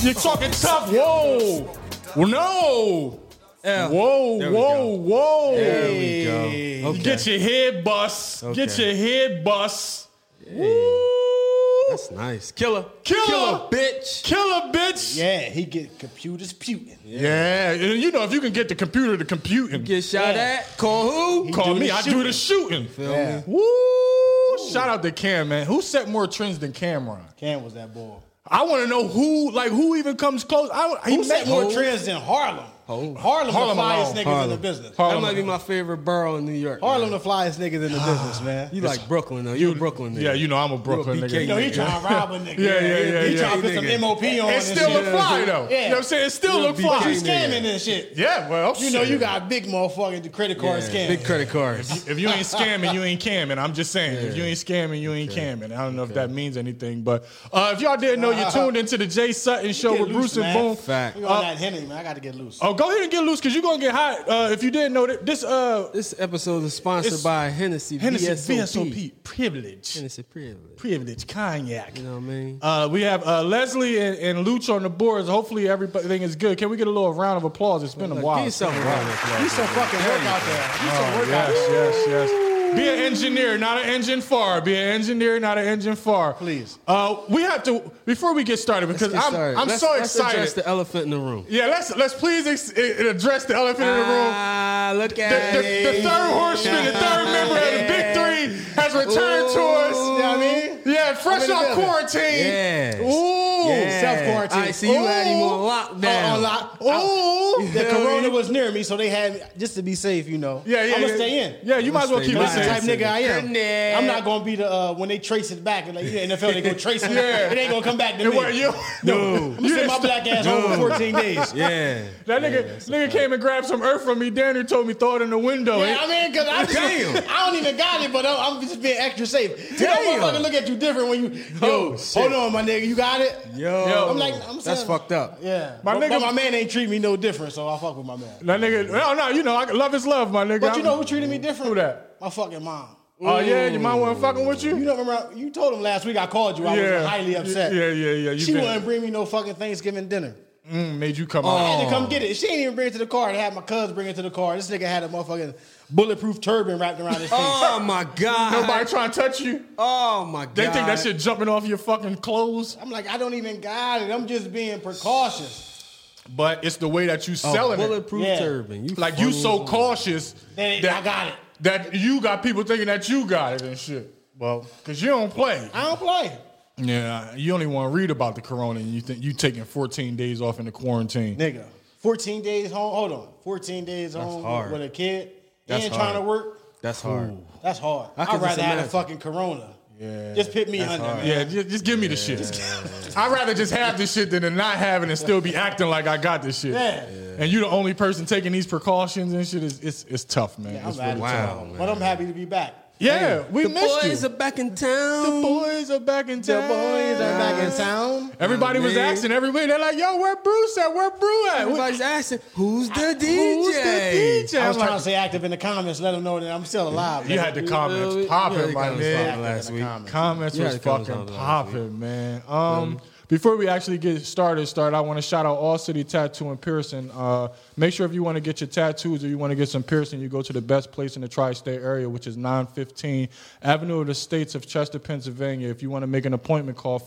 You're talking tough. Whoa. Well, no. Yeah. Whoa, There we whoa, go. whoa. There we go. Okay. Get your head bust. Get Okay. your head bust. That's nice. Killer. Killer. bitch. Killer, bitch. Yeah, he get computers putin'. Yeah, and you know if you can get the computer to computing, Get shot Yeah. at. Call who? call do me. the I do the shooting. Yeah. Woo! Shout out to Cam, man. Who set more trends than Cameron? Cam was that boy. I want to know who, like, who even comes close. I don't- he Who met set more Ho- trends than Harlem? Ho. Harlem, Harlem the flyest alone. niggas in the Harlem. business. Harlem. That might be my favorite borough in New York. Harlem, man. the flyest niggas in the business, man. You like Brooklyn though. You a Brooklyn nigga. Yeah, you know I'm a Brooklyn BK nigga. You know, he nigga. trying to rob a nigga. Yeah, yeah, yeah, He yeah. trying to put some Nigga. MOP on It and still shit. look fly though. Yeah. You know what I'm saying? It still You're a look BK You fly. nigga. scamming and shit. Yeah, well, You know, you shit. got big motherfucking credit card Yeah, scam. Big credit cards. If you ain't scamming, you ain't camming. I'm just saying. If you ain't scamming, you ain't camming. I don't know if that means anything, but uh, if y'all didn't know, you tuned into the Jay Sutton Show Get with loose, Bruce and man. Boone. Fact. You on that Henny, man. I got to get loose. Oh, go ahead and get loose because you're gonna get hot. Uh, if you didn't know that this uh, This episode is sponsored It's- by Hennessy Hennessy VSOP. VSOP privilege, Hennessy privilege. privilege cognac. You know what I mean? Uh, we have uh, Leslie and, and Luch on the boards. Hopefully everything is good. Can we get a little round of applause? It's been a Look, while. give yourself a round of applause. You some fucking work out there. You some work out Yes, there. yes, yes. Be an engineer, not an engine far. Be an engineer, not an engine far. Please. Uh, we have to before we get started because Let's get I'm, started. I'm Let's- so let's excited. address the elephant in the room. yeah, let's let's please ex- e, address the elephant in the room. Ah, look The, at the, it. the third horseman, the third member of the Big Three, has returned to us. Ooh. Yeah, I mean, yeah, fresh I'm in the off building. quarantine. Yes. Ooh, Yeah. self-quarantine. All right, so you had him on lockdown. On lock- Ooh. The corona was near me, so they had me, just to be safe, you know. Yeah, yeah. I'm gonna yeah. stay in. Yeah, you might as well stay keep in. it That's the Right. type safe. nigga I am. Connect. I'm not gonna be the uh, when they trace it back and like yeah, NFL they gonna trace it. Yeah. It ain't gonna come back to It me. wasn't you. No. I'm You gonna sit didn't my stop- black ass home for 14 days. Yeah. That nigga, nigga came and grabbed some earth from me. Danny told me throw it in the window. Yeah, I mean, cause I, just, Damn. I don't even got it, but I'm, I'm just being extra safe. You know, Damn. motherfucker look at you different when you, Oh, yo, shit. hold on, my nigga, you got it? Yo. I'm like, I'm That's saying- fucked up. Yeah. My My, nigga- nigga, my man ain't treat me no different, so I fuck with my man. that nigga, no, no, you know, I, love is love, my nigga. But I'm- you know who treated me different? Who that? My fucking mom. Oh yeah, your mom wasn't fucking with you. You know, remember you told him last week I called you. I yeah, was highly upset. Yeah, yeah, yeah. You she been- wouldn't bring me no fucking Thanksgiving dinner. mm, made you come I out. had to Oh. come get it. She ain't even bring it to the car. I had my cuz bring it to the car. This nigga had a motherfucking bulletproof turban wrapped around his face. Oh my god. Nobody trying to touch you. Oh my god. They think that shit jumping off your fucking clothes, I'm like, I don't even got it. I'm just being precautious. but it's the way that Oh, you A selling it. bulletproof Yeah. turban. You Like Oh, you funny so as- cautious Then I got it. That you got people thinking that you got it and shit. Well, cause you don't play. I don't play. Yeah, you only want to read about the corona, and you think you taking 14 days off into quarantine. Nigga, 14 days home. Hold on. 14 days home hard. with a kid That's and hard. trying to work. That's hard. That's hard. I I can would just rather have a imagine. fucking corona. Yeah. Just pit me under, hard. man. Yeah, just, just give me the shit. I'd rather just have this shit than to not have it and still be acting like I got this shit. Yeah. And you the only person taking these precautions and shit is it's, it's tough, man. I'm It's out of really tough. Wow, town. man. But I'm happy to be back. Yeah, we the missed boys you. are back in town. the boys are back in The town. boys are back in town. Everybody was Man. asking every week. They're like, "Yo, where Bruce at? Where Brew at? Everybody's asking, who's the DJ? Who's the DJ?" I was I'm trying to stay active in the comments, let them know that I'm still alive. You nigga. had the comments popping, my nigga. last week. Comments Yeah, was the comments fucking on last popping, man. Um, before we actually get started, start. I want to shout out All City Tattoo and Piercing. Uh, make sure if you want to get your tattoos or you want to get some piercing, you go to the best place in the tri-state area, which is 915 Avenue of the States of Chester, Pennsylvania. If you want to make an appointment, call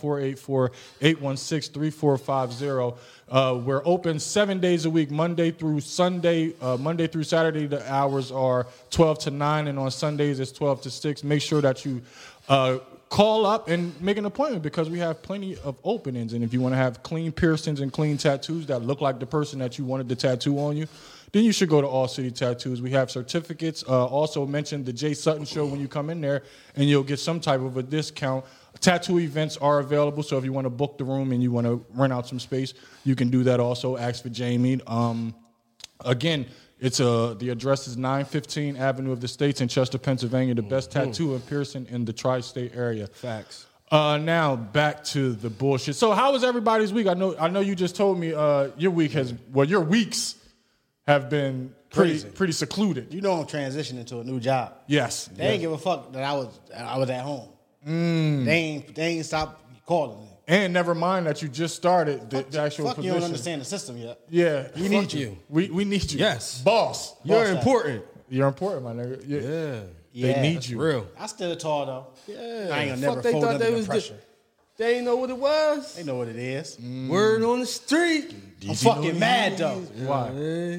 484-816-3450. Uh, we're open seven days a week, Monday through Sunday. Uh, Monday through Saturday, the hours are 12 to 9, and on Sundays, it's 12 to 6. Make sure that you uh, call up and make an appointment because we have plenty of openings. And if you want to have clean piercings and clean tattoos that look like the person that you wanted to tattoo on you, then you should go to All City Tattoos. We have certificates. Uh, also, mention the Jay Sutton Show when you come in there, and you'll get some type of a discount. Tattoo events are available, so if you want to book the room and you want to rent out some space, you can do that. Also, ask for Jamie. Um, Again, it's uh the address is 915 Avenue of the States in Chester, Pennsylvania, the best tattoo and piercing in the tri-state area. Facts. Uh, now back to the bullshit. So how was everybody's week? I know I know you just told me uh your week has well your weeks have been pretty Crazy. pretty secluded. You know I'm transitioning to a new job. Yes. Mm. They ain't give a fuck that I was I was at home. They ain't they ain't stop calling. me. And never mind that you just started the, the actual Fuck, you position. don't understand the system yet. Yeah, we need you. We we need you. Yes. boss. You're Boss out. important. You're important, my nigga. Yeah, Yeah. they Yeah, need that's you. Real. I still tall though. Yeah. I ain't gonna Fuck, never they fold thought under they the was the- pressure. They ain't know what it was. They know what it Mm. is. Word on the street. I'm fucking mad though. Why? Yeah.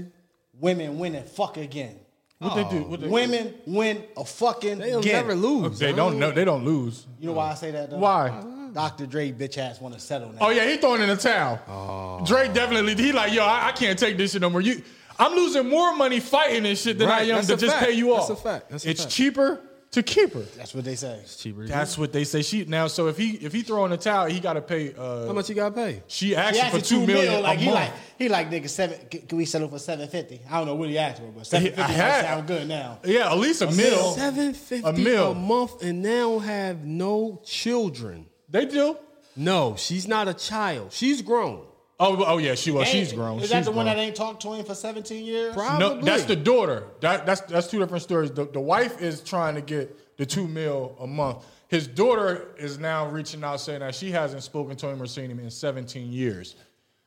Women win and fuck again. What they do? What they, Women win a fucking They'll again. never lose. they don't know. They don't lose. You know why I say that though? Why? Dr. Dre bitch ass want to settle now. Oh yeah, he throwing in the towel. Drake definitely. He like, yo, I, I can't take this shit no more. You, I'm losing more money fighting this shit than Right, I am that's to a just fact. pay you off. That's a fact. That's a it's fact. cheaper to keep her. That's what they say. Cheaper. That's what they say. She now. So if he if he throw in the towel, he got to pay. How Uh, much you got paid? she He asked asked for two million mil, a like he month. like he like nigga seven. c- Can we settle for seven fifty? I don't know what he asked for, but seven fifty had- sound good now. yeah, at least a, meal. Seven fifty A meal. a month, and now have no children. They do. No, she's not a child. She's grown. Oh, oh yeah, she well, she's Dang, grown. Is that She's the one grown. that ain't talked to him for seventeen years? Probably. No, that's the daughter. That, that's that's two different stories. The, the wife is trying to get the two mil a month. His daughter is now reaching out saying that she hasn't spoken to him or seen him in 17 years.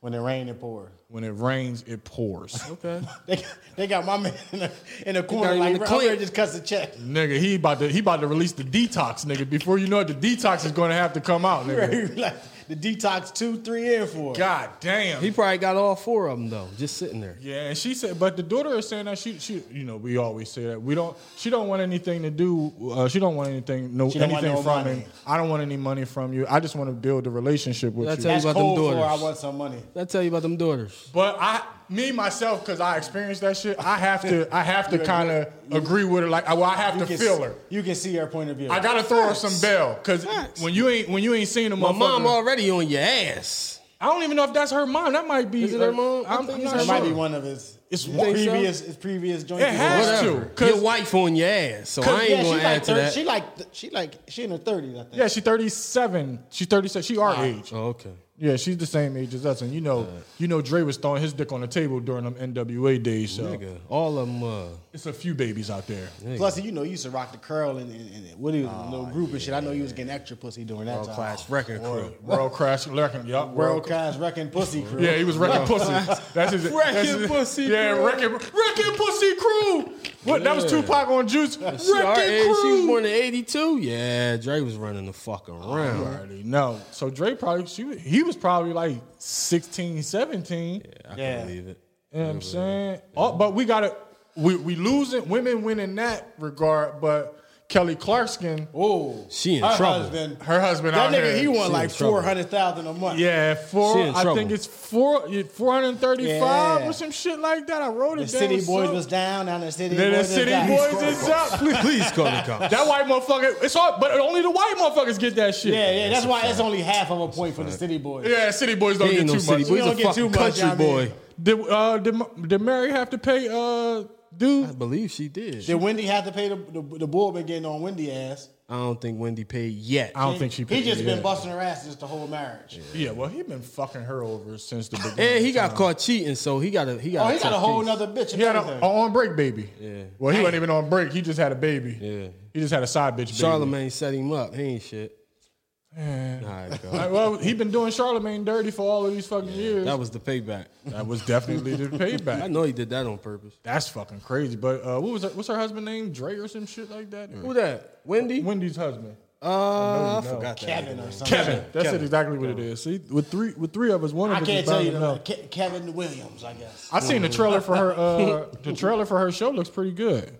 When it rained and poured. When it rains, it pours. Okay. They, they got my man in the, in the corner him like in the I'm clear. ready to just cuts the check. nigga, he about to he about to release the detox, nigga. Before you know it, the detox is going to have to come out, nigga. like the detox two, three, and four. God damn. He probably got all four of them though, just sitting there. Yeah, and she said, but the daughter is saying that she, she, you know, we always say that we don't. She don't want anything to do. Uh, she don't want anything, no, She don't want anything no from money. him. I don't want any money from you. I just want to build a relationship with Did I you. tell That's you about them cold for her. I daughters? want some money. Did I tell you about them daughters? But I, me myself, because I experienced that shit, I have to, I have to kind of agree with her. Like, well, I have to can feel s- her. You can see her point of view. I gotta throw her some bell, cause Facts. when you ain't when you ain't seen a My motherfucker, mom already on your ass. I don't even know if that's her mom. That might be Is it her mom? I I'm, think I'm it's not It her sure. might be one of his. It's his one- previous. His previous joint. It he was has on. to. Whatever. Cause- Your wife on your ass, so I ain't yeah, gonna she add like to 30, that. She like th- she like she in her thirties. I think. Yeah, she's thirty seven. She's thirty seven. She our age. oh, okay. Yeah, she's the same age as us, and you know, you know, Dre was throwing his dick on the table during them NWA days. So Nigga, all of them. Uh, it's a few babies out there. Plus, you know, you used to rock the curl and, and, and what he was in the little group and shit. I know you was getting extra pussy during that time. class record crew. World Crash, wrecking, yup, World class wrecking pussy crew. Yeah, he was wrecking pussy. That's his. that's his- Wrecking Pussy Yeah, Crew. wrecking, wrecking pussy crew. What? That was Yeah. Tupac on Juice. Wrecking She, our age, she was crew. born in '82. Yeah, Dre was running the fuck around. Already know. So Dre probably she was- he was probably like 16, 17. I can Yeah. not believe it. You know what I'm saying? Oh, but we gotta we we losing women win in that regard, but Kelly Clarkson, Whoa. She in Her trouble. husband- her husband that out nigga, here, he won in like trouble. four hundred thousand a month. Yeah, four. She in I trouble. think it's four. Four hundred thirty-five Yeah. or some shit like that. I wrote it The down. city boys so- was down. Down the city Then the boys city was down. boys is up. please, please call the cops. That white motherfucker. It's all, but only the white motherfuckers get that shit. Yeah, yeah. That's why it's only half of a point for the city boys. Yeah, city boys don't He get ain't no too city much. boy. He's don't a get too fucking much, country I mean. boy. Did, uh, did, did Mary have to pay uh, I dude? believe she did. Did Wendy have to pay the the, the bull been getting on Wendy ass? I don't think Wendy paid yet. I don't think she. Paid He just yeah. been busting her ass just the whole marriage. Yeah, well, he been fucking her over since the beginning. And he got caught cheating, so he got a he got. Oh, he got a tough whole case. nother bitch. He had a, a on break baby. Yeah. Well, he wasn't even on break. He just had a baby. Yeah. He just had a side bitch. Baby. Charlemagne set him up. He ain't shit. All right, All go. right, well, he been doing Charlemagne dirty for all of these fucking years. That was the payback. That was definitely the I payback. know he did that on purpose. That's fucking crazy. But uh, what was her, what's her husband name? Dre or some shit like that. Who that? Wendy? Wendy's husband. Uh, know. I forgot that. Kevin or something. Kevin. That's it exactly what it is. See, with three with three of us, one of I us can't is tell you bound to the know. Ke- Kevin Williams, I guess. I seen the trailer for her. Uh, the trailer for her show looks pretty good.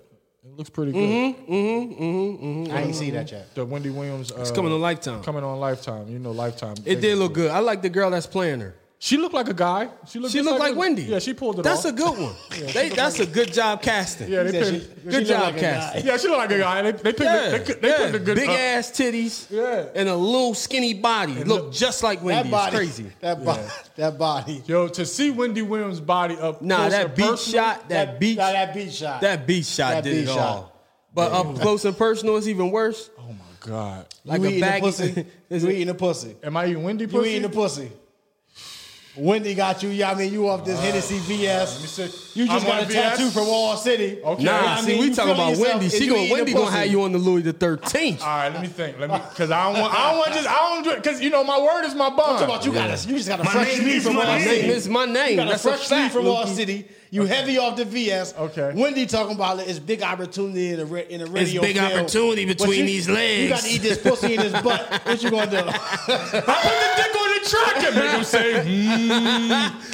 It looks pretty good. Mm-hmm. I ain't see that yet. The Wendy Williams. Uh, It's coming on Lifetime. Coming on Lifetime. You know Lifetime. It did look good. I like the girl that's playing her. She looked like a guy. She looked. She just looked like a- Wendy. Yeah, she pulled it That's a off. good one. they, that's a good job casting. yeah, they She said picked, she- she Good look job, like a Cass. guy. yeah, she looked like a guy. They, they picked. Yeah, the, they, could- they yeah. picked a good big uh, ass titties, Yeah. and a little skinny body. Look just like Wendy. That It's body, crazy. That body, that body. Yo, to see Wendy Williams' body up. Nah, close that and beach personal, shot, that beach, nah, that, that beat shot. beach shot that did beach it shot. all. But up close and personal is even worse. Oh my god. Like you a eating the baggy. pussy. you eating the pussy. Am I eating Wendy You pussy? eating the pussy. Wendy got you. Yeah, I mean, you off this Hennessy Let me BS. see. You I'm just got on a BS? tattoo from Wall City. Okay. You know Nah, what I see, mean? we You talking feeling about yourself Wendy. if She you going eating Wendy the gonna pussy. have you on the Louis the Thirteenth. All right, let me think. Let me, cause I don't want, I don't want just, I don't do it, cause you know my word is my Talk bond. about you got a, you just got a My fresh name knee is from my Wall name. City. It's my name. You got That's a a fresh lead fact. from Wall Lukey. City. You heavy off the VS. Okay. Wendy talking about it. It's big opportunity in the re- in the radio. big field. opportunity But between you- these You legs. got to eat this pussy in this butt. What you gonna do? I put the dick on the track and make him say, mm.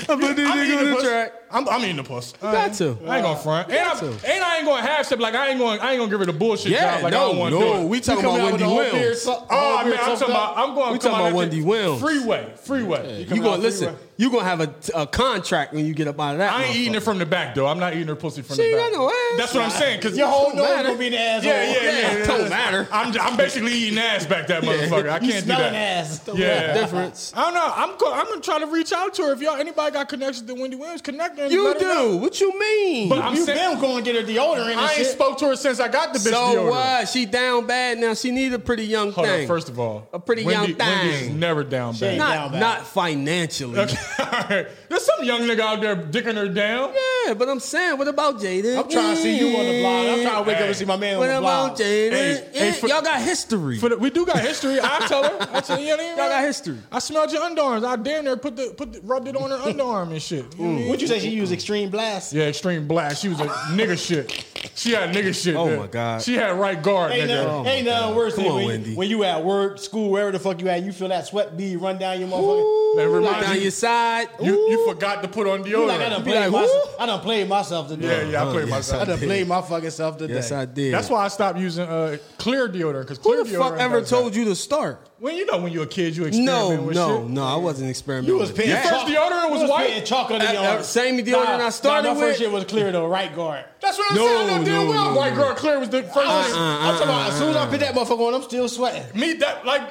I put the dick on the track. I'm, I'm eating the puss. You got to. I ain't gonna front. And, I'm, got and I ain't gonna half step. Like I ain't gonna, I ain't gonna give her the bullshit Yeah, job. Like I no, don't want no. to do it. We talking You coming about out with Wendy the whole Wills. beer su- whole Oh beer man, I'm sucked talking up. about. I'm going. We come talking out about at the Wendy Wills. Freeway, freeway. You gonna listen? You gonna have a, a contract when you get up out of that? I ain't eating motherfucker. it from the back though. I'm not eating her pussy from She the ain't back. got no ass. That's what I'm saying. Cause Your whole nose matter. gonna be in the asshole. yeah, yeah, yeah, Yeah, yeah. it don't matter. I'm, I'm basically eating ass back that motherfucker. I You can't do smelling that. ass. Yeah. difference. I don't know. I'm co- I'm gonna try to reach out to her. If y'all anybody got connections to Wendy Williams, connect her. and You let her know. do. What you mean? But I'm you saying been going to get her deodorant and I ain't shit. spoke to her since I got the bitch so deodorant. what? she down bad now. She need a pretty young Hold thing. on. First of all, A pretty Wendy, young thing. Wendy's never down She bad. ain't down not bad. not financially. Okay. There's some young nigga out there dicking her down. Yeah, but I'm saying, what about Jaden? I'm trying to see you on the block. I'm trying to wake up Hey. and see my man on What the about block. Jaden? Hey, hey, Eh, for- y'all got history. For the, we do got history. I tell her. I tell you, you know, Y'all got history. I smelled your underarms. I damn near put the put the, rubbed it on her underarm and shit. You know what I mean? Would you say she used extreme blast? Yeah, extreme black. She was a nigga shit. She had nigga shit. Oh, there. my God. She had right guard, Ain't nigga. Oh nothing, ain't nothing worse Come than on, when, Wendy. You, when you at work, school, wherever the fuck you at, you feel that sweat bead run down your motherfucker. That Ooh, reminds down you- your side. You, you Ooh. forgot to put on You like I deodorant. done Be played like, myself. I done played myself today. yeah, yeah, I played yes, myself. I done did. played my fucking self today. yes, I did. That's why I stopped using uh, clear deodorant because clear Who the deodorant. fuck ever does told that. you to start? When you know when you're a kid, you experiment No, with no, shit. no. I wasn't experimenting. You was with paying that. first deodorant was white? Chocolate Uh, uh, deodorant. same deodorant I started nah, my with? first shit was clear though, right guard. That's what I'm No, saying. I done no, did well. no, White no. girl clear was the first. Uh, thing. I'm talking about as soon as I put that motherfucker on, I'm still sweating. Me that like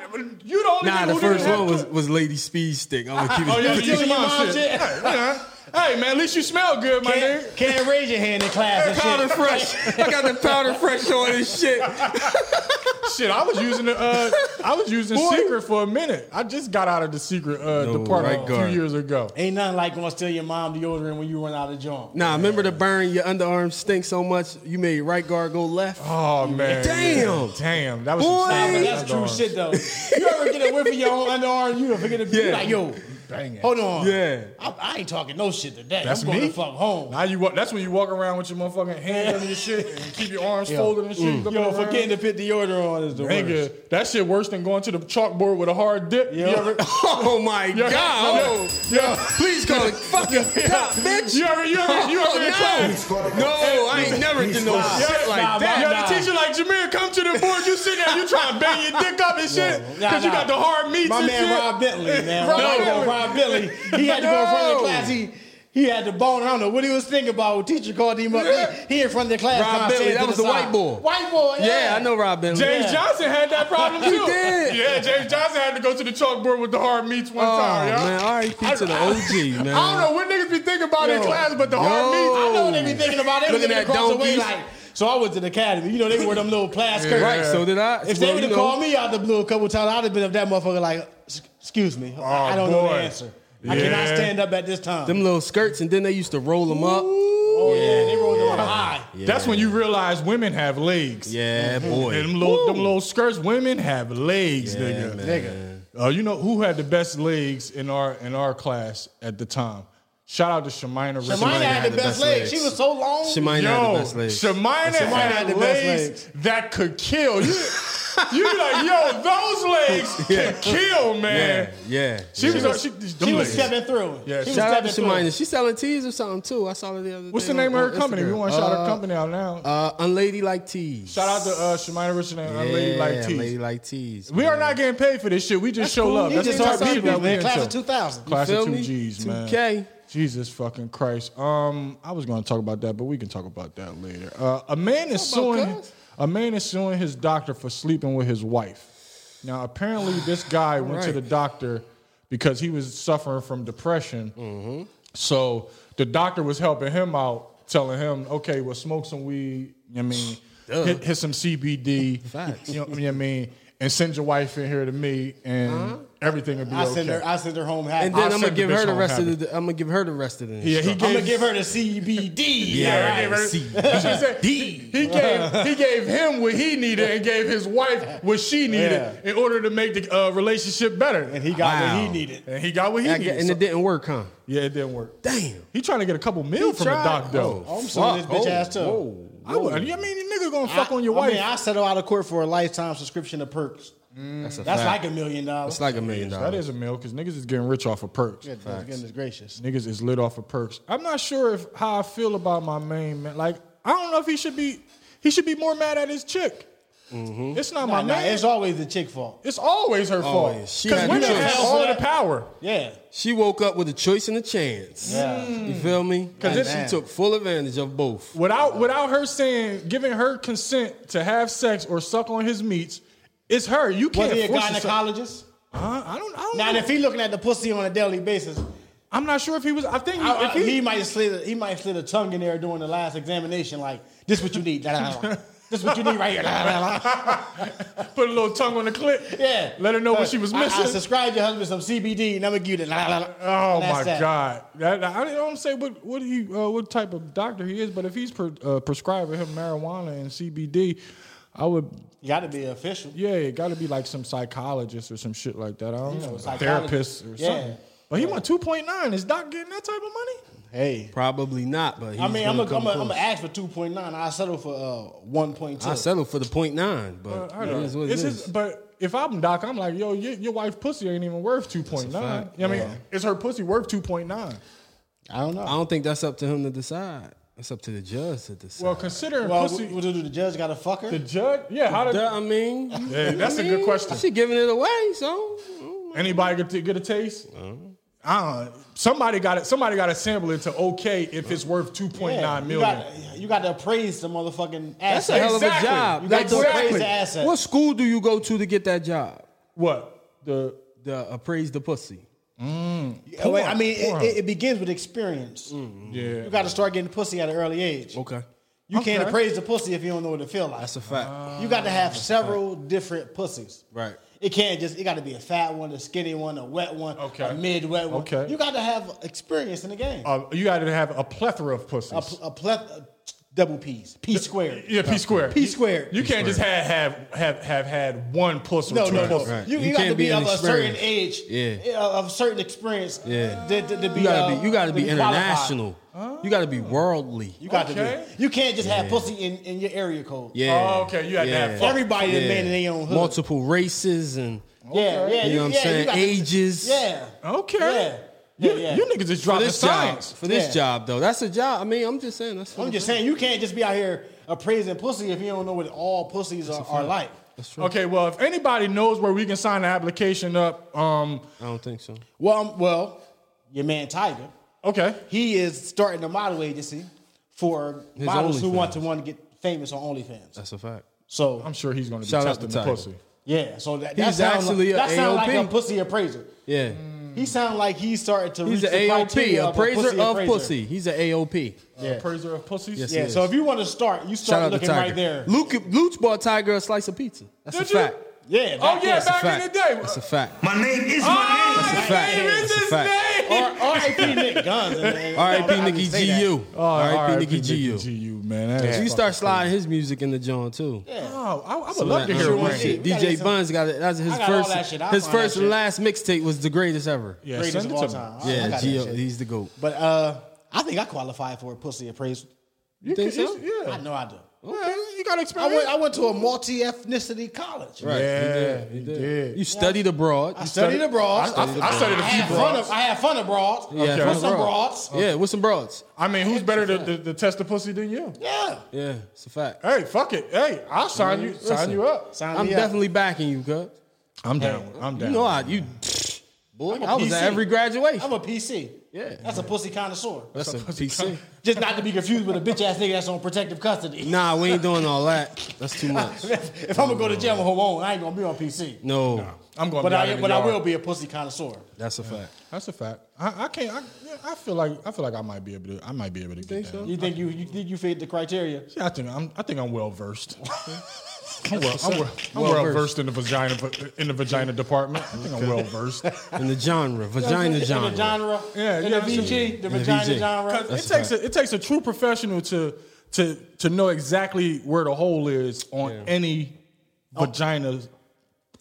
you the only Nah, nigga the Oh, who didn't first have one was, clear- was Lady Speed Stick. I'm gonna keep it. Oh yeah, you Still using your my mom shit. shit. Hey, yeah. Hey, man, at least you smell good, my nigga. Can't, can't raise your hand in class and powder shit. fresh. I got the powder fresh on and shit. Shit, I was using the uh, I was using Boy. secret for a minute. I just got out of the secret uh, No, department right a few guard. years ago. Ain't nothing like gonna steal your mom deodorant when you run out of junk. Nah, remember the burn? Your underarm stinks so much. You made right guard go left. Oh man, Damn. yeah. damn, that was some Boy. stuff But that that's I true done. shit though. You ever get a whiff of your own underarm, you forget to be Yeah. like, yo, Bang it. hold on. Yeah. I, I ain't talking no shit today. That's I'm going me? to fuck home. Now you walk. That's when you walk around with your motherfucking hand under your shit and keep your arms folded and shit. Mm. looking Mm. Yo, around. forgetting to put deodorant on is the worst. Nigga, that shit worse than going to the chalkboard with a hard dip. You ever, Oh my you ever- god! yo, yo, Please call the fucking cop, bitch. Oh, you ever, you ever, you ever in no. class? no, I ain't never did no Nah, shit like nah, that. Yo, nah. the teacher like Jameer, come to the board. You sitting there, you trying to bang your dick up and shit because Nah, you nah. got the hard meats My and man shit. Rob Bentley, man. Rob Rob, Bentley. Rob Bentley. He had to go in front of No. the class. He he had the bone. I don't know what he was thinking about. Teacher called him up. Yeah. He, he in front of the class. Rob trying to Bentley, say it that to was the side. white boy. White boy. Yeah, Yeah, I know Rob Bentley. James Yeah. Johnson had that problem too. did. Yeah, James Johnson had to go to the chalkboard with the hard meats one Oh time. Yo. man, RIP to the OG man. I don't know what niggas be thinking about in Yo. class, but the Yo. hard I meats. know what they be thinking about. They Looking looking at at across the way donkeys. like. So I was in the academy. You know they wore them little plastic. skirts. Right, so did I. If Well, they would have you know. called me out the blue a couple times, I'd have been up that motherfucker like, "S- "Excuse me, I Oh, don't know the boy. answer. I cannot Yeah. stand up at this time." them little skirts, and then they used to roll them up. oh yeah, they rolled them high. That's when you realize women have legs. Yeah, boy. And them little, them little skirts, women have legs, nigga. Nigga, Uh, you know who had the best legs in our in our class at the time? Shout out to Shemina. Richardson. Shemina had the, best legs. She legs. was so long. She might not have the Yo, best legs. Shemina had, had the best legs, legs. that could kill. You, you be like, yo, those legs Yeah. can kill, yeah, man. yeah. She, was, uh, she, them She was legs. stepping through. Yeah, she was Shout out to stepping through. Shemina. She's selling teas or something too. I saw her the other day. What's the on- name of her on company? We Instagram. want to shout her Uh, company out now. Uh, unladylike teas. shout out to uh, Shemina Richardson and Lady Like T. Unladylike teas. We are not getting paid for this shit. We just show love. You That's just the type our of shit people, that we man. into. Class of 2000. Class Feel of two me? G's, man. 2K. Jesus fucking Christ. Um, I was going to talk about that, but we can talk about that later. Uh, a man is Talk about suing. cuz. A man is suing his doctor for sleeping with his wife. Now, apparently, this guy went to Right. the doctor because he was suffering from depression. Mm-hmm. So the doctor was helping him out, telling him, "Okay, well, smoke some weed. I mean, hit, hit some CBD. Facts. You know, what I mean, and send your wife in here to me, and Uh-huh. everything will be I okay. send her. I send her home happy. And then I'll I'm gonna send the give her bitch the home rest happy. of the. I'm gonna give her the rest of the. yeah, he instructions. gave. I'm gonna give her the CBD. Yeah, all right? see. She said- he gave he gave him what he needed and gave his wife what she needed Yeah. in order to make the uh, relationship better. And And he, he got what he Wow. needed. and he got what he I needed. get- and So- it didn't work, huh? yeah, it didn't work. Damn. He trying to get a couple mil from the doc though. Oh, I'm suing this bitch oh, ass too. Whoa. I, would, I mean, the nigga gonna fuck I- on your I wife. mean, I settle out of court for a lifetime subscription to perks. That's, a That's fact. like a million dollars. That's like a million that is dollars. a mil because niggas is getting rich off of perks. Good goodness gracious. Niggas is lit off of perks. I'm not sure if how I feel about my main man. Like I don't know if he should be he should be more mad at his chick. Mm-hmm. It's not my Nah, nah, man. it's always the chick fault. It's always her Always. fault. She Because had women no choice. have all of the power. Yeah. She woke up with a choice and a chance. Yeah. You feel me? Mm. Cause Because it- she took full advantage of both. Without without her saying giving her consent to have sex or suck on his meats, it's her. You Was can't he a force yourself- gynecologist? Huh? I don't. I don't. Now, know. if he looking at the pussy on a daily basis, I'm not sure if he was. I think I- if I- he, he might slid he might slid a tongue in there during the last examination. Like this, what you need. da, da, da, da. This what you need right here. da, da, da, da. put a little tongue on the clip. Yeah. Let her know what she was I- I, missing. subscribed your husband some CBD, and I'm gonna give you the. da, da, da, da. Oh And that's my that. God! That, I don't say what what he uh, what type of doctor he is, but if he's pre- uh, prescribing him marijuana and CBD, I would You got to be official. yeah, it got to be like some psychologist or some shit like that. I don't know, psychologist. therapist or Yeah. something. But he won two point nine. Is Doc getting that type of money? Hey. Probably not, but he's I mean, I'm gonna gonna I'm come gonna I'm close. gonna ask for 2.9. I settle for uh 1.2. I settled for the point nine, but I it don't is know. what it It's his- is. but if I'm Doc, I'm like, yo, your, your wife pussy ain't even worth two point nine. fact. I mean, is her pussy worth two point nine? I don't I know. don't think that's up to him to decide. It's up to the judge to decide. Well, considering Well, pussy, what, what do the judge got to fuck her? the judge, yeah, how did Duh, I mean, Yeah, that's a good question. She giving it away, so mm, Anybody get to get a taste? Uh-huh. I don't. Somebody got it. Somebody got to sample it to okay if it's worth two point Yeah, nine you, million. got, you got to appraise the motherfucking that's asset. a hell of a Exactly. job. You got Like, to what- appraise the asset. What school do you go to to get that job? What the? The appraise the pussy. Yeah, wait, I mean, Porn. it, it, it begins with experience. Yeah. You got to start getting pussy at an early age. Okay, You Okay. can't Oh, appraise the pussy if you don't know what it feel like. that's a fact. Uh, you got to have several different pussies. Right. It can't just. It got to be a fat one, a skinny one, a wet one, Okay. a mid wet one. Okay. You got to have experience in the game. Uh, you got to have a plethora of pussies. a pl- a pleth- uh, double P's, P squared. yeah, P squared. P squared. You can't just have have have have had one puss or No, two no, no. pussies. Right. You, You you, got can't to be, be of a certain inexperienced. age, Yeah. uh, of certain experience. Yeah. to, to- to be, You gotta uh, be. You gotta to be qualified. international. You gotta be worldly. You got Okay. to be. You can't just have pussy in, in your area code. Yeah. Oh, okay, you had to yeah. have fun. Everybody that made in their own hood. Multiple races and Yeah, yeah. You know what I'm yeah, saying? gotta- Ages. Yeah. Okay. Yeah. Yeah. you, yeah. you niggas is for dropping this job. science. For this Yeah. job though, that's a job. I mean, I'm just saying. That's for I'm the- just saying, you can't just be out here appraising pussy if you don't know what all pussies are, are like. That's true. Okay, well, if anybody knows where we can sign the application up, um, I don't think so. Well, um, well, your man Tiger, okay, he is starting a model agency for His models who OnlyFans. want to want to get famous on OnlyFans. That's a fact. So I'm sure he's going to be Shout out testing to the Tiger. pussy. yeah, so that, that He's sounds actually like, a that sound like AOP. a pussy appraiser. Yeah. He sounds like he started to He's reach an the criteria AOP, of a appraiser pussy of appraiser. pussy. He's an AOP. Yeah. Appraiser of pussies. Yes, Yeah, Yes. so if you want to start, you Shout start out to looking Tiger. right there. Luke, Luke bought Tiger a slice of pizza. That's Did a you? fact. Yeah, Oh yeah, That's back in a the fact. day. That's a fact. My name is Ah, my name. That's a his fact. name is That's a his fact. name. R- R.I.P. Nick Guns. man. R.I.P. I Nicky just say that. Oh, GU. R.I.P. Nicky GU. G U, man. That is So you fucking start sliding his music in the joint too. Oh, I, I would love to That hear unreleased one. shit. shit. We gotta get DJ some- Buns got it. That's his I got all first. that shit. I'll His find that first and shit. last mixtape was the greatest ever. Yeah, Greatest send of it all to time. me. I- I Yeah, E got that Gio, shit. he's the goat. But uh, I think I qualified for a pussy appraisal. You think can- so? you- Yeah. I know I do. Yeah, you got I experience. went, I went to a multi ethnicity college. Right. Yeah, he did. You studied abroad. I You studied abroad. I- I- I studied a I few had fun broads. ab- I had fun abroad. Yeah, Okay. With some broads. Yeah, with some broads. I mean, who's better to, to, to test the pussy than you? Yeah. Yeah, it's a fact. Hey, fuck it. Hey, I'll sign you. Sign Listen. you up. Sign I'm me up. definitely backing you, cuz. I'm down. I'm down. You know I you boy. I'm a I was at PC. every graduation. I'm a PC. Yeah. That's a pussy connoisseur. that's a PC. Just not to be confused with a bitch ass nigga that's on protective custody. Nah, we ain't doing all that. That's too much. if I'm gonna go to jail with her own, I ain't gonna be on PC. No, I'm going. But down I, in the but I yard. will be a pussy connoisseur. that's a fact. That's a fact. I, I can't. I, yeah, I feel like I feel like I might be able to. I might be able to get that. so? You think you you think you fit the criteria? Yeah, I think I'm. I think I'm well versed. I'm well, I'm well, I'm Well well versed. versed in the vagina in the vagina department. I think I'm well versed. in the genre, vagina In the genre. genre. Yeah, in yeah, the VG, the In the vagina VG. Because genre. it takes a, it takes a true professional to to to know exactly where the hole is on any Oh. vagina,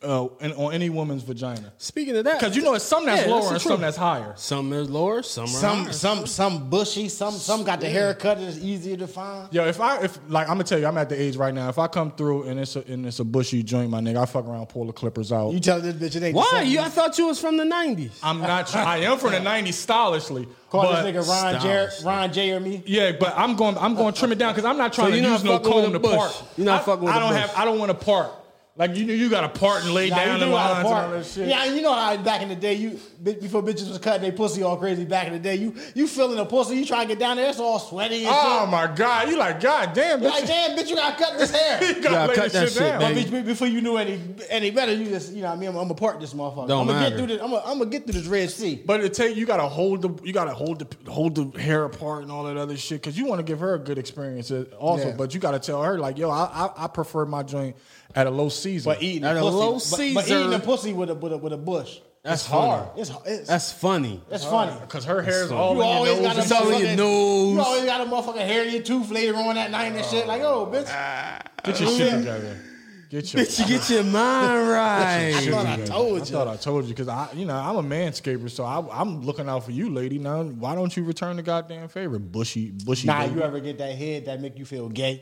uh, and on any woman's vagina. Speaking of that, Because you know, it's some that's Yeah, that's lower the and truth. some that's higher. some is lower, some are Some higher. some some bushy, some some got the haircut that's easier to find. Yo, if I if like I'm gonna tell you, I'm at the age right now. If I come through and it's a, and it's a bushy joint, my nigga, I fuck around, pull the clippers out. You tell this bitch it ain't Why? The You, I thought you was from the '90s. I'm not. tr- I am from the '90s stylishly, call but this nigga Ron Stop. Jer- Ron Jeremy. yeah, but I'm going. I'm going to trim it down because I'm not trying you're to not use no fucking with comb a to bush. part. You're not I, fucking with I a don't bush. have. I don't want to part. Like you, you got to part and lay Nah, down you in do gotta lines and all part. that shit. Yeah, you know how back in the day, you bi- before bitches was cutting their pussy all crazy. Back in the day, you you feeling the pussy, you try to get down there, it's all sweaty. And Oh my god, you like god damn, shit. bitch. You're like damn, bitch, you gotta cut this hair. you gotta Yeah, lay cut this that shit, shit, down. But baby. bitch, be- before you knew any any better, you just you know what I mean. I'm, I'm gonna part this motherfucker. Don't I'm gonna matter. get through this. I'm gonna, I'm gonna get through this Red Sea. But it take you gotta hold the you gotta hold the hold the hair apart and all that other shit because you want to give her a good experience uh, also. Yeah. But you gotta tell her like, yo, I, I I prefer my joint at a low season. But eating At a the pussy, low but, but eating Caesar. the pussy with a with a with a bush. That's It's funny. hard. It's it's that's, That's funny. funny. because her hair is all You in your always nose. got a It's all in your motherfucking- nose. You always got a motherfucking hair in your tooth later on that night and shit. Like, oh, bitch. Ah. Get your shit together. Get your. Bitch, you get your mind I right. thought I told you. I thought I told you because I, you know, I'm a manscaper, so I, I'm looking out for you, lady. Now, why don't you return the goddamn favor, bushy, bushy? Nah, baby? you ever get that head that make you feel gay?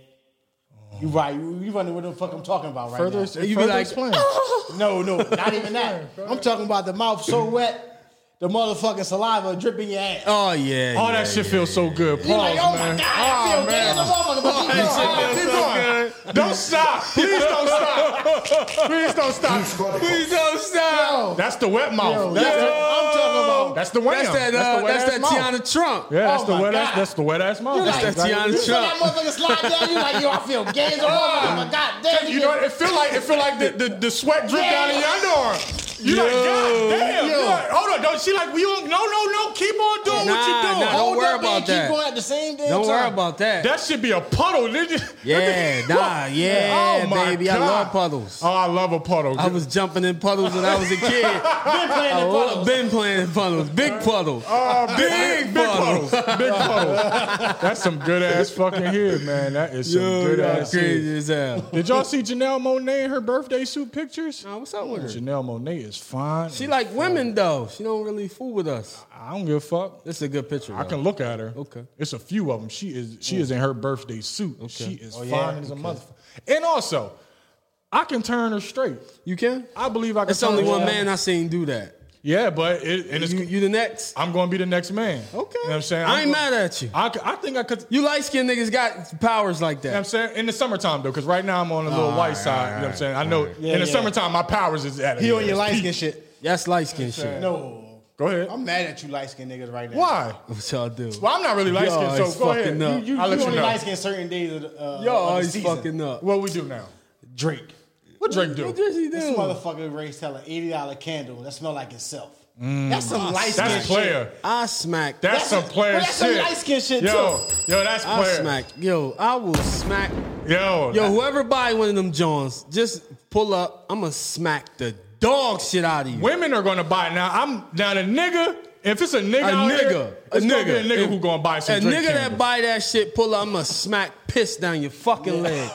You right? You, you running what the fuck I'm talking about right further, now? further You be like, explain. No, no, not even that. I'm talking about the mouth so wet, the motherfucking saliva dripping your ass. Oh yeah. All yeah, that shit yeah. feels so good. Pause, You're like, oh man. my god, I feel gay as a motherfucker. But keep going. Oh, keep going. Don't stop. Please don't stop. Please don't stop. Please don't stop. That's the wet mouth. Yo, that's, yo. the, I'm talking about. That's the wham. That's that. Uh, the wet that's ass that mouth. Tiana Trump. Yeah, that's Oh the my wet ass. God. That's the wet ass mouth. You That's like- that Tiana Tiana You feel Trump. that motherfucker slide down? You like, yo, I feel gay as a motherfucker. But goddamn, You know, what? it feel like it feel like the, the, the sweat drip down in your underarm. You like, Yo. God damn. You Yo. like, hold on, don't she like we on? No, no, no. Keep on doing what Nah, you doing. nah, don't Hold worry up, man, about that. Keep going at the same damn Don't worry time. about that. That should be a puddle. Did you? Yeah, nah, yeah, Oh, my baby, I God. love puddles. Oh, I love a puddle. I was jumping in puddles when I was a kid. Been playing I the love- puddles. Been playing in puddles. Big puddle. Uh, big, Big big, puddles. Big puddles. That's some good ass fucking hair, man. That is some good y'all ass hair. crazy as hell. Did y'all see Janelle Monet in her birthday suit pictures? Nah, what's up with her? Janelle Monet is fine. She like women though. She don't really fool with us. I don't give a fuck. This is a good picture. I though. can look at her. Okay. It's a few of them. She is she is in her birthday suit. She is fine yeah? as a motherfucker. And also, I can turn her straight. You can. I believe I can It's turn only her one straight. man I seen do that. Yeah, but it, and it's You, you the next? I'm gonna be the next man. Okay. You know what I'm saying? I I'm ain't gonna- mad at you. I, c- I think I could You light skinned niggas got powers like You know that. what I'm saying in the summertime though, because right now I'm on the little white side. you know what I'm saying? I know in the yeah. summertime my powers is at. He on your light skin shit. That's light skinned shit. No. Go ahead. I'm mad at you light skinned niggas right now. Why? What y'all do? Well, I'm not really light skinned, Yo, so it's go fucking ahead. up. You, you, I'll let you you only know. light skinned certain days of the, uh, Yo, of the he's season. fucking up. What we do now? Drake. What Drake do? What does he do? This motherfucker raised hell an eighty dollar candle that smell like itself. that's some light skin Mm. That's player. I smack. That's, That's some a- player well, that's some shit. light-skinned shit, yo, yo, that's I player. smack. Yo, I will smack. Yo, Yo, whoever buy one of them Johns, just pull up. I'ma smack the dog shit out of you. women are gonna buy now. I'm now the nigga. If it's a nigga, A out here, nigga, a it's gonna nigga, be a nigga If- who gonna buy some A Drake nigga candles. that buy that shit, pull up. I'ma smack piss down your fucking leg.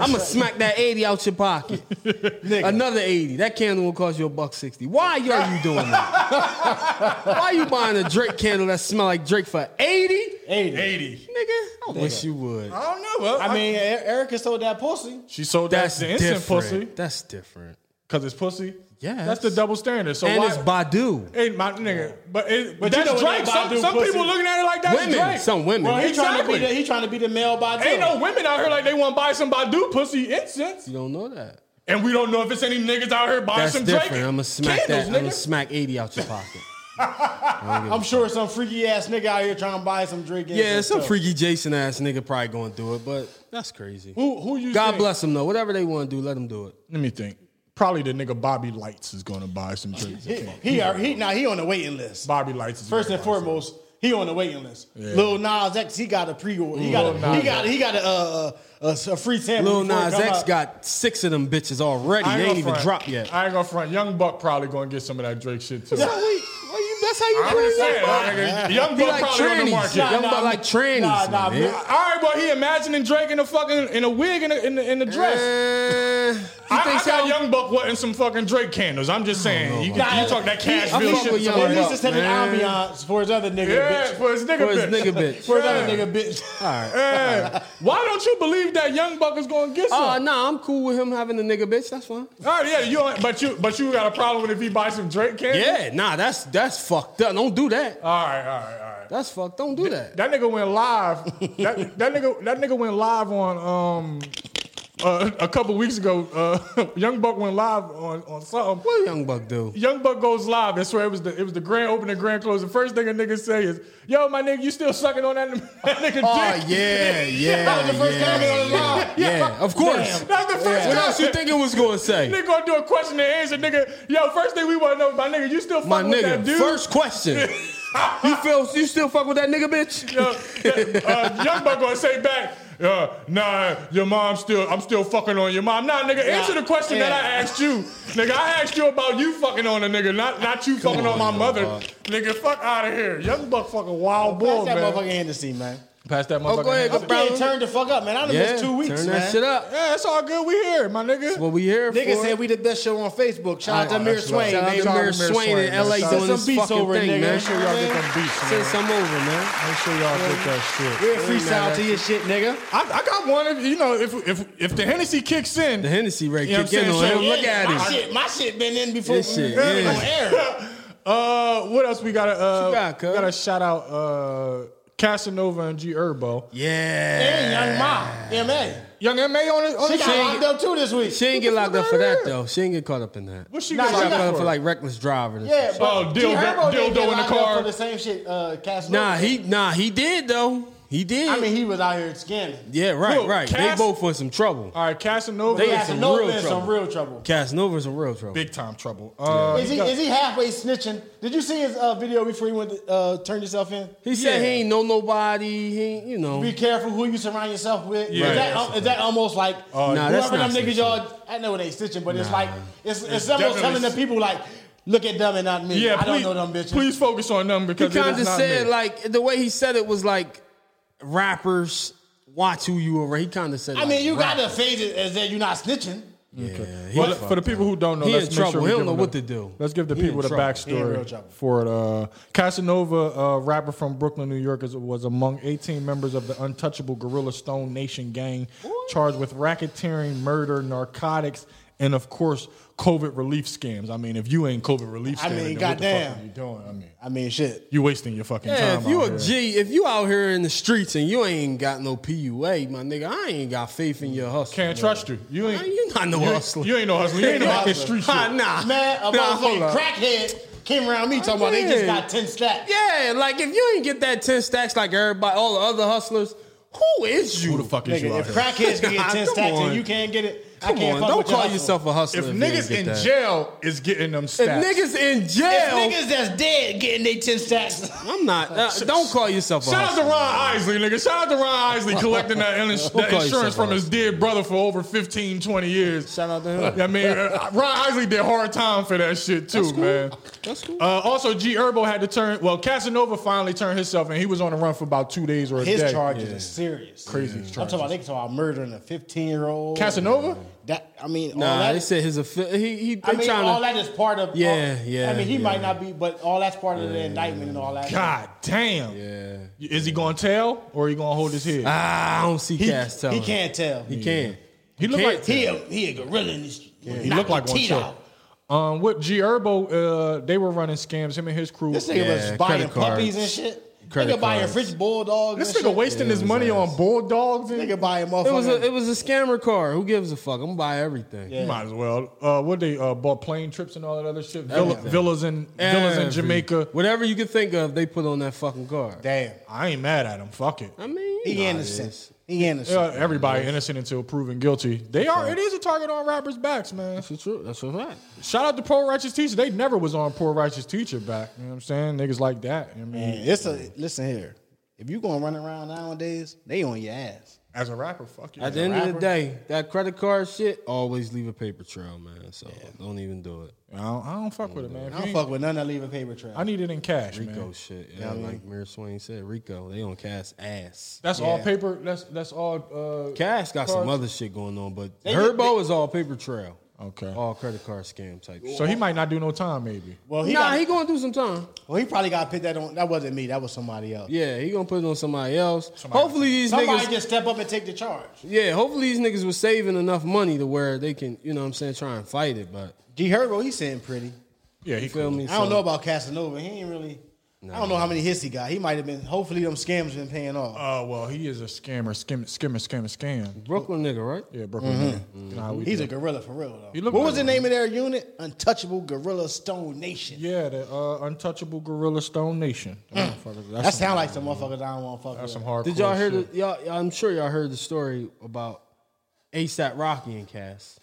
I'ma smack that eighty out your pocket. Another eighty. That candle will cost you a buck sixty. Why are you doing that? Why you buying a Drake candle that smell like Drake for eighty? Eighty. eighty. Nigga, I wish you would. I don't know. Well, I mean, E- Erica sold that pussy. she sold that That's the instant different. pussy That's different. because it's pussy. Yes. that's the double standard. So And why, it's Badu. Hey, my nigga, but it, but you that's know what Drake. that Some, Badu some pussy- people looking at it like that's Women, Drake. some women. Bro, he Exactly. trying to be the he trying to be the male by Ain't no women out here like they want to buy some Badu pussy incense, You don't know that. and we don't know if it's any niggas out here buying That's some different. Drake. I'm gonna smack candles, that. I'm gonna nigga. smack eighty out your pocket. I'm sure some freaky ass nigga out here trying to buy some drink. and yeah, some stuff. freaky Jason ass nigga probably gonna do it, but that's crazy. Who who you? God think- bless them though. Whatever they want to do, let them do it. Let me think. Probably the nigga Bobby Lights is gonna buy some Drake. He, he, are- he now he on the waiting list. Bobby Lights is First gonna and buy some. foremost, He on the waiting list. Lil Nas X, he got a pre-order. He got a, he got he got a, uh, a, a free sample. Lil before it Nas come X out. got six of them bitches already. I They ain't gonna even front. dropped yet. I ain't gonna front. Young Buck probably gonna get some of that Drake shit too. Well, we- well, you- that's how you I'm doing just saying, that. like, Young He Buck like probably on the trannies. market. Young Nah, Buck nah, like trannies. nah, nah, man. All right, but he imagining Drake in a fucking in a wig and a, in, the, in the dress. Eh, you I, think I so? got Young Buck wanting some fucking Drake candles. I'm just saying, you, you Nah, talk that I Cashville fuck fuck shit. to with Young somebody At else. least it's an man. ambiance for his other nigga Yeah, bitch. for his nigga For his bitch. nigga bitch. For his yeah. other nigga bitch. Yeah. Why don't you believe that Young Buck is gonna get some? Oh, nah, I'm cool with him having a nigga bitch. That's fine. All right, yeah, you don't- but you but you got a problem with if he buys some Drake candles? Yeah, nah, that's that's fucked up. Don't do that. All right, all right, all right. That's fucked. Don't do that. That nigga went live. that, that nigga that nigga went live on um uh, a couple weeks ago. Uh, Young Buck went live on on something. What Young Buck do? Young Buck goes live. I swear it was the it was the grand opening, grand close. The first thing a nigga say is, "Yo, my nigga, you still sucking on that, that nigga Oh dick?" yeah, yeah, That was the first yeah, time it was yeah, live. yeah. Of course. Damn. That's the first What time. else you think it was gonna say? Nigga gonna do a question and answer, nigga. Yo, first thing we want to know, my nigga, you still fucking My with that nigga, dude? first question. You feel you still fuck with that nigga bitch? Yo, uh, Young Buck gonna say back, uh, nah, your mom still, I'm still fucking on your mom. Nah, nigga, answer the question yeah. that I asked you. Nigga, I asked you about you fucking on a nigga, not not you fucking on, on, my Young mother. Buck. Nigga, fuck out of here. Young Buck fucking wild boy, Pass that man. motherfucking Hennessy, man. Pass that motherfucking ahead, hand. Oh, go- Yeah, Bro. turn the fuck up, man. I done missed two weeks, turn man. that shit up. Yeah, it's all good. We here, my nigga. What we here Nigga for? said we the best show on Facebook. Shout Oh, out to Amir that's love. Swain. Shout out baby. to Shout out to Mayor Mayor Swain Swain, in LA man. Shout- doing Send this some beats fucking over, thing, nigga. man. Make sure y'all get them beats, Send man. some over, man. Make sure y'all get that shit. We're free freestyle to your shit, nigga. I, I got one. If, you know, if if if the Hennessy kicks in, The Hennessy rate You know what kick in I'm on saying? him. So, Look yeah, at my him. Shit, my shit been in before This shit, we even yeah. on air. Uh, what else we got? to Uh, you got, cuz? got to shout out uh, Casanova and G Herbo. Yeah. And Young Ma, MA. Young Ma on his. On She his got locked up too this week. She ain't get locked up for that though. She ain't get caught up in that. What she Nah, got she locked Got up caught for? up for like reckless driving. Yeah. Yeah, but Oh, dildo- G Herbo didn't dildo get in the locked up car. For the same shit, uh, Cass Nah, Lewis he did. nah he did though. He did. I mean, he was out here scamming. yeah, right, Look, right. Cass- they both in some trouble. All right, Casanova. They is had Cass some Lewis real in some trouble. real trouble. Casanova's in real trouble. big time trouble. Uh, Is he, got- is he halfway snitching? Did you see his uh, video before he went to uh, turn yourself in? He said he Yeah. ain't know nobody. He ain't, you know. Be careful who you surround yourself with. Yeah. Is, that, um, is that almost like Nah, that's whoever not them niggas snitching. y'all? I know it ain't snitching, but it's like it's, it's, almost definitely telling the s- people like, look at them and not me. yeah, I don't please, know them bitches. Please focus on them He because it kind is of not said me. like the way he said it was like rappers watch who you are. He kind of said. I like, mean, you rap- gotta phase it as that you're not snitching. Yeah, he For the, was for the people who don't know, He let's in make trouble. Sure we He don't give know them what the- to do. Let's give the He in people the trouble. backstory He in real trouble. for it. Uh, Casanova, uh, rapper from Brooklyn, New York, is, was among 18 members of the Untouchable Gorilla Stone Nation gang, charged with racketeering, murder, narcotics, and of course, COVID relief scams. I mean, if you ain't COVID relief, I scamming, then mean, what the fuck goddamn. are you doing? I mean, I mean, shit. you wasting your fucking Yeah, time. if you out a here. G, if you out here in the streets and you ain't got no PUA, my nigga, I ain't got faith in your hustle. can't trust you. You Man, ain't. you not no You hustler. ain't, you ain't no hustler. You ain't no fucking street Ah, shit. nah, Man, nah, a motherfucking hold up. crackhead came around me talking about they just got 10 stacks. Yeah, like if you ain't get that ten stacks like everybody, all the other hustlers, who is you? Who the fuck is you Nigga, out if here? crackheads can get 10 Come stacks on. and you can't get it, I Come can't on, fuck don't with your call hustle. yourself a hustler. If you ain't niggas get in that. jail is getting them if stacks. niggas in jail, Niggas that's dead getting they 10 stacks. I'm not. uh, don't call yourself a Shout out hustler. to Ron Isley, nigga. Shout out to Ron Isley collecting that, ins- We'll that call you insurance from something his dead brother for over 15, 20 years. Shout out to him. I mean, uh, Ron Isley did hard time for that shit, too, man. That's cool. Uh, also, G Herbo had to turn, well, Casanova finally turned himself, and he was on the run for about two days or a His day. charges are serious. Crazy I'm charges. talking about, they talking about murdering a 15 year old. Casanova? That, I mean, all nah, that. they said his affi- he he. They I mean, trying all to, that is part of. Yeah, all- yeah, I mean, he yeah. might not be, but all that's part of the indictment and all that. God damn. Yeah. Is he going to tell, or he going to hold his head? Ah, I don't see Cass he telling. can't tell. He can. he looked can't like He a, he a gorilla in this. He looked like one too. Um, with G Herbo, uh, they were running scams. Him and his crew. This nigga Yeah, was credit buying puppies cards. and shit. Credit nigga buying cards. French bulldogs. This and nigga shit. wasting Yeah, his it was money ass. on bulldogs. And Nigga buying motherfucking. It was a it was a scammer car. Who gives a fuck? I'm gonna buy everything. You might as well. Uh, what they uh, bought plane trips and all that other shit. Villa, Everything. villas in villas in Every- Jamaica. Whatever you can think of, they put on that fucking car. Damn. I ain't mad at him. Fuck it. I mean, He you know how it innocent. is. He innocent. Yeah, everybody innocent until proven guilty. They are. It is a target on rappers' backs, man. That's true. That's a fact. Shout out to Poor Righteous Teacher. They never was on Poor Righteous Teacher back. You know what I'm saying? Niggas like that. I mean, Man, it's a listen here. If you gonna run around nowadays, they on your ass. as a rapper, fuck you. At the end of the day, that credit card shit always leave a paper trail, man. So don't even do it. I don't, I don't fuck with it, man. If you I don't ain't- fuck with none that leave a paper trail. I need it in cash, Rico man. shit. Yeah, like Mayor Swain said, Rico, they on Cass ass. That's all Yeah. paper. That's that's all. Uh, Cass got some Cards. other shit going on, but Herbo is all paper trail. Okay. All credit card scam type shit. so he might not do no time, maybe. well, he Nah, got, he gonna do some time. well, he probably got put that on. That wasn't me. That was somebody else. Yeah, he gonna put it on somebody else. hopefully these Somebody niggas. just step up and take the charge. yeah, hopefully these niggas was saving enough money to where they can, you know, what I'm saying, try and fight it. But G Herbo, he's sitting pretty. Yeah, he you feel cool. me? I don't So- know about Casanova. He ain't really. I don't know how many hits he got. He might have been. Hopefully, them scams been paying off. Oh well, he is a scammer, skim, skimmer, scammer, scam. Brooklyn nigga, right? Yeah, Brooklyn. nigga. You know how we Mm-hmm. He's do. a gorilla for real though. He look what like was the one. name of their unit? Untouchable Gorilla Stone Nation. yeah, the uh, untouchable gorilla Stone Nation. Mm. That motherfucker- That's That some- sound like some motherfuckers I don't want to fuck that's some with. hardcore. Did y'all hear? shit. The, y'all, I'm sure y'all heard the story about ASAP Rocky and Cass.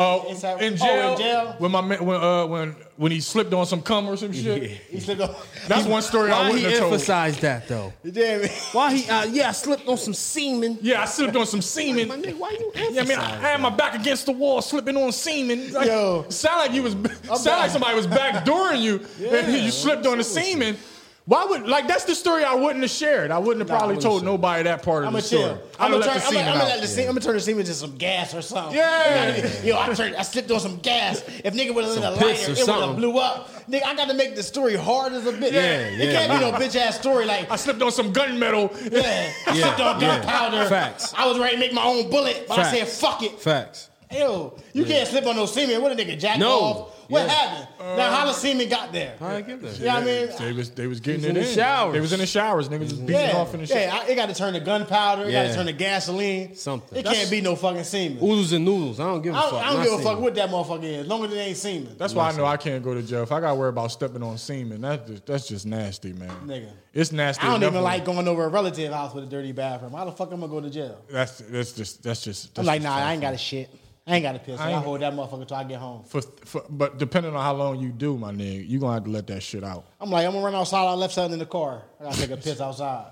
Oh, Inside- in oh, jail. in jail? When my man, when uh, when when he slipped on some cum or some shit. He slipped on. That's one story I Why wouldn't he have told. emphasized that though? You did me. Why he? Uh, yeah, I slipped on some semen. Yeah, I slipped on some My semen. nigga, why you Yeah, I emphasize? mean, I I had my back against the wall, slipping on semen. Like, Yo. sound like you was sound back. like somebody was backdooring you, and you slipped on the semen. Why would like that's the story I wouldn't have shared. I wouldn't have probably wouldn't told share. nobody that part of I'm the gonna story. chill. I'd I'm have gonna let the turn. I'm semen gonna out. let the semen. I'm gonna turn the semen to some gas or something. Yeah. You gotta- Yo, I turned. I slipped on some gas. If nigga would have lit a lighter, piss or it would have something. blew up. Nigga, I got to make the story hard as a bitch. Yeah, It yeah, can't be no bitch ass story like. I slipped on some gunmetal. Yeah, I Yeah, slipped on yeah. gunpowder. Facts. I was ready to make my own bullet, but I said Facts. fuck it. Facts. Ew, you can't slip on no semen. What a nigga jack No. off. What Yeah. happened? now how the semen got there? How I get that? You know what I mean? They was they was getting He was it in the showers. They was in the showers. Niggas was beating Yeah, off in the showers. yeah. I, it got to turn to gunpowder. It got to Yeah. turn to gasoline. Something. It That's- can't be no fucking semen. Oodles and noodles. I don't give a I fuck. don't, I don't Not give a fuck semen. what that motherfucker is, as long as it ain't semen. That's why I know I can't go to jail. If I got to worry about stepping on semen, that's just, that's just nasty, man. Nigga. it's nasty. I don't enough even when- like going over a relative house with a dirty bathroom. How the fuck am I going to jail? That's that's just that's just. I'm that's like, just nah, I trifling. ain't got a shit. I ain't got a piss. I I ain't- hold that motherfucker till I get home. For, for, but depending on how long you do, my nigga, you gonna have to let that shit out. I'm like, I'm gonna run outside. I left something in the car. I gotta take a piss outside.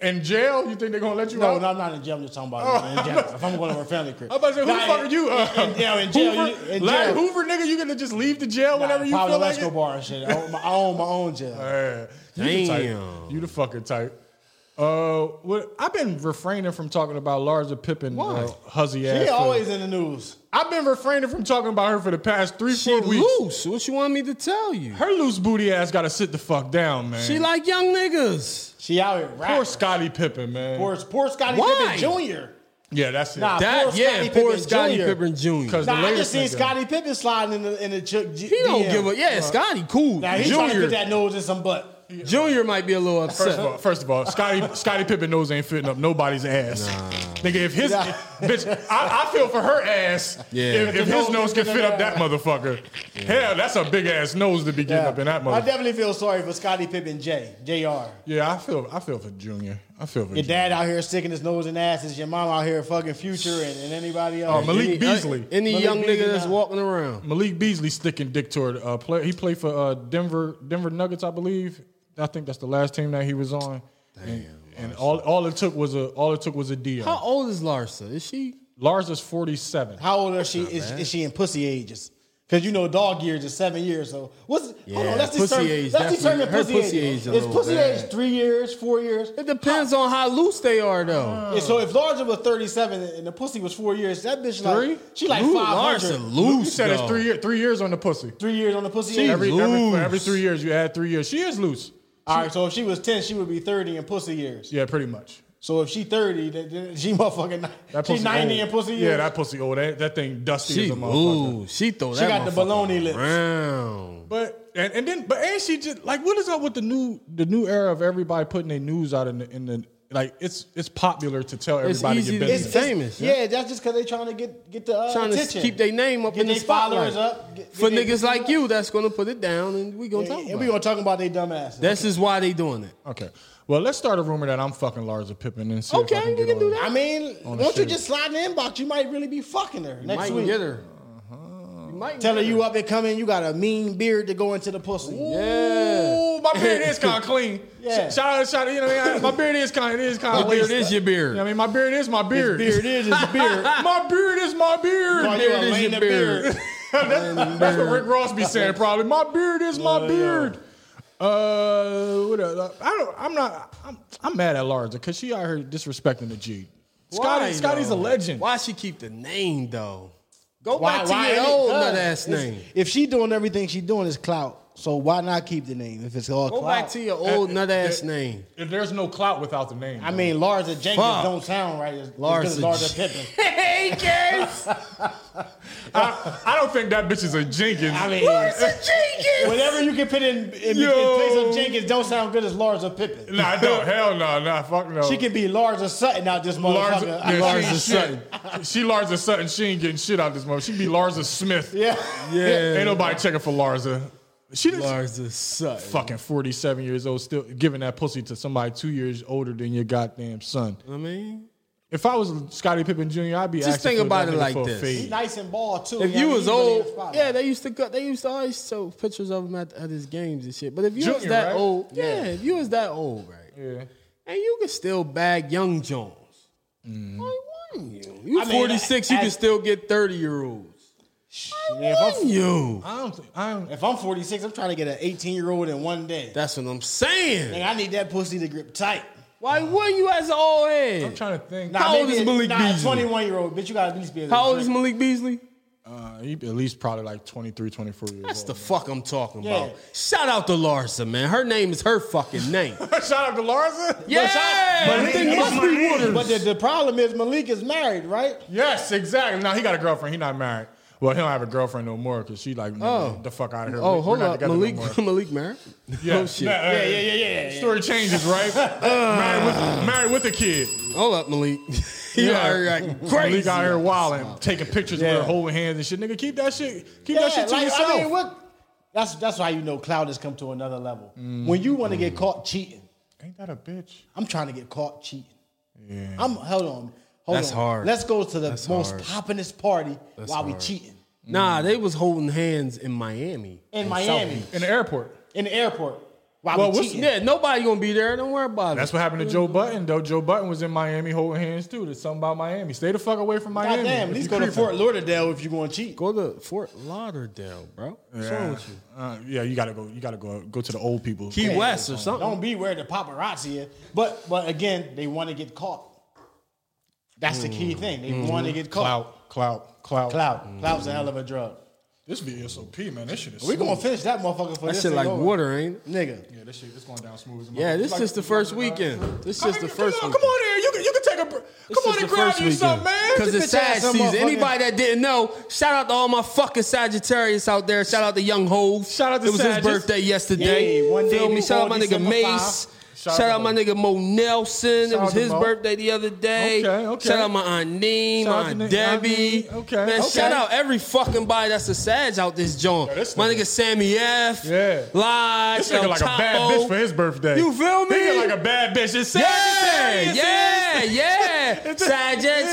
In jail, you think they're gonna let you No, out? no, I'm not in jail. I'm just talking about it, in general. If I'm going over a family crib. Oh. I'm about to say, who the Nah, fuck in- are you? Uh, in- Yeah, in jail. Hoover, you- in Larry jail. Hoover, nigga, you gonna just leave the jail Nah, whenever you Pablo feel like it? Escobar and shit. I own my, I own my own jail. Yeah. You the type. Damn. You the fucking type. Uh, what, I've been refraining from talking about Larsa Pippen, uh, huzzy ass. He for- always in the news. I've been refraining from talking about her for the past three, She four weeks. loose. What you want me to tell you? Her loose booty ass got to sit the fuck down, man. She like young niggas. She out here rapping. poor Scottie Pippen, man. Poor, poor Scottie Why? Pippen Jr. yeah, that's it. Nah, That poor yeah, Scottie poor Pippen Scotty Jr. Pippen Jr. Because- He The Nah, I latest just seen nigga. Scottie Pippen sliding in the in the chick. He don't give a yeah. Scotty cool. Now he's trying to Junior get that nose in some butt. Junior might be a little First of upset. all, first of all, Scotty Scotty Pippen nose ain't fitting up nobody's ass. Nigga, if his Nah. bitch, I, I feel for her ass. Yeah. If, if The his nose nose can is in fit up there. that motherfucker, hell, that's a big ass nose to be getting up in that I motherfucker. definitely feel sorry for Scottie Pippen J. Jr. yeah, I feel I feel for Junior. I feel for Junior. Your dad out here sticking his nose in asses. Your mom out here fucking future and, and anybody Uh, else. Malik Any- Beasley. Any Malik young Beasley nigga that's now. walking around. Malik Beasley sticking dick toward uh, player. He played for uh, Denver Denver Nuggets, I believe. I think that's the last team that he was on. Damn. And, and all all it took was a all it took was a deal. How old is Larsa? Is she? Lars is forty seven. How old is she? Is, is she in pussy ages? Because you know dog years is seven years. So what's hold Yeah, on? Let's pussy determine, age let's definitely- determine her pussy, pussy age. age a is little pussy bad. age three years, four years? It depends on how loose they are though. Yeah, so if Larsa was thirty seven and the pussy was four years, that bitch like Three? she like Ooh, five Larsa hundred. You loose. said it's though. three year, three years on the pussy. Three years on the pussy age. Every, every for loose. every three years you add three years. She is loose. All right, so if she was ten, she would be thirty in pussy years. Yeah, pretty much. So if she thirty, then, then she motherfucking ni- That she pussy ninety old. in pussy Yeah, years. that pussy old. That, that thing dusty She as a motherfucker. loose. She throw that. got the motherfucker bologna lips. around. But and, and then but and she just like what is up with the new the new era of everybody putting their news out in the in the like it's it's popular to tell everybody easy your to- business. It's famous, Yeah, that's just because they trying to get get the uh, Trying attention. to keep their name up Get in the they spotlight. followers up, get- For get they- niggas like you, that's gonna put it down, and we gonna Yeah, talk and about. we it. gonna talk about they dumbasses. This is why they doing it. okay. Well, let's start a rumor that I'm fucking Larsa Pippen and see if I Okay, can we get can on do it. that. I mean, once you shit. just slide in the inbox, you might really be fucking her next might week. get her. You might Tell her get you up and coming, you got a mean beard to go into the pussy. Yeah. Ooh, my beard is kind of clean. Yeah. Sh- Shout out, shout out. You know, what I mean? my beard is kind. It is kind Your of. beard is your beard. I mean, my beard is my beard. Beard is his beard. my beard is my beard. Why you beard a is lame your beard? beard. that's, that's what Rick Ross be saying probably. My beard is my beard. Uh, what else? I don't. I'm not. I'm, I'm mad at Larsa because she out here disrespecting the G. Scotty, Why, Scotty's a though? legend. Why she keep the name though? Go Why- back to why your any- old uh, nut ass it's- name. If she doing everything she doing is clout, so why not keep the name if it's all Go clout? back to your Uh, old nut ass name. If There's no clout without the name. I mean, Larsa Jenkins Fuck. don't sound right. As, Larsa Larsa, Larsa Pippen. Hey, guys. I, I don't think that bitch is a Jenkins. I mean, Jenkins. whatever you can put in, in, in Yo. place of Jenkins don't sound good as Larsa Pippen. nah, no, hell no, nah, fuck no. She can be Larsa Sutton out this Larsa, motherfucker. yeah, Larsa- she, Sutton. She Larsa Sutton. She ain't getting shit out this moment. She be Larsa Smith. yeah. Ain't nobody checking for Larsa. She just Larsa Sutton. fucking 47 years old, still giving that pussy to somebody two years older than your goddamn son. I mean, If I was Scottie Pippen Jr., I'd be Just asking think for about that it nigga like for a this. fade. He nice and ball too. if Yeah, you he was really old, a spotlight. yeah, they used to cut. They used to always show pictures of him at, at his games and shit. But if you was Junior, that right? old, yeah, if you was that old, right, Yeah. and you could still bag young Jones. Mm-hmm. Why wouldn't you? You I mean, forty six, you I- can still get thirty year olds. Yeah, if, I'm, You. I don't think, I don't, if I'm 46, I'm trying to get an 18 year old in one day. That's what I'm saying. Like, I need that pussy to grip tight. Why wouldn't you as an old I'm head? trying to think. How old maybe is a- Malik nah, Beasley? 21 year old, bitch. You gotta at least be. able to How old drink. is Malik Beasley? Uh, he at least probably like 23, 24 years That's old. the fuck I'm talking Yeah. about. Shout out to Larsa, man. Her name is her fucking name. Shout out to Larsa? yeah, But I think he- must but be he- Waters. But the, the problem is Malik is married, right? Yes, exactly. Now he got a girlfriend. He not married. Well, he don't have a girlfriend no more because she like nigga, Oh. get the fuck out of here. Oh, We- hold we're not up, together no Malik, more. Malik Merritt. Yeah. Oh shit. Nah, uh, yeah, Story changes, right? married, with, married with a kid. Hold up, Malik. you Yeah. are like crazy. Malik out here wilding, taking pictures with Yeah. her, holding hands and shit. Nigga, keep that shit, keep that Yeah, shit to like, yourself. I mean, what? That's that's why you know cloud has come to another level. Mm. When you want to get caught cheating, Ain't that a bitch? I'm trying to get caught cheating. Yeah. I'm hold on, hold That's on. hard. Let's go to the most hard. poppinest party while we hard. cheating Nah, they was holding hands in Miami. in South Miami Beach. In the airport. in the airport while Well, we what's- cheating. Yeah, nobody gonna be there. Don't worry about That's it. what happened to Joe Button, though. Joe Button was in Miami holding hands too. There's something about Miami. Stay the fuck away from Miami. Goddamn, at if least you go to creeping. Fort Lauderdale if you're going to cheat. Go to Fort Lauderdale, bro. What's wrong Yeah. with you? Uh, yeah, you gotta go. You gotta go. Go to the old people. Key West or something. Don't be where the paparazzi is. But but again, they want to get caught. That's the Mm. key thing. They Mm-hmm. want to get caught. Clout, clout, clout. Clout. Clout's a hell of a drug. This be SOP, man. This shit is. We're smooth. gonna finish that motherfucker for That this shit thing like over. water, ain't it? nigga. Yeah, this shit is going down smooth. as a Yeah, motherfucker. this Like- just the first weekend. This I just mean, the first Come on, weekend. come on here. You can you can take a. br- Come on and grab you some, man. Because it's Get your sad ass some season. motherfucking- Anybody that didn't know, shout out to all my fucking Sagittarius out there. Shout out to Young Hove. Shout out to It was Sages. his birthday yesterday. Yeah, one day Feel me? we Shout out all my nigga December Mace. five. Shout, out my nigga Mo Nelson. Shout it was out to his Mo. birthday the other day. Okay, okay. Shout out my Aunt Neem, Shout out my to Aunt Aunt Debbie. Neem. Okay, Man, okay. shout out every fucking body that's a Sag out this joint. Yo, this my nigga- nigga Sammy F. Yeah. Lodge. This nigga El like a bad Topo. bitch for his birthday. You feel me? He look like a bad bitch. It's Yeah, Sagittarius. yeah, yeah. Sagittarius,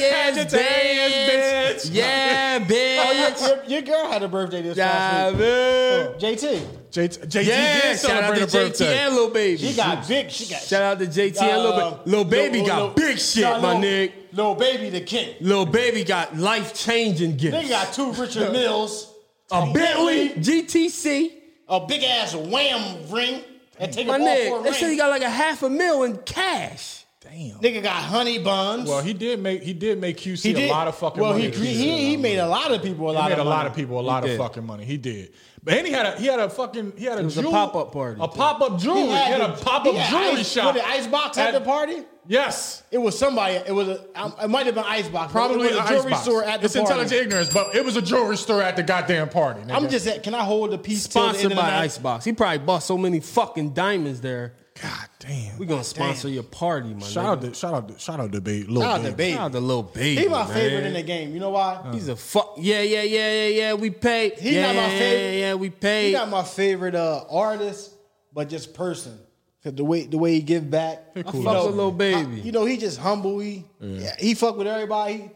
Sagittarius, bitch. bitch. Oh, Yeah, bitch. Your, your girl had a birthday this Yeah, past week. man. JT, JT, JT Oh. Yeah, did shout out celebrate to a JT birthday. and Lil Baby. she got big. She got Um, Shout out to JT and Lil Baby. Uh, Lil Baby got big shit, my nigga. Little baby, the king. Lil Baby got life changing Nigga gifts. got two Richard Mills, A Bentley GTC. a big ass wham ring, and take My them all for a nigga, they said he ring. got like a half a mil in cash. Damn. Nigga got honey buns. Well, he did make he did make QC he did a lot of fucking Well, money. he he, he made a lot of people a He lot made of a lot money. of people a lot He of did. fucking money. He did. But and he had a he had a fucking he had a was a jewel- pop-up party, A too. pop up jewelry. He had, a the- pop up he had jewelry ice- shop. What, the icebox at, At- the party? Yes. It was somebody. It was. A, um, it might have been icebox. but Probably it was an a jewelry icebox. store at the It's party. intelligent ignorance, but it was a jewelry store at the goddamn party. nigga. I'm just. At, can I hold the piece? till the end Sponsored of the by night? Icebox. He probably bought so many fucking diamonds there. God damn. We gonna sponsor your party, my Shout nigga. out to shout out to shout out to Babe. Lil Shout out to Baby. Baby. Shout out to Lil Baby. He my man. favorite in the game. You know why? He's He's a fuck. Yeah, yeah, yeah, yeah, yeah. We paid. He yeah, not my yeah, favorite. Yeah, yeah, we he paid. not my favorite uh, artist, but just person. Cause the way the way he give back, He cool. you I fuck know, with Lil Baby. I- you know he just humble. He yeah, he fuck with everybody.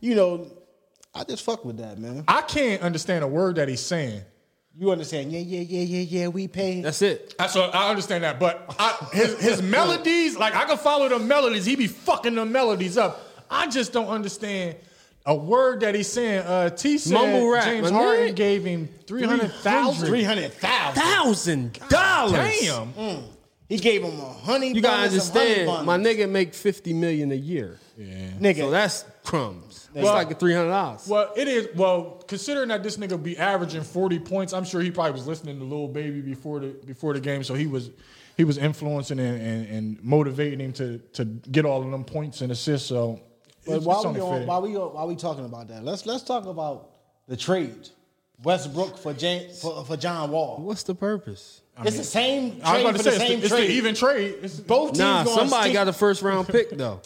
He, you know, I just fuck with that man. I can't understand a word that he's saying. You understand? Yeah, yeah, yeah, yeah, yeah. We pay. That's it. That's what I understand that, but I, his his melodies, like I can follow the melodies. He be fucking the melodies up. I just don't understand a word that he's saying. Uh, T said Mumble rap, James my Harden nigga. gave him three hundred thousand. Three hundred thousand. Thousand dollars. Damn, He gave him a honey. You gotta understand, my nigga make fifty million a year. nigga. So that's crumbs. That's Well- like three hundred dollars. Well, it is. Well, considering that this nigga be averaging forty points, I'm sure he probably was listening to Lil Baby before the before the game, so he was he was influencing and, and, and motivating him to to get all of them points and assists. So, but it's- while it's only we on, fitting. while we on, while we talking about that, let's let's talk about the trade. Westbrook for James for, for John Wall. What's the purpose? it's the same I was trade about to for the say it's the, same it's the trade. even trade. It's, Both teams Nah, going somebody got a first round pick though.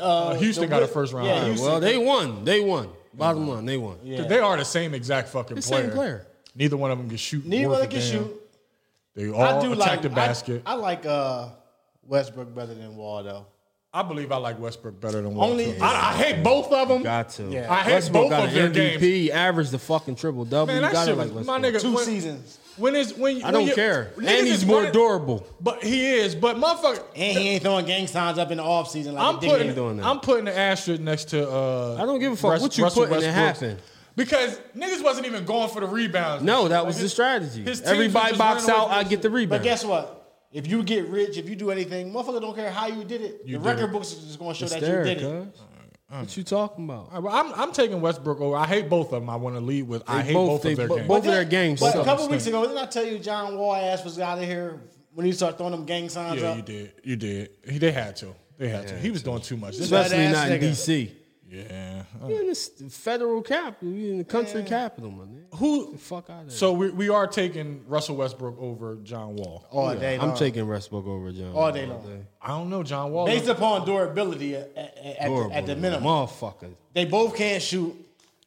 uh, Houston got a first round. yeah, pick. Houston- well, they won. They won. Bottom line, they won. Cause They are the same exact fucking The player. same player. Neither one of them can shoot. Neither worth one a can damn. shoot. They all I do attack like the basket. I, I, I like uh, Westbrook better than Wall though. believe I like Westbrook better than Wall. Only- too. I, I hate both of them. Got to. Yeah. I hate Westbrook both got of an their MVP, games. average the fucking triple double. Man, You that got to shit like was my Westbrook. nigga. Two when, seasons. When is when? I don't care. And he's more durable. But he is. But motherfucker, And he ain't throwing gang signs up in the offseason like I'm a dickhead. putting doing that. I'm putting an asterisk next to. Uh, I don't give a fuck Rus- what you Russell put and it Westbrook's. happened. Because niggas wasn't even going for the rebounds. No, that was Like, the his- strategy. his teams were Everybody just box running away out, from I get the But rebound. guess what? If you get rich, if you do anything, motherfucker don't care how you did it. You the did record it. books is just gonna show It's that there, you did it. cuz. What you talking about? All right, well, I'm, I'm taking Westbrook over. I hate both of them. I want to lead with. I They hate both- both, they of their bo- games. both- Over their games, But so a couple weeks understand. ago, didn't I tell you John Wall ass was out of here when he started throwing them gang signs yeah, up? you did. You did. He, they had to. They had to. He was doing too much. This- Especially Fat-ass not in nigga. D.C. yeah. You in this federal capital, you in the country capital, my nigga. Who? The fuck out of Uh, So we, we are taking Russell Westbrook over John Wall. All day long. I'm taking Westbrook over John. All day long. I don't know John Wall. Based upon durability at, at, at the, Horrible. at the minimum. Motherfucker. They both can't shoot.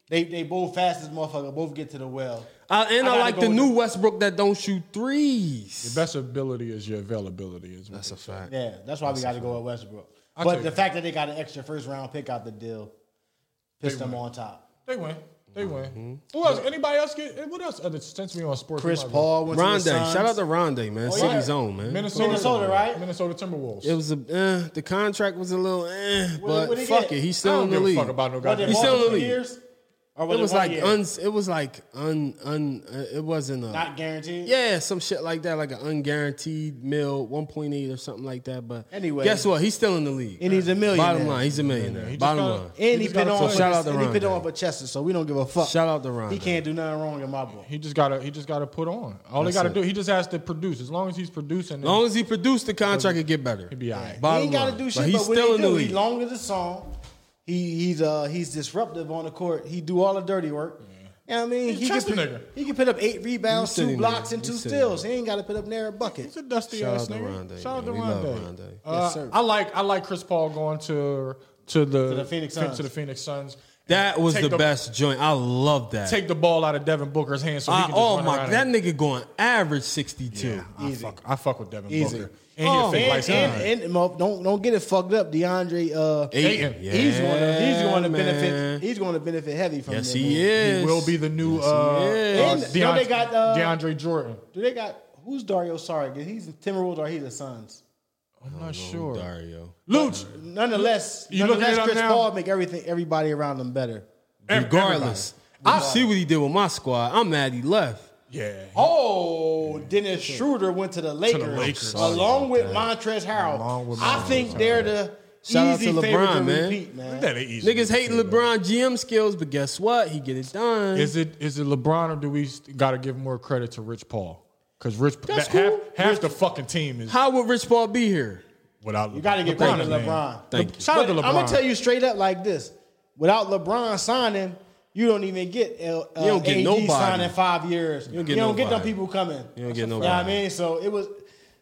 They they both fast as motherfucker. Both get to the well. I, and I I, gotta like go the with new Westbrook that don't shoot threes. Your best ability is your availability. Is what That's a fact. Yeah, that's why we got to go with Westbrook. I'll but take the it. fact that they got an extra first round pick out the deal pissed They them won. on top. they win. They win. Who else? Anybody else get? What else? Other, since we on sports, Chris who am I Paul went Rondé, to the Suns. shout out to Rondé, man. Oh, yeah. City's own, man. going? Minnesota, Minnesota, right? Minnesota Timberwolves. It was a eh, the contract was a little, eh, but what'd he fuck get? it, I he's still don't in the give a league. fuck about no What, guy. they He's bought still in him the for league. years? Or It was one like year? un, it was like un, un, uh, it wasn't a not guaranteed. yeah, some shit like that, like an unguaranteed mill, one point eight or something like that. But Anyway. guess what? He's still in the league. And he's a millionaire. Bottom line, he's a millionaire. He just Bottom got- line, And He he just put gotta on play. Shout out to and he put Rondo. on for Chester, so we don't give a fuck. shout out to Ron. He can't do nothing wrong in my book. He just gotta. He just gotta put on. All That's he gotta it. do. He just has to produce. As long as he's producing, As long as he produced the contract, it get better. He'd be all right. Bottom he ain't got to line. do shit, but, he's when still he in do, the he league. long as the song. He he's uh he's disruptive on the court. He do all the dirty work. You know what I mean? He's he trust can a pick, nigga. he can put up eight rebounds, He's a two nigga. blocks, and He's two a nigga. steals. He ain't got to put up near a bucket. He's a dusty Shout ass out to nigga. Rondé, Shout out to man. We love Rondé. Rondé. Uh, Yes, sir. I like I like Chris Paul going to to the To the Phoenix Suns. to the Phoenix Suns. That was Take the, best joint. I love that. Take the ball out of Devin Booker's hands so he I- can just oh run my, around that and- nigga going average sixty two. I Easy. fuck, I fuck with Devin Easy. Booker. And he a Oh, fake and- light skin. And, and, and mo- don't don't get it fucked up, DeAndre. Uh, Ayton. he's going to he's Yeah, going to benefit. man. He's going to benefit heavy from Yes, that he move. is. He will be the new uh, Yes, uh, he is. And don't they got, uh, DeAndre Jordan. Do they got who's Dario Saric? He's Timberwolves or he's the Suns. I'm not sure. Dario. Luch, Nonetheless, You looking it nonetheless, up Chris now? Paul make everything everybody around him better. ev- Regardless, I see what he did with my squad. I'm mad he left. everybody. Yeah. Oh, Dennis Schroeder went to the Lakers, Lakers. along with Montrezl Harrell. Along with I think Montrezl they're the Shout out easy to favorite LeBron, to man. repeat, man. That ain't easy. Niggas hating LeBron GM skills, but guess what? He get it done. Is it is it LeBron or do we got to give more credit to Rich Paul? Because Rich That's that cool. half, half the fucking team is How would Rich Paul be here? without LeBron. You got to give credit to LeBron. Thank you. Shout out to I'm gonna LeBron. tell you straight up like this: without LeBron signing, you don't even get L, uh, You don't get AD nobody. signing five years. You don't get you don't get them nobody. people coming. You don't get You know what I nobody. mean? So it was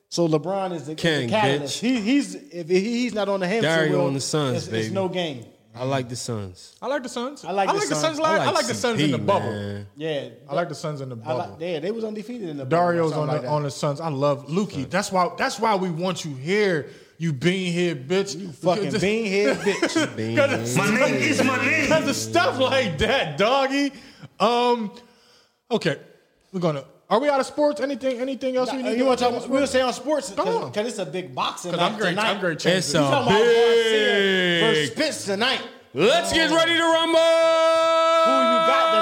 So LeBron is the, King, the catalyst. bitch. He, he's if he- he's not on the hamster Dario wheel, on the Suns, it's, it's baby. no game. I like the Suns. I like the Suns. I like the the Suns. Suns. I like, I like the CP, Suns in the bubble. man. Yeah, I like the Suns in the I bubble. like, yeah, they was undefeated in the Dario's on the like on the Suns. I love Lukey. That's why that's why we want you here. You being here, bitch. You fucking bean head bitch. my name is my name. Because of stuff like that, doggy. Um, okay, we're gonna. Are we out of sports? Anything? Anything else? we need you want to on talk? We'll sports? say on sports Go on. because it's a big boxing. 'Cause night I'm great. Tonight. I'm great. It's uh, Chances. You a talking about Garcia versus big. Spitz tonight? Let's get ready to rumble. Who you got